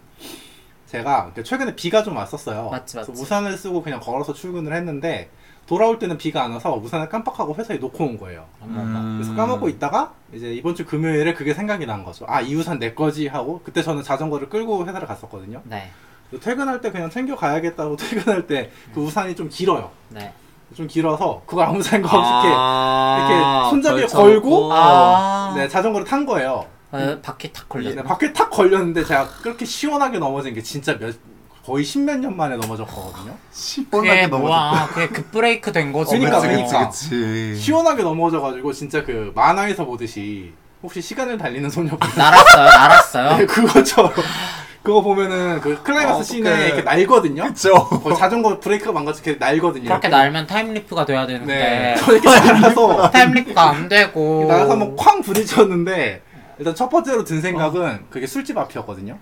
Speaker 2: 제가 그 최근에 비가 좀 왔었어요.
Speaker 1: 맞지, 맞지.
Speaker 2: 그래서 우산을 쓰고 그냥 걸어서 출근을 했는데 돌아올 때는 비가 안 와서 우산을 깜빡하고 회사에 놓고 온 거예요.
Speaker 1: 어머, 어머.
Speaker 3: 음.
Speaker 2: 그래서 까먹고 있다가 이제 이번 주 금요일에 그게 생각이 난 거죠. 아 이 우산 내 거지 하고 그때 저는 자전거를 끌고 회사를 갔었거든요.
Speaker 1: 네,
Speaker 2: 그래서 퇴근할 때 그냥 챙겨 가야겠다고 퇴근할 때 그 우산이 좀 길어요.
Speaker 1: 네.
Speaker 2: 좀 길어서 그걸 아무 생각 없이 이렇게
Speaker 4: 아,
Speaker 2: 이렇게 손잡이에
Speaker 4: 걸쳐
Speaker 2: 걸고
Speaker 4: 놓고.
Speaker 1: 아,
Speaker 2: 네, 자전거를 탄 거예요.
Speaker 1: 어, 바퀴 탁 걸려.
Speaker 2: 네, 바퀴 탁 걸렸는데 제가 그렇게 시원하게 넘어진 게 진짜 몇 거의 십몇 년 만에 넘어졌거든요.
Speaker 1: 그게 예,
Speaker 4: 시원하게 넘어졌다
Speaker 1: 뭐야? 그게 급브레이크 된 거지.
Speaker 2: 그러니까,
Speaker 1: 그거.
Speaker 2: 그러니까.
Speaker 3: 네.
Speaker 4: 그치
Speaker 2: 시원하게 넘어져가지고 진짜 그 만화에서 보듯이 혹시 시간을 달리는 소녀분 네,
Speaker 1: 날았어요, 날았어요.
Speaker 2: 그거처럼 그거 보면은 그 클라이막스
Speaker 4: 어떡해.
Speaker 2: 씬에 이렇게 날거든요.
Speaker 4: 그쵸
Speaker 2: 거의 뭐 자전거 브레이크가 망가져 이렇게 날거든요.
Speaker 1: 그렇게 날면 타임리프가 돼야 되는데
Speaker 2: 네, 저 이렇게 날아서
Speaker 1: 타임리프가 안 되고.
Speaker 2: 나가서 뭐 한번 쾅 부딪혔는데 일단 첫 번째로 든 생각은 그게 술집 앞이었거든요.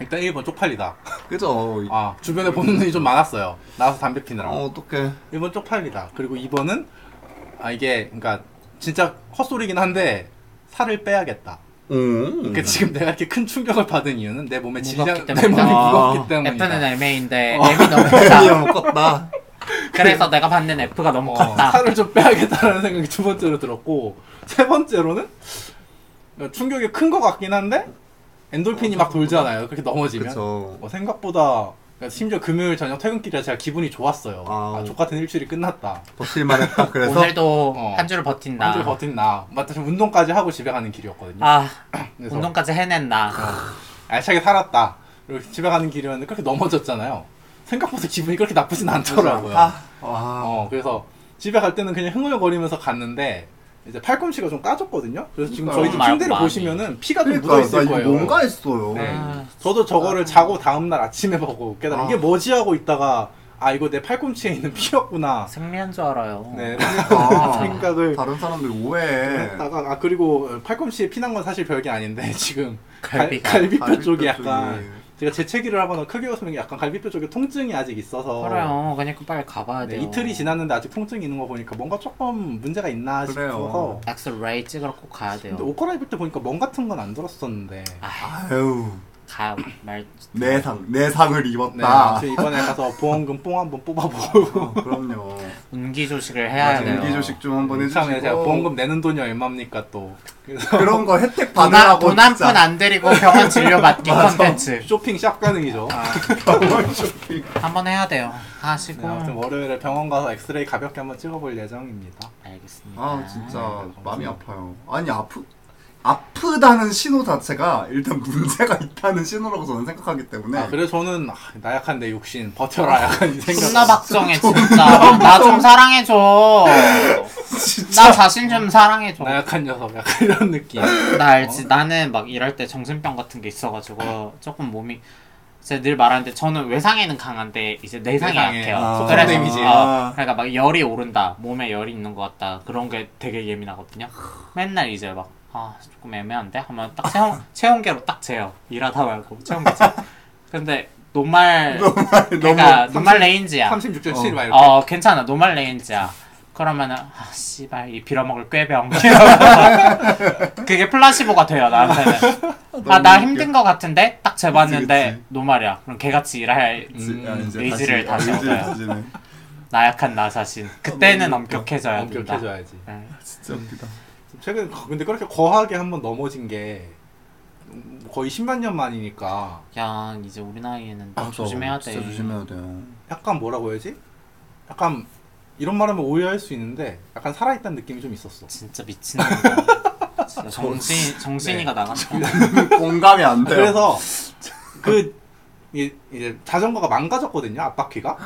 Speaker 2: 일단 1번 쪽팔리다.
Speaker 4: 그쵸
Speaker 2: 아 주변에 보는 눈이 좀 많았어요. 나와서 담배 피느라고.
Speaker 4: 어, 어떡해
Speaker 2: 1번 쪽팔리다. 그리고 2번은 아 이게 그러니까 진짜 헛소리긴 한데 살을 빼야겠다.
Speaker 4: 응
Speaker 3: 음.
Speaker 2: 그러니까 지금 내가 이렇게 큰 충격을 받은 이유는 내 몸에 질량,
Speaker 1: 무겁기
Speaker 2: 내 몸이
Speaker 1: 때문이다.
Speaker 2: 무겁기
Speaker 1: F는
Speaker 2: 때문이다.
Speaker 1: MA인데
Speaker 2: 어.
Speaker 1: M이 너무
Speaker 4: 야
Speaker 1: 크다.
Speaker 4: 묶었다
Speaker 1: 그래서 내가 받는 F가 너무
Speaker 2: 어,
Speaker 4: 아.
Speaker 1: 컸다.
Speaker 2: 살을 좀 빼야겠다라는 생각이 두 번째로 들었고 세 번째로는 그러니까 충격이 큰 것 같긴 한데 엔돌핀이 막 돌잖아요. 그렇게 넘어지면
Speaker 4: 그쵸
Speaker 2: 어, 생각보다 그러니까 심지어 금요일 저녁 퇴근길에 제가 기분이 좋았어요.
Speaker 4: 아우.
Speaker 2: 아, 족 같은 일주일이 끝났다.
Speaker 4: 버틸만 했다 그래서
Speaker 1: 오늘도
Speaker 2: 어.
Speaker 1: 한 줄을 버틴다.
Speaker 2: 완전 버틴다. 마침 운동까지 하고 집에 가는 길이었거든요.
Speaker 1: 아,
Speaker 2: 그래서
Speaker 1: 운동까지 해낸다.
Speaker 2: 알차게 살았다. 그리고 집에 가는 길이었는데 그렇게 넘어졌잖아요. 생각보다 기분이 그렇게 나쁘진 않더라고요.
Speaker 4: 아, 와
Speaker 2: 어, 그래서 집에 갈 때는 그냥 흥얼거리면서 갔는데 이제 팔꿈치가 좀 까졌거든요. 그래서 지금 저희 집
Speaker 1: 그러니까요.
Speaker 2: 침대를
Speaker 1: 마음이.
Speaker 2: 보시면은 피가 좀
Speaker 4: 그러니까
Speaker 2: 묻어
Speaker 4: 나
Speaker 2: 있을
Speaker 4: 이거
Speaker 2: 거예요.
Speaker 4: 뭔가 했어요
Speaker 2: 네.
Speaker 1: 아,
Speaker 2: 저도 저거를 자고 다음 날 아침에 보고 깨달아
Speaker 4: 아.
Speaker 2: 이게 뭐지 하고 있다가 아 이거 내 팔꿈치에 있는 피였구나.
Speaker 1: 생리한 줄 어. 알아요.
Speaker 2: 아. 네.
Speaker 4: 아,
Speaker 2: 생각을
Speaker 4: 다른 네. 사람들 오해
Speaker 2: 했다가 아 그리고 팔꿈치에 피난 건 사실 별게 아닌데 지금 갈-
Speaker 1: 갈비가.
Speaker 2: 갈비뼈, 쪽이
Speaker 4: 쪽이.
Speaker 2: 약간 제가 재채기를 하거나 크게 웃으면 약간 갈비뼈 쪽에 통증이 아직 있어서
Speaker 1: 그래요. 그러니까 빨리 가봐야
Speaker 2: 네,
Speaker 1: 돼요.
Speaker 2: 이틀이 지났는데 아직 통증이 있는 거 보니까 뭔가 조금 문제가 있나
Speaker 4: 그래요.
Speaker 2: 싶어서
Speaker 1: 엑스레이 찍으러 꼭 가야 돼요.
Speaker 2: 근데 옷 갈아입을 때 보니까 멍 같은 건 안 들었었는데
Speaker 1: 아,
Speaker 4: 아유
Speaker 1: 가, 말.
Speaker 4: 내상 내상을
Speaker 2: 네,
Speaker 4: 입었다
Speaker 2: 아무튼 이번에 가서 보험금 뽕 한번 뽑아보고
Speaker 4: 어, 그럼요
Speaker 1: 운기 조식을 해야 돼요.
Speaker 4: 맞아, 기 조식 좀 한번
Speaker 2: 참에
Speaker 4: 해주시고
Speaker 2: 제가 보험금 내는 돈이 얼마입니까 또 그래서
Speaker 4: 그런 거 혜택
Speaker 1: 돈한
Speaker 4: 받으라고
Speaker 1: 푼 안 들이고 병원 진료 받기 컨텐츠
Speaker 2: 쇼핑 샵 가능이죠
Speaker 1: 한번 해야 돼요. 하시고.
Speaker 2: 네, 아무튼 월요일에 병원 가서 엑스레이 가볍게 한번 찍어볼 예정입니다
Speaker 1: 알겠습니다.
Speaker 4: 아 진짜 마음이 아파요 아니 아프 아프다는 신호 자체가 일단 문제가 있다는 신호라고 저는 생각하기
Speaker 3: 네.
Speaker 4: 때문에
Speaker 2: 아, 그래서 저는 아, 나약한 내 육신 버텨라 약간 이 생각
Speaker 1: 존나 박정해 진짜. 나 좀 사랑해 줘. 나 자신 좀 사랑해 줘.
Speaker 2: 나약한 녀석 약간 이런 느낌
Speaker 1: 나 알지. 나는 막 일할 때 정신병 같은 게 있어가지고 조금 몸이 제가 늘 말하는데 저는 외상에는 강한데 이제 내상이
Speaker 2: 내상에.
Speaker 1: 약해요.
Speaker 4: 아,
Speaker 1: 속
Speaker 4: 속성
Speaker 2: 데미지.
Speaker 1: 어, 그러니까 막 열이 오른다, 몸에 열이 있는 것 같다 그런 게 되게 예민하거든요. 맨날 이제 막 아, 조금 애매한데 하면 딱 체온 체온계로 딱 재요. 일하다 말고 체온계. 재. 근데 노말
Speaker 4: 너무
Speaker 1: 그러니까 노말 레인지야. 아,
Speaker 2: 36.7막 이렇게
Speaker 1: 어 괜찮아 노말 레인지야 그러면은 아 씨발 이 빌어먹을 꾀병 그게 플라시보가 돼요 나한테는 아 나 힘든 거 같은데 딱 재봤는데
Speaker 5: 그치.
Speaker 1: 노말이야 그럼 개같이 일할
Speaker 5: 음, 아, 이제
Speaker 1: 의지를 다시
Speaker 5: 의지를
Speaker 1: 얻어요
Speaker 5: 다지네.
Speaker 1: 나약한 나 자신 그때는 엄격해져야 된다
Speaker 2: 엄격해져야지.
Speaker 1: 네.
Speaker 5: 진짜 웃기다.
Speaker 2: 최근 근데 그렇게 거하게 한번 넘어진 게 거의 십몇 년 만이니까
Speaker 1: 야 이제 우리 나이에는
Speaker 5: 맞아.
Speaker 1: 조심해야 돼
Speaker 5: 진짜 조심해야 돼요.
Speaker 2: 약간 뭐라고 해야지? 약간 이런 말하면 오해할 수 있는데 약간 살아있다는 느낌이 좀 있었어.
Speaker 1: 진짜 미친놈이다 진짜
Speaker 5: 네.
Speaker 1: 정신, 정신이가 나간다
Speaker 3: 공감이 안 돼요.
Speaker 2: 그래서 그 이- 이제 자전거가 망가졌거든요 앞바퀴가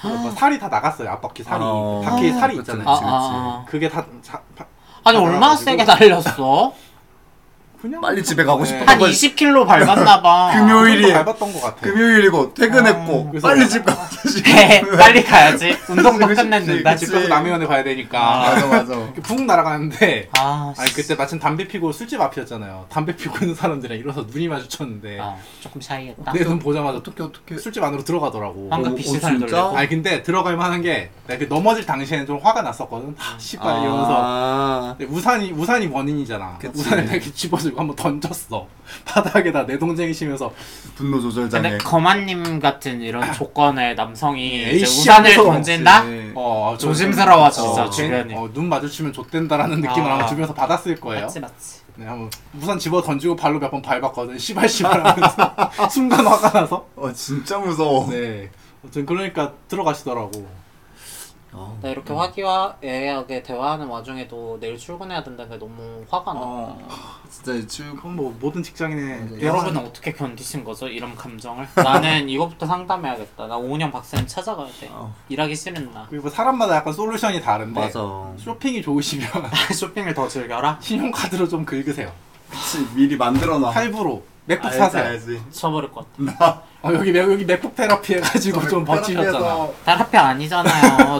Speaker 2: 그래서 살이 다 나갔어요 앞바퀴 살이
Speaker 5: 아.
Speaker 2: 바퀴에 살이
Speaker 5: 아,
Speaker 2: 있잖아요
Speaker 1: 아,
Speaker 5: 그치,
Speaker 1: 아,
Speaker 2: 그게 다 자, 바-
Speaker 1: 아. 니 얼마나
Speaker 2: 그래가지고-
Speaker 1: 세게 날렸어?
Speaker 2: 그냥
Speaker 5: 빨리 집에 가고
Speaker 2: 네.
Speaker 5: 싶어.
Speaker 1: 한 20kg 밟았나봐
Speaker 5: 뭐, 금요일-
Speaker 2: 금요일이
Speaker 5: 금요일이에요.
Speaker 2: 밟았던 것 같아.
Speaker 5: 금요일이고 퇴근했고
Speaker 2: 그래서-
Speaker 5: 빨리 집 가고 싶지.
Speaker 1: 네, 빨리 가야지 운동도
Speaker 5: 그치,
Speaker 1: 끝냈는데
Speaker 5: 그치.
Speaker 2: 집 가서 남의원에 가야 되니까
Speaker 5: 맞아 맞아.
Speaker 2: 이렇게 붕 날아가는데
Speaker 1: 아,
Speaker 2: 아니 그때 마침 담배 피고 술집 앞이었잖아요. 담배 피고 있는 사람들이랑 일어서 눈이 마주쳤는데
Speaker 1: 아, 조금 샤이했다
Speaker 2: 내 눈 보자마자
Speaker 5: 어떻게 어떻게?
Speaker 2: 술집 안으로 들어가더라고.
Speaker 1: 방금
Speaker 5: 어,
Speaker 1: 비시살
Speaker 5: 어, 진짜?
Speaker 1: 돌리고
Speaker 2: 아니 근데 들어갈 만한 게 내가 그 넘어질 당시에는 좀 화가 났었거든. 하, 씨발 이러면서
Speaker 3: 아,
Speaker 2: 근데 우산이 우산이 원인이잖아.
Speaker 5: 그치.
Speaker 2: 우산을 내가 이렇게 집어주고 한번 던졌어. 바닥에다 내 동생이 심해서
Speaker 5: 분노 조절 장애.
Speaker 3: 네.
Speaker 1: 근데 거만님 같은 이런 조건의 남성이
Speaker 2: 에이,
Speaker 1: 이제
Speaker 2: 씨,
Speaker 1: 우산을
Speaker 2: 하면서
Speaker 1: 던진다?
Speaker 5: 그치.
Speaker 2: 어, 좀-
Speaker 1: 조심스러워, 진짜,
Speaker 2: 어,
Speaker 1: 주변이.
Speaker 2: 어, 눈 마주치면 좆된다라는 느낌을
Speaker 1: 아.
Speaker 2: 아마 주변에서 받았을 거예요.
Speaker 1: 맞지 맞지
Speaker 2: 네, 한번 우산 집어 던지고 발로 몇 번 밟았거든. 씨발 씨발 하면서 순간 화가 나서.
Speaker 5: 어 진짜 무서워.
Speaker 2: 네. 어쨌든 그러니까 들어가시더라고.
Speaker 5: 어.
Speaker 1: 나 이렇게 화기애애하게 대화하는 와중에도 내일 출근해야 된다는 게 너무 화가 나
Speaker 3: 아,
Speaker 5: 어. 진짜 이 출.
Speaker 2: 그건 뭐 모든 직장인의
Speaker 1: 여러분은 어떻게 견디신 거죠? 이런 감정을? 나는 이것부터 상담해야겠다. 나 5년 박사님 찾아가야 돼.
Speaker 5: 어.
Speaker 1: 일하기 싫은 나.
Speaker 2: 그리고 사람마다 약간 솔루션이 다른데
Speaker 5: 맞아.
Speaker 2: 쇼핑이 좋으시면
Speaker 1: 쇼핑을 더 즐겨라?
Speaker 2: 신용카드로 좀 긁으세요.
Speaker 5: 그치 미리 만들어 놔.
Speaker 2: 할부로 맥북
Speaker 5: 알지,
Speaker 2: 사세요.
Speaker 5: 알지.
Speaker 1: 쳐버릴 것 같아.
Speaker 2: 어, 여기 맥 여기 맥북 테라피 해가지고 좀 버티셨잖아.
Speaker 5: 테라피에서
Speaker 1: 테라피 아니잖아요.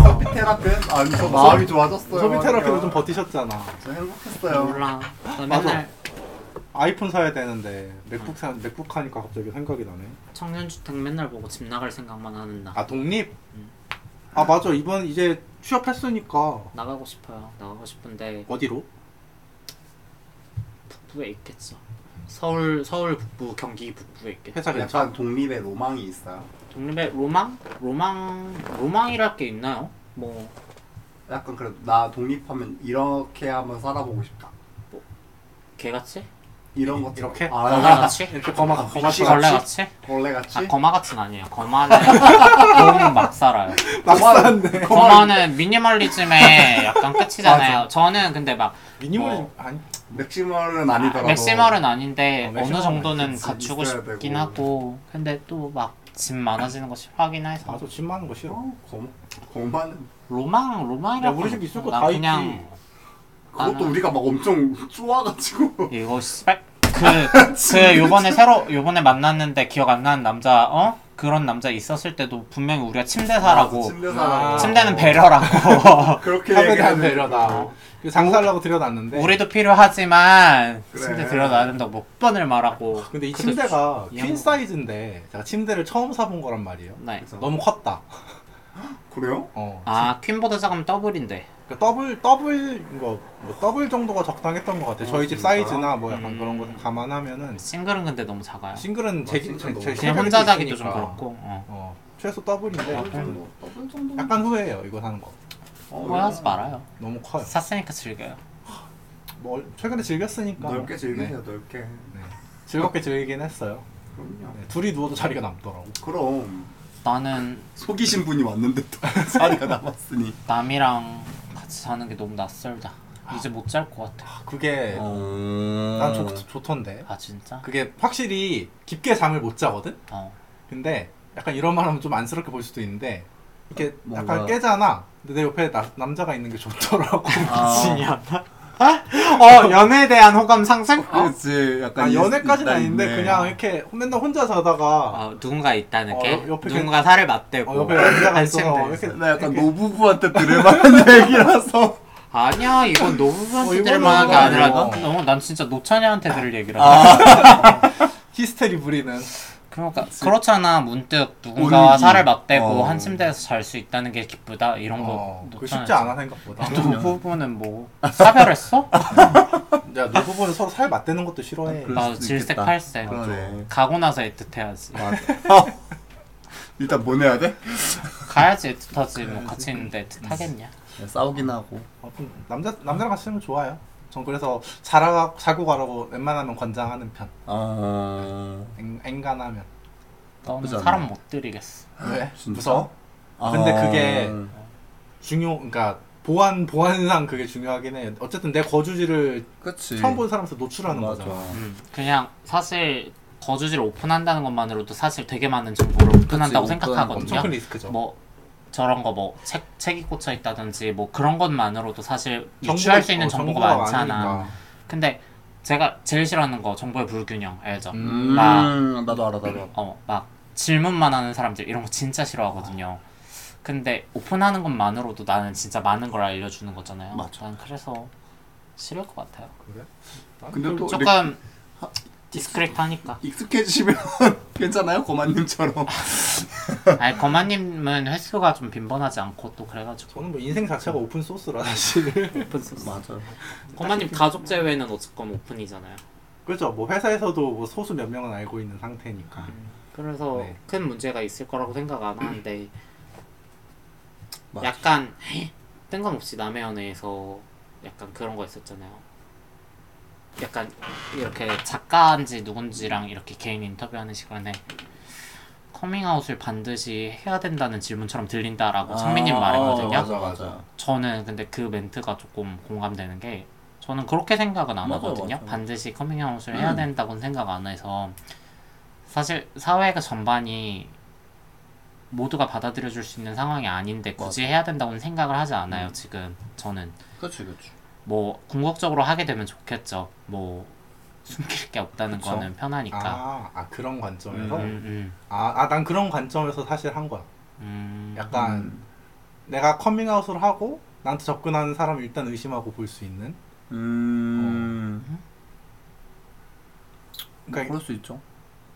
Speaker 5: 소비 테라피? 아니 저 마음이 좋아졌어요.
Speaker 2: 소비 테라피로 좀 버티셨잖아.
Speaker 5: 저 행복했어요.
Speaker 1: 몰라. 나
Speaker 2: 맞아.
Speaker 1: 맨날
Speaker 2: 아이폰 사야 되는데 맥북 사 맥북 하니까 갑자기 생각이 나네.
Speaker 1: 청년주택 맨날 보고 집 나갈 생각만 하는 나.
Speaker 2: 아 독립? 아 맞아 이번 이제 취업했으니까
Speaker 1: 나가고 싶어요. 나가고 싶은데
Speaker 2: 어디로?
Speaker 1: 북부에 있겠죠. 서울 서울 북부 경기 북부에 있겠죠.
Speaker 2: 회사 근처.
Speaker 5: 약간 독립의 로망이 있어요.
Speaker 1: 독립의 로망? 로망 로망이랄 게 있나요? 뭐
Speaker 5: 약간 그래도 나 독립하면 이렇게 한번 살아보고 싶다.
Speaker 1: 개같이?
Speaker 5: 이런 것
Speaker 2: 이렇게?
Speaker 5: 아,
Speaker 1: 벌레같이?
Speaker 2: 이렇게 거마가 거마
Speaker 5: 혹시
Speaker 2: 씨가
Speaker 5: 걸레-
Speaker 1: 벌레같이?
Speaker 5: 벌레 같이?
Speaker 1: 아, 거마 같은 아니에요. 거마는 너무 막 살아요.
Speaker 2: 막사한데.
Speaker 1: 거마는 미니멀리즘의 약간 끝이잖아요. 저는 근데 막
Speaker 2: 미니멀
Speaker 5: 어.
Speaker 2: 아니
Speaker 5: 맥시멀은 아니더라도
Speaker 1: 맥시멀은 아닌데
Speaker 2: 어,
Speaker 1: 어느
Speaker 2: 맥시멀은
Speaker 1: 정도는
Speaker 5: 아니지.
Speaker 1: 갖추고
Speaker 5: 있어야
Speaker 1: 싶긴
Speaker 5: 되고.
Speaker 1: 하고 근데 또 막 집 많아지는 거 싫어하긴 해서
Speaker 2: 나도 집 많은 거 싫어.
Speaker 5: 어, 곰, 곰만
Speaker 1: 로망
Speaker 2: 야
Speaker 1: 로망이라고
Speaker 2: 우리 집 있을 거
Speaker 1: 나
Speaker 2: 다 있지.
Speaker 1: 그냥
Speaker 5: 그것도
Speaker 1: 나는-
Speaker 5: 우리가 막 엄청 쪼아가지고
Speaker 1: 이거 씨발 그그 요번에 새로 요번에 만났는데 기억 안 나는 남자 어 그런 남자 있었을 때도 분명히 우리가
Speaker 2: 아,
Speaker 1: 침대사라고 아. 어.
Speaker 5: 침대 사라고
Speaker 1: 침대는 배려라고
Speaker 5: 그렇게
Speaker 2: 카페
Speaker 5: 얘기하는
Speaker 2: 대한 배려다. 어. 그래서
Speaker 1: 뭐,
Speaker 2: 장사하려고 들여놨는데.
Speaker 1: 네. 우리도 필요하지만
Speaker 5: 그래.
Speaker 1: 침대 들여놔야 된다고 몇 번을 말하고
Speaker 2: 근데 이
Speaker 1: 그래서
Speaker 2: 침대가
Speaker 1: 이양-
Speaker 2: 퀸 사이즈인데 제가 침대를 처음 사본 거란 말이에요.
Speaker 1: 네.
Speaker 5: 그래서
Speaker 2: 너무 컸다.
Speaker 5: 그래요?
Speaker 2: 어.
Speaker 1: 아 퀸보다 작으면 더블인데
Speaker 2: 그러니까 더블 더블 이거 뭐 더블 정도가 적당했던 것 같아. 요
Speaker 5: 어,
Speaker 2: 저희 집
Speaker 5: 진짜요?
Speaker 2: 사이즈나 뭐 약간
Speaker 1: 음.
Speaker 2: 그런 거 감안하면은
Speaker 1: 싱글은 근데 너무 작아요
Speaker 2: 싱글은 제, 제,
Speaker 5: 진짜
Speaker 2: 제,
Speaker 5: 너무
Speaker 2: 제
Speaker 1: 그냥
Speaker 2: 실력이
Speaker 1: 혼자 자기도
Speaker 2: 있으니까.
Speaker 1: 좀 그렇고 어.
Speaker 2: 어 최소 더블인데
Speaker 5: 아, 더블 정도 더블 정도
Speaker 2: 약간 후회해요 이거 사는 거. 어,
Speaker 1: 어, 후회하지 말아요
Speaker 2: 너무 커요.
Speaker 1: 샀으니까 즐겨요
Speaker 2: 뭐
Speaker 3: 그러니까.
Speaker 2: 최근에 즐겼으니까 뭐.
Speaker 5: 넓게 즐기세요 넓게
Speaker 2: 네. 네. 즐겁게 즐기긴 했어요.
Speaker 5: 그럼요
Speaker 2: 네, 둘이 누워도 자리가 남더라고.
Speaker 5: 그럼
Speaker 1: 나는
Speaker 5: 속이신 분이 왔는데 또 자리가 남았으니
Speaker 1: 남이랑 같이 자는 게 너무 낯설다 이제 못 잘 것 같아
Speaker 2: 아, 그게 난 좋, 좋던데.
Speaker 1: 아 진짜?
Speaker 2: 그게 확실히 깊게 잠을 못 자거든.
Speaker 1: 어
Speaker 2: 근데 약간 이런 말하면 좀 안쓰럽게 볼 수도 있는데 이렇게
Speaker 5: 뭔가-
Speaker 2: 약간 깨잖아. 근데 내 옆에 나, 남자가 있는 게 좋더라고.
Speaker 3: 아.
Speaker 1: 미친이 않나? 어 연애에 대한 호감 상승?
Speaker 5: 그렇지
Speaker 2: 아,
Speaker 5: 약간
Speaker 2: 연애까지는 아닌데 그냥 이렇게 맨날 혼자 자다가
Speaker 1: 어, 누군가 있다는
Speaker 2: 어,
Speaker 1: 게
Speaker 2: 옆- 옆에
Speaker 1: 누군가 살을 맞대고
Speaker 2: 어, 옆에 남자가
Speaker 1: 한
Speaker 2: 있어서
Speaker 1: 아, 침대에서.
Speaker 2: 이렇게
Speaker 5: 나 약간 노부부한테 들을 만한 얘기라서
Speaker 1: 아니야 이건
Speaker 2: 어,
Speaker 1: 노부부한테
Speaker 2: 이거는 아.
Speaker 1: 들을 만한 게 아니라
Speaker 2: 어.
Speaker 1: 너무 난 진짜 노찬이한테 들을 얘기라
Speaker 2: 히스테리 부리는
Speaker 1: 그러니까 그렇잖아 문득 누군가와 살을 맞대고 한 침대에서 잘 수 있다는 게 기쁘다 이런
Speaker 2: 어,
Speaker 1: 거
Speaker 2: 그 쉽지 않아 생각보다.
Speaker 1: 또 부부는 뭐 사별했어?
Speaker 2: 야, 노부부는 서로 살 맞대는 것도 싫어해.
Speaker 3: 그럴
Speaker 1: 나
Speaker 3: 수도
Speaker 1: 질색
Speaker 3: 있겠다.
Speaker 1: 팔색
Speaker 3: 그러네.
Speaker 1: 가고 나서 애틋해야지
Speaker 3: 일단 뭐 보내야 돼?
Speaker 1: 가야지
Speaker 2: 네,
Speaker 1: 애틋하지 뭐 같이 있는데 애틋하겠냐
Speaker 3: 싸우긴 하고.
Speaker 2: 어, 좀 남자 남자랑 같이 살면 좋아요. 전 그래서 자라 자고 가라고 웬만하면 권장하는 편.
Speaker 3: 어.
Speaker 2: 엥- 엥간하면
Speaker 1: 너는
Speaker 3: 나쁘지 않네.
Speaker 1: 사람 못 들이겠어
Speaker 2: 왜?
Speaker 3: 진짜?
Speaker 2: 네. 무서워?
Speaker 3: 아.
Speaker 2: 근데 그게 중요. 그러니까 보안 보안상 그게 중요하긴 해. 어쨌든 내 거주지를
Speaker 1: 네.
Speaker 3: 그치.
Speaker 2: 처음 본 사람한테 노출하는
Speaker 3: 맞아.
Speaker 2: 거잖아.
Speaker 1: 그냥 사실 거주지를 오픈한다는 것만으로도 사실 되게 많은 정보를 오픈한다고
Speaker 3: 그치,
Speaker 1: 생각하거든요
Speaker 2: 엄청 큰 리스크죠.
Speaker 1: 뭐 저런 거 뭐 책 책이 꽂혀 있다든지 뭐 그런 것만으로도 사실
Speaker 2: 정보가-
Speaker 1: 유추할 수 있는
Speaker 2: 어,
Speaker 1: 정보가, 많잖아.
Speaker 2: 많으니까.
Speaker 1: 근데 제가 제일 싫어하는 거 정보의 불균형 알죠?
Speaker 3: 음,
Speaker 1: 나-
Speaker 3: 나도 알아, 나도 알아.
Speaker 1: 어 막 질문만 하는 사람들 이런 거 진짜 싫어하거든요. 근데 오픈하는 것만으로도 나는 진짜 많은 걸 알려주는 거잖아요.
Speaker 3: 맞아.
Speaker 1: 난 그래서 싫을 것 같아요.
Speaker 3: 근데 또 이렇게
Speaker 1: 조금 디스크릿하니까.
Speaker 3: 익숙해지면 괜찮아요? 고만님처럼.
Speaker 1: 아니 거마님은 횟수가 좀 빈번하지 않고 또 그래가지고
Speaker 2: 저는 뭐 인생
Speaker 1: 음.
Speaker 2: 자체가 오픈 소스라 사실.
Speaker 3: 맞아.
Speaker 1: 거마님 가족 제외는 어쨌건 오픈이잖아요.
Speaker 2: 그렇죠. 뭐 회사에서도 뭐 소수 몇 명은 알고 있는 상태니까.
Speaker 1: 그래서
Speaker 2: 네.
Speaker 1: 큰 문제가 있을 거라고 생각 안 하는데
Speaker 3: 맞아.
Speaker 1: 약간 뜬금없이 남의 연애에서 약간 그런 거 있었잖아요. 약간 이렇게 작가인지 누군지랑 이렇게 개인 인터뷰하는 시간에 커밍아웃을 반드시 해야 된다는 질문처럼 들린다라고 창민님
Speaker 3: 아,
Speaker 1: 말했거든요.
Speaker 3: 맞아, 맞아.
Speaker 1: 저는 근데 그 멘트가 조금 공감되는 게 저는 그렇게 생각은 안
Speaker 3: 맞아,
Speaker 1: 하거든요.
Speaker 3: 맞아.
Speaker 1: 반드시 커밍아웃을 해야
Speaker 3: 음.
Speaker 1: 된다고는 생각 안 해서 사실 사회가 전반이 모두가 받아들여줄 수 있는 상황이 아닌데 굳이 해야 된다고는 생각을 하지 않아요. 지금 저는
Speaker 3: 그치, 그치.
Speaker 1: 뭐 궁극적으로 하게 되면 좋겠죠. 뭐 숨길 게 없다는
Speaker 3: 그쵸.
Speaker 1: 거는 편하니까.
Speaker 2: 아, 아 그런 관점에서.
Speaker 1: 그러니까. 음, 음,
Speaker 2: 아, 아, 난 그런 관점에서 사실 한 거야.
Speaker 1: 음.
Speaker 2: 약간 내가 커밍아웃을 하고 나한테 접근하는 사람을 일단 의심하고 볼 수 있는.
Speaker 3: 음. 뭐
Speaker 2: 그러니까
Speaker 3: 그럴 수 있죠.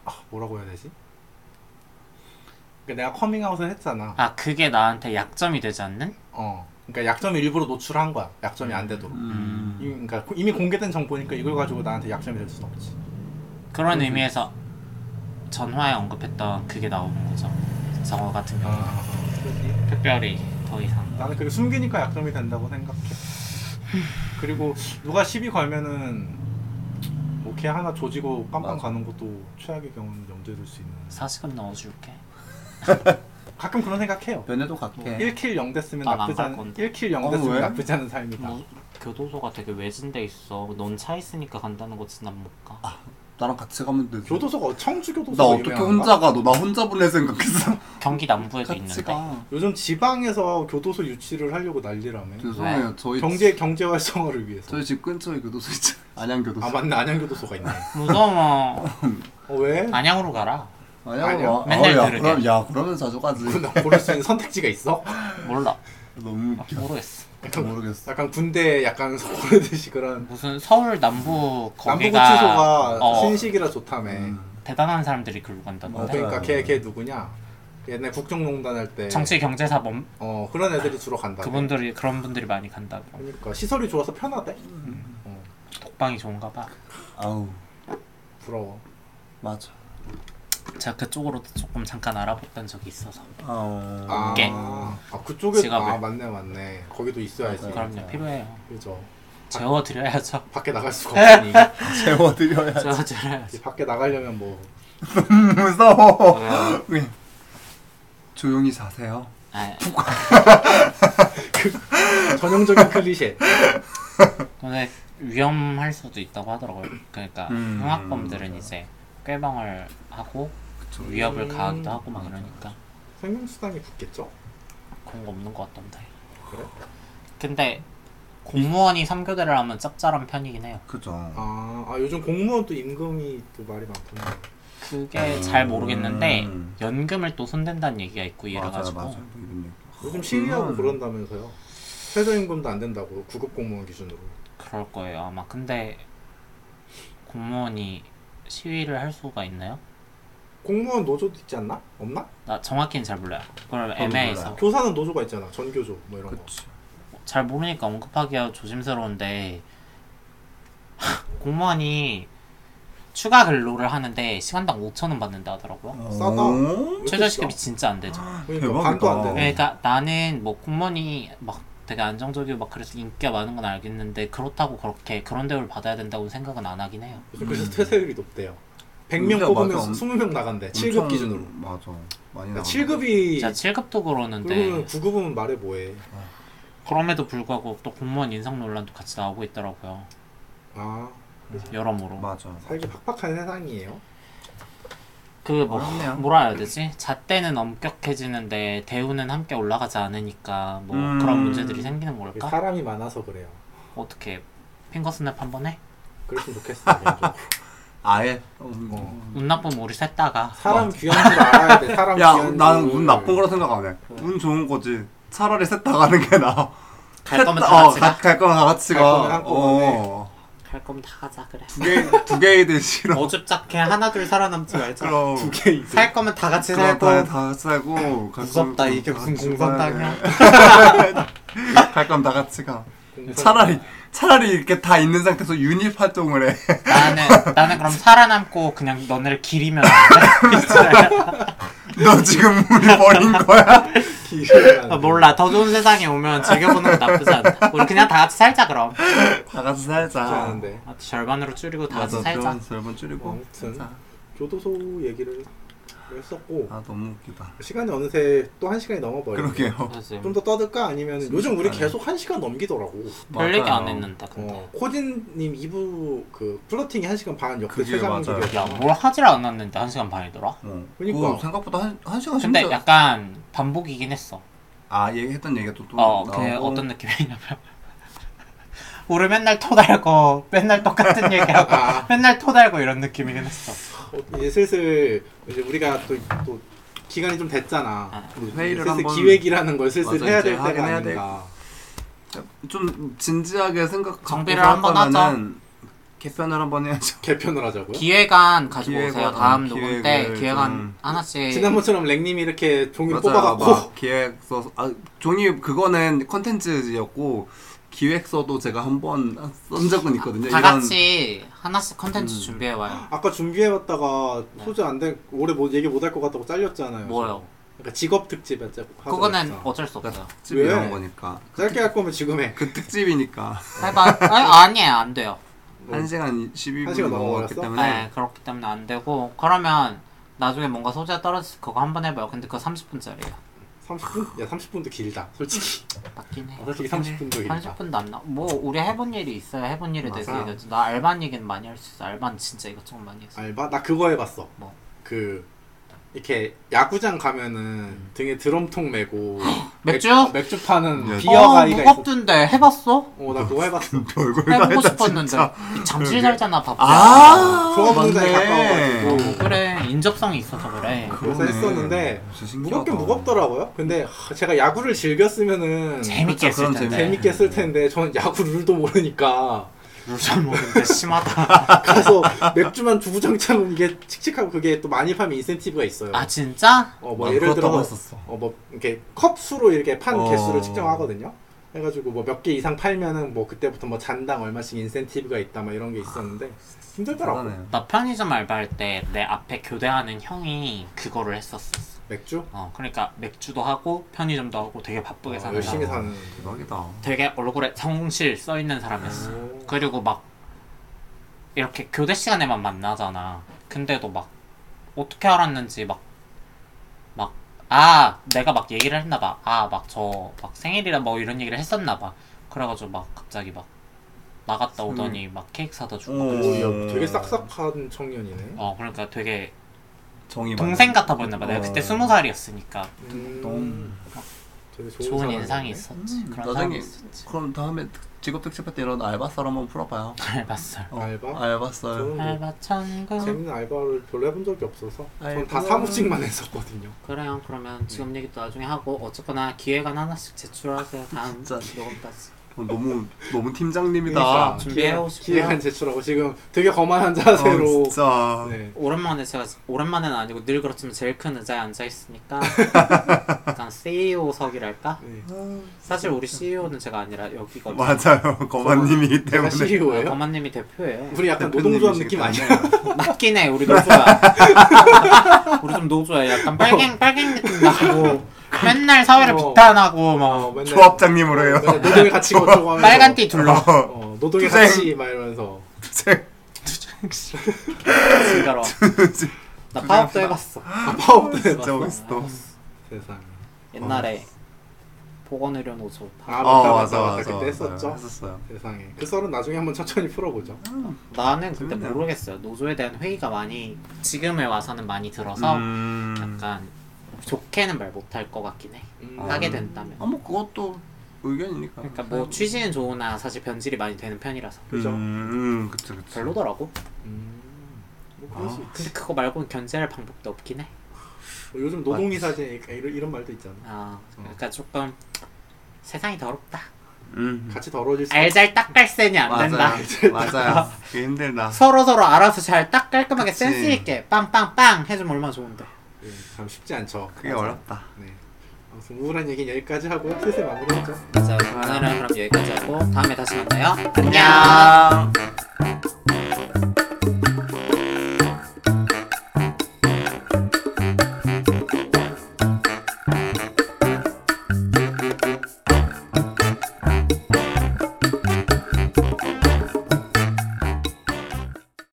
Speaker 2: 아, 뭐라고 해야 되지? 그러니까 내가 커밍아웃을 했잖아.
Speaker 1: 아 그게 나한테 약점이 되지 않는?
Speaker 2: 어. 그러니까 약점을 일부러 노출한 거야. 약점이 안 되도록. 이-
Speaker 3: 음.
Speaker 2: 그러니까 고- 이미 공개된 정보니까 이걸 가지고 나한테 약점이 될 수는 없지. 음.
Speaker 1: 그런 의미에서 전화에 언급했던 그게 나오는 거죠. 저거 같은
Speaker 2: 아,
Speaker 1: 경우
Speaker 2: 아, 아. 그지.
Speaker 1: 특별히 더 이상
Speaker 2: 나는 그게 숨기니까 약점이 된다고 생각해. 그리고 누가 시비 걸면은 뭐걔 하나 조지고 깜빵
Speaker 3: 맞아.
Speaker 2: 가는 것도 최악의 경우는 염두에 둘 수 있는.
Speaker 1: 사식은 넣어줄게.
Speaker 2: 가끔 그런 생각해요.
Speaker 3: 면회도 갈게.
Speaker 2: 1킬 0 됐으면
Speaker 1: 난
Speaker 2: 나쁘지
Speaker 1: 안갈
Speaker 2: 않은
Speaker 1: 건데.
Speaker 2: 1킬 0
Speaker 3: 어,
Speaker 2: 됐으면
Speaker 3: 아, 왜?
Speaker 2: 나쁘지 않은 삶이다.
Speaker 1: 뭐 교도소가 되게 외진데 있어. 넌 차 있으니까 간다는 거지 난 못 가.
Speaker 2: 아.
Speaker 3: 나랑 같이 가면 되지.
Speaker 2: 교도소가 청주 교도소
Speaker 3: 나 어떻게 혼자 가? 너 나 혼자 보낼 생각했어.
Speaker 1: 경기 남부에도
Speaker 3: 같이
Speaker 1: 있는데.
Speaker 2: 뭐.
Speaker 3: 가.
Speaker 2: 요즘 지방에서 교도소 유치를 하려고 난리라며.
Speaker 3: 죄송해요. 저희
Speaker 2: 경제 경제 활성화를 위해서.
Speaker 3: 저희 집 근처에 교도소 있잖아. 안양 교도소.
Speaker 2: 아 맞네 안양 교도소가 있네.
Speaker 1: 무서워.
Speaker 2: 어, 왜?
Speaker 1: 안양으로 가라.
Speaker 3: 아니야,
Speaker 2: 아니야.
Speaker 3: 뭐,
Speaker 1: 맨날
Speaker 3: 야,
Speaker 1: 들으게.
Speaker 3: 그럼 야 그러면 자주 가지.
Speaker 2: 그나 고를 수 있는 선택지가 있어?
Speaker 1: 몰라.
Speaker 3: 너무
Speaker 1: 아, 모르겠어.
Speaker 3: 웃겨. 모르겠어.
Speaker 2: 약간 군대 약간 고르듯이 그런
Speaker 1: 무슨 서울 남부 거기가
Speaker 2: 남부구치소가
Speaker 1: 어,
Speaker 2: 신식이라 좋다며.
Speaker 1: 대단한 사람들이 글로 간다던데.
Speaker 3: 음. 맞아.
Speaker 2: 그러니까 걔 걔 누구냐? 옛날 국정농단 할 때.
Speaker 1: 정치 경제 사범
Speaker 2: 어 그런 애들이 주로 간다.
Speaker 1: 그분들이 그런 분들이 많이 간다고.
Speaker 2: 그러니까 시설이 좋아서 편하대.
Speaker 1: 독방이 좋은가 봐.
Speaker 3: 아우
Speaker 2: 부러워.
Speaker 3: 맞아.
Speaker 1: 제가 그쪽으로도 조금 잠깐 알아봤던 적이 있어서
Speaker 3: 아우.
Speaker 2: 아,
Speaker 1: 깨.
Speaker 2: 아 그쪽에
Speaker 1: 지갑을.
Speaker 2: 아 맞네 맞네. 거기도 있어야지.
Speaker 3: 네.
Speaker 1: 그럼요 필요해요
Speaker 2: 그죠.
Speaker 1: 재워드려야죠
Speaker 2: 밖에 나갈 수가 없으니.
Speaker 3: 재워드려야.
Speaker 1: 재워드려야죠
Speaker 2: 이제 밖에 나가려면 뭐
Speaker 3: 무서워. 왜? 조용히 자세요.
Speaker 1: 아,
Speaker 2: 전형적인 클리셰.
Speaker 1: 근데 위험할 수도 있다고 하더라고요 그러니까
Speaker 3: 음,
Speaker 1: 흉악범들은 이제 꾀방을 하고
Speaker 3: 그쵸.
Speaker 1: 위협을 가하기도 하고 막 이러니까
Speaker 2: 생명수당이 붙겠죠?
Speaker 1: 그런 거 없는 것 같던데
Speaker 2: 그래?
Speaker 1: 근데 공무원이 3교대를 하면 짭짤한 편이긴 해요
Speaker 3: 그죠.
Speaker 2: 아, 아 요즘 공무원 또 임금이 또 말이 많던데.
Speaker 1: 그게 잘 모르겠는데
Speaker 3: 음.
Speaker 1: 연금을 또 손댄다는 얘기가 있고 이래가지고
Speaker 3: 맞아, 맞아. 뭐 이런 음. 얘기.
Speaker 2: 요즘 시위하고
Speaker 3: 그건-
Speaker 2: 그런다면서요. 최저임금도 안 된다고 구급 공무원 기준으로.
Speaker 1: 그럴 거예요 아마 근데 공무원이 시위를 할 수가 있나요?
Speaker 2: 공무원 노조도 있지 않나? 없나?
Speaker 1: 나 정확히는 잘 몰라요. 그걸
Speaker 3: 저도
Speaker 1: 애매해서
Speaker 3: 몰라요.
Speaker 2: 교사는 노조가 있잖아. 전교조 뭐 이런 거.
Speaker 1: 잘 모르니까 언급하기가 조심스러운데 공무원이 추가 근로를 하는데 시간당 5천 원 받는다
Speaker 3: 아,
Speaker 1: 하더라고요.
Speaker 2: 싸다.
Speaker 3: 어?
Speaker 2: 왜 이렇게
Speaker 1: 최저시급이
Speaker 2: 싸?
Speaker 1: 진짜 안 되죠.
Speaker 2: 그러니까
Speaker 3: 대박이다.
Speaker 2: 반도 안 되네.
Speaker 1: 네, 그러니까 나는 뭐 공무원이 막 되게 안정적이고 막 그래서 인기가 많은 건 알겠는데 그렇다고 그렇게 그런 대우를 받아야 된다고 생각은 안 하긴 해요.
Speaker 2: 요즘 그래서 퇴사율이 높대요. 100명
Speaker 3: 맞아,
Speaker 2: 뽑으면
Speaker 3: 맞아.
Speaker 2: 20명 나간대. 7급
Speaker 3: 엄청-
Speaker 2: 네,
Speaker 3: 음.
Speaker 2: 기준으로.
Speaker 3: 맞아 많이 나
Speaker 2: 그러니까 7급이
Speaker 1: 진짜 네. 7급도
Speaker 2: 그러면
Speaker 1: 그러는데
Speaker 2: 9급은 말해 뭐해.
Speaker 1: 그럼에도 불구하고 또 공무원 인성 논란도 같이 나오고 있더라고요.
Speaker 2: 아
Speaker 1: 여러모로.
Speaker 3: 맞아
Speaker 2: 살기 팍팍한 세상이에요.
Speaker 1: 그 뭐,
Speaker 3: 어렵네요.
Speaker 1: 뭐라 해야 되지? 잣대는 엄격해지는데 대우는 함께 올라가지 않으니까 뭐
Speaker 3: 음.
Speaker 1: 그런 문제들이 생기는 걸까?
Speaker 2: 사람이 많아서 그래요.
Speaker 1: 어떻게 핑거스냅 한 번 해?
Speaker 2: 그랬으면 좋겠어. 개인적으로.
Speaker 3: 아예
Speaker 2: 어.
Speaker 1: 운 나쁘면 우리 셋 다가
Speaker 2: 사람 귀한 줄 알아야 돼. 사람
Speaker 3: 야
Speaker 2: 귀한
Speaker 3: 나는
Speaker 2: 줄.
Speaker 3: 운 나쁜 거라 생각 안해운 좋은 거지 차라리 셋 다 가는 게 나아
Speaker 1: 갈 거면
Speaker 3: 셋
Speaker 1: 다
Speaker 3: 다- 어,
Speaker 1: 같이
Speaker 3: 가,
Speaker 1: 가.
Speaker 3: 갈 거면 다 같이
Speaker 2: 갈 거면
Speaker 3: 가
Speaker 2: 한꺼번에.
Speaker 3: 어.
Speaker 1: 갈 거면 다 가자 그래.
Speaker 3: 두개두 개이들 싫어
Speaker 1: 어줍잖게 하나 둘 살아남지 말자.
Speaker 3: 그럼
Speaker 2: 두개 있어.
Speaker 1: 살 거면 다 같이
Speaker 3: 그럼
Speaker 1: 살
Speaker 3: 다,
Speaker 1: 거야.
Speaker 3: 다 같이 살고 갈
Speaker 1: 무섭다
Speaker 3: 거면
Speaker 1: 이게
Speaker 3: 다
Speaker 1: 무슨
Speaker 3: 같이
Speaker 1: 공산
Speaker 3: 가야
Speaker 1: 땅이야?
Speaker 3: 돼. 갈 거면 다 같이 가 차라리 차라리 이렇게 다 있는 상태에서 유닛 활동을 해
Speaker 1: 나는 나는 그럼 살아남고 그냥 너네를 기리면 안 돼?
Speaker 3: 너 지금 우리 버린 거야?
Speaker 1: 아, 몰라 더 좋은 세상에 오면 즐겨보는 거 나쁘지 않다. 우리 그냥 다 같이 살자 그럼.
Speaker 3: 다 같이 살자.
Speaker 2: 않은데.
Speaker 1: 아, 절반으로 줄이고 다 같이
Speaker 3: 맞아,
Speaker 1: 살자.
Speaker 3: 그런 절반 줄이고.
Speaker 2: 아무튼.
Speaker 3: 살자.
Speaker 2: 교도소 얘기를 했었고
Speaker 3: 아 너무 웃기다.
Speaker 2: 시간이 어느새 또 한뭐 시간이 넘어버려.
Speaker 3: 그러게요.
Speaker 1: 그래서
Speaker 2: 좀더 떠들까 아니면 요즘 우리
Speaker 3: 아니.
Speaker 2: 계속 한 시간 넘기더라고.
Speaker 1: 별 얘기 안
Speaker 3: 맞아요.
Speaker 1: 했는데 근데.
Speaker 2: 어, 코진님 2부 그 플러팅이 1시간 반 역대
Speaker 3: 그게
Speaker 2: 최장
Speaker 3: 맞아요.
Speaker 2: 기록이야.
Speaker 1: 야, 뭐. 뭘 하질 않았는데 한 시간 반이더라.
Speaker 3: 어.
Speaker 2: 그러니까.
Speaker 3: 그거 생각보다 한한 시간
Speaker 1: 근데
Speaker 3: 심지어-
Speaker 1: 약간 반복이긴 했어.
Speaker 3: 아 얘기했던 얘기가 또 또.
Speaker 1: 어, 그 어떤 느낌이냐면 우리 맨날 토달고 맨날 똑같은 얘기하고
Speaker 2: 아.
Speaker 1: 맨날 토달고 이런 느낌이긴 했어.
Speaker 2: 어, 이제 슬슬 이제 우리가 또, 또 기간이 좀 됐잖아.
Speaker 1: 아,
Speaker 2: 이제
Speaker 3: 회의를
Speaker 2: 슬슬
Speaker 3: 한번-
Speaker 2: 기획이라는 걸 슬슬
Speaker 3: 맞아,
Speaker 2: 해야
Speaker 3: 이제
Speaker 2: 될 때가
Speaker 3: 하긴 해야
Speaker 2: 아닌가.
Speaker 3: 좀 진지하게 생각.
Speaker 1: 정비를 한번
Speaker 3: 개편을 한번 해야죠.
Speaker 2: 개편을 하자고요.
Speaker 1: 기획안 가지고 오세요.
Speaker 3: 기획안,
Speaker 1: 다음
Speaker 3: 어,
Speaker 1: 녹음
Speaker 3: 기획을
Speaker 1: 때
Speaker 3: 좀-
Speaker 1: 기획안 하나씩
Speaker 2: 지난번처럼 랭님이 이렇게 종이
Speaker 3: 맞아요.
Speaker 2: 뽑아갖고
Speaker 3: 막 기획서 아 종이 그거는 컨텐츠였고 기획서도 제가 한번 쓴 적은 있거든요.
Speaker 1: 다
Speaker 3: 이런-
Speaker 1: 같이 하나씩 컨텐츠
Speaker 3: 음.
Speaker 1: 준비해 와요.
Speaker 2: 아까 준비해봤다가 소재 안돼 올해 뭐 얘기 못 할 것 같다고
Speaker 3: 음.
Speaker 2: 잘렸잖아요.
Speaker 1: 뭐요?
Speaker 2: 그러니까 직업 특집 했죠.
Speaker 1: 그거는 어쩔 수 없어요.
Speaker 3: 그러니까 특집
Speaker 2: 왜?
Speaker 3: 이런 거니까.
Speaker 2: 짧게 할 거면 지금 해.
Speaker 3: 그 특집이니까
Speaker 2: 어.
Speaker 1: 해봐. 아, 아니에요, 안 돼요.
Speaker 2: 뭐,
Speaker 3: 한 시간 12분
Speaker 2: 시간
Speaker 3: 넘어갔기
Speaker 2: 넘어갔어?
Speaker 3: 때문에
Speaker 1: 네, 그렇기 때문에 안 되고 그러면 나중에 뭔가 소재가 떨어졌을 그거 한번 해봐요. 근데 그거 30분짜리예요.
Speaker 2: 30분? 야 30분도 길다. 솔직히.
Speaker 1: 맞긴 해.
Speaker 2: 아, 솔직히 30분도 길다.
Speaker 1: 30분도 안 나. 뭐 우리 해본 일이 있어야 해본 일에 대해서
Speaker 2: 맞아.
Speaker 1: 얘기하지. 나 알바한 얘기는 많이 할 수 있어. 알바는 진짜 이것저것 많이 했어.
Speaker 2: 알바? 나 그거 해봤어.
Speaker 1: 뭐?
Speaker 2: 그 이렇게 야구장 가면은 등에 드럼통 메고
Speaker 1: 음. 맥주?
Speaker 2: 맥- 맥주 파는
Speaker 3: 예.
Speaker 2: 비어 가이가 있어.
Speaker 1: 무겁던데 해봤어?
Speaker 2: 어, 나 그거 해봤어.
Speaker 3: 얼굴 다
Speaker 1: 해보고
Speaker 3: 했다
Speaker 1: 싶었는데
Speaker 3: 진짜
Speaker 1: 이 잠실 살잖아 바빠.
Speaker 3: 아
Speaker 2: 종합운동장에
Speaker 3: 맞네.
Speaker 1: 어,
Speaker 2: 가까워가지고
Speaker 1: 그래 인접성이 있어서 그래.
Speaker 2: 그래서
Speaker 3: 그러네.
Speaker 2: 했었는데
Speaker 3: 진짜 신기하다.
Speaker 2: 무겁긴 무겁더라고요. 근데 하, 제가 야구를 즐겼으면은
Speaker 1: 음. 재밌게
Speaker 3: 그렇죠,
Speaker 1: 했을
Speaker 3: 그럼
Speaker 1: 텐데.
Speaker 2: 재밌게 했을 텐데 저는 야구 룰도 모르니까
Speaker 1: 물잘 먹는데 심하다.
Speaker 2: 가서 맥주만 주구장창 이게 칙칙하고 그게 또 많이 파면 인센티브가 있어요.
Speaker 1: 아 진짜?
Speaker 2: 어,
Speaker 3: 아,
Speaker 2: 뭐 예를
Speaker 3: 그렇다고
Speaker 2: 들어
Speaker 3: 했었어.
Speaker 2: 어 뭐 이렇게 컵 수로 이렇게 판
Speaker 3: 어.
Speaker 2: 개수를 측정하거든요. 해가지고 뭐 몇 개 이상 팔면은 뭐 그때부터 뭐 잔당 얼마씩 인센티브가 있다 막 이런 게 있었는데 힘들더라고.
Speaker 3: 대단해요.
Speaker 1: 나 편의점 알바할 때 내 앞에 교대하는 형이 그거를 했었어.
Speaker 2: 맥주
Speaker 1: 어 그러니까 맥주도 하고 편의점도 하고 되게 바쁘게
Speaker 2: 아,
Speaker 1: 사는
Speaker 2: 열심히
Speaker 1: 사람.
Speaker 2: 사는.
Speaker 3: 대박이다.
Speaker 1: 되게 얼굴에 성실 써 있는 사람이었어.
Speaker 2: 오.
Speaker 1: 그리고 막 이렇게 교대 시간에만 만나잖아. 근데도 막 어떻게 알았는지 막 막 아 내가 막 얘기를 했나 봐. 아 막 저 막 생일이라 뭐 이런 얘기를 했었나 봐. 그래가지고 막 갑자기 막 나갔다 오더니
Speaker 2: 음.
Speaker 1: 막 케이크 사다 주고.
Speaker 2: 오,
Speaker 3: 음.
Speaker 2: 야, 되게 싹싹한 청년이네.
Speaker 1: 어 그러니까 되게
Speaker 3: 정이
Speaker 1: 동생
Speaker 3: 많아요.
Speaker 1: 같아 보였나 봐.
Speaker 2: 어.
Speaker 1: 내가 그때 스무 살이었으니까
Speaker 2: 음,
Speaker 3: 음.
Speaker 2: 되게
Speaker 1: 좋은
Speaker 2: 사람이네.
Speaker 1: 인상이 있었지.
Speaker 3: 음,
Speaker 1: 그런 사람이
Speaker 3: 나중에
Speaker 1: 있었지.
Speaker 3: 그럼 다음에 직업 특집할 때 이런 알바썰 한번 풀어봐요.
Speaker 1: 알바썰.
Speaker 3: 어,
Speaker 2: 알바?
Speaker 3: 알바썰.
Speaker 2: 저는 뭐
Speaker 1: 알바
Speaker 3: 아.
Speaker 1: 천국.
Speaker 2: 재밌는 알바를 별로 해본 적이 없어서 전 다
Speaker 3: 알바.
Speaker 2: 사무직만 했었거든요.
Speaker 1: 그래요. 그러면 지금 얘기도 나중에 하고 어쨌거나 기획안 하나씩 제출하세요. 다음
Speaker 3: 진짜.
Speaker 1: 녹음까지.
Speaker 3: 어, 너무 너무 팀장님이다.
Speaker 2: 그러니까
Speaker 1: 준비해오고 싶어요.
Speaker 2: 기획안 제출하고 지금 되게 거만한 자세로
Speaker 3: 아, 어, 진짜.
Speaker 2: 네.
Speaker 1: 오랜만에 제가 오랜만에는 아니고 늘 그렇지만 제일 큰 의자에 앉아 있으니까 약간 E CEO석이랄까?
Speaker 2: 네.
Speaker 1: 사실 우리 CEO는 제가 아니라 여기거든요.
Speaker 3: 맞아요. 네, 거만님이기
Speaker 2: 제가
Speaker 3: 때문에.
Speaker 1: 어,
Speaker 2: CEO예요?
Speaker 1: 거만님이 대표예요.
Speaker 2: 우리 약간
Speaker 3: 대표님이시기
Speaker 2: 노동조합 느낌 아니야?
Speaker 3: 때문에.
Speaker 1: 맞긴 해. 우리 노조야. 우리 좀 노조야. 약간 빨갱 빨갱 느낌 나고 맨날 사회를
Speaker 2: 어.
Speaker 1: 비탄하고 막
Speaker 2: 어, 맨날
Speaker 3: 조합장님으로 해요.
Speaker 2: 맨날 노동의 가치 거쳐고 하면서
Speaker 1: 빨간 띠 둘러
Speaker 3: 어,
Speaker 2: 어, 노동의
Speaker 3: 투쟁.
Speaker 2: 가치 막 이러면서
Speaker 3: 투쟁.
Speaker 1: 진짜로. 나 파업도 해봤어.
Speaker 2: 파업
Speaker 3: 진짜 멋있어.
Speaker 2: 세상에
Speaker 1: 옛날에
Speaker 3: 아.
Speaker 1: 보건의료 노조
Speaker 2: 아
Speaker 1: 파업.
Speaker 2: 맞다
Speaker 3: 어,
Speaker 2: 맞다
Speaker 3: 맞아,
Speaker 2: 맞다
Speaker 3: 맞아.
Speaker 2: 그때 했었죠
Speaker 3: 했었어요.
Speaker 2: 세상에 그 썰은 나중에 한번 천천히 풀어보죠
Speaker 1: 나는 근데
Speaker 3: 재밌네요.
Speaker 1: 모르겠어요. 노조에 대한 회의가 많이 지금에 와서는 많이 들어서
Speaker 3: 음.
Speaker 1: 아, 약간 좋게는 말 못할 것 같긴 해.
Speaker 2: 음,
Speaker 1: 하게 된다면.
Speaker 3: 아, 뭐 그것도 의견이니까.
Speaker 1: 그러니까 뭐 취지는 좋으나 사실 변질이 많이 되는 편이라서
Speaker 3: 그죠. 음, 음, 그쵸, 그쵸.
Speaker 1: 별로더라고.
Speaker 2: 음, 뭐 그럴
Speaker 3: 아.
Speaker 2: 수 있지
Speaker 1: 근데 그거 말고는 견제할 방법도 없긴 해.
Speaker 2: 요즘 노동이사제 이런, 이런 말도 있잖아
Speaker 1: 아, 그러니까 조금 세상이 더럽다.
Speaker 3: 음.
Speaker 2: 같이 더러워질 수
Speaker 1: 알잘 닦갈세니 안 된다.
Speaker 3: 맞아요. 맞아요. 그게 힘들다.
Speaker 1: 서로 서로 알아서 잘 딱 깔끔하게
Speaker 3: 그치.
Speaker 1: 센스 있게 빵빵빵 해주면 얼마나 좋은데.
Speaker 2: 예, 참 쉽지 않죠
Speaker 3: 그게
Speaker 2: 맞아요.
Speaker 3: 어렵다.
Speaker 2: 네. 아무튼 우울한 얘기는 여기까지 하고 슬슬 마무리하죠
Speaker 1: 자, 오늘은 그럼 여기까지 하고 다음에 다시 만나요. 안녕.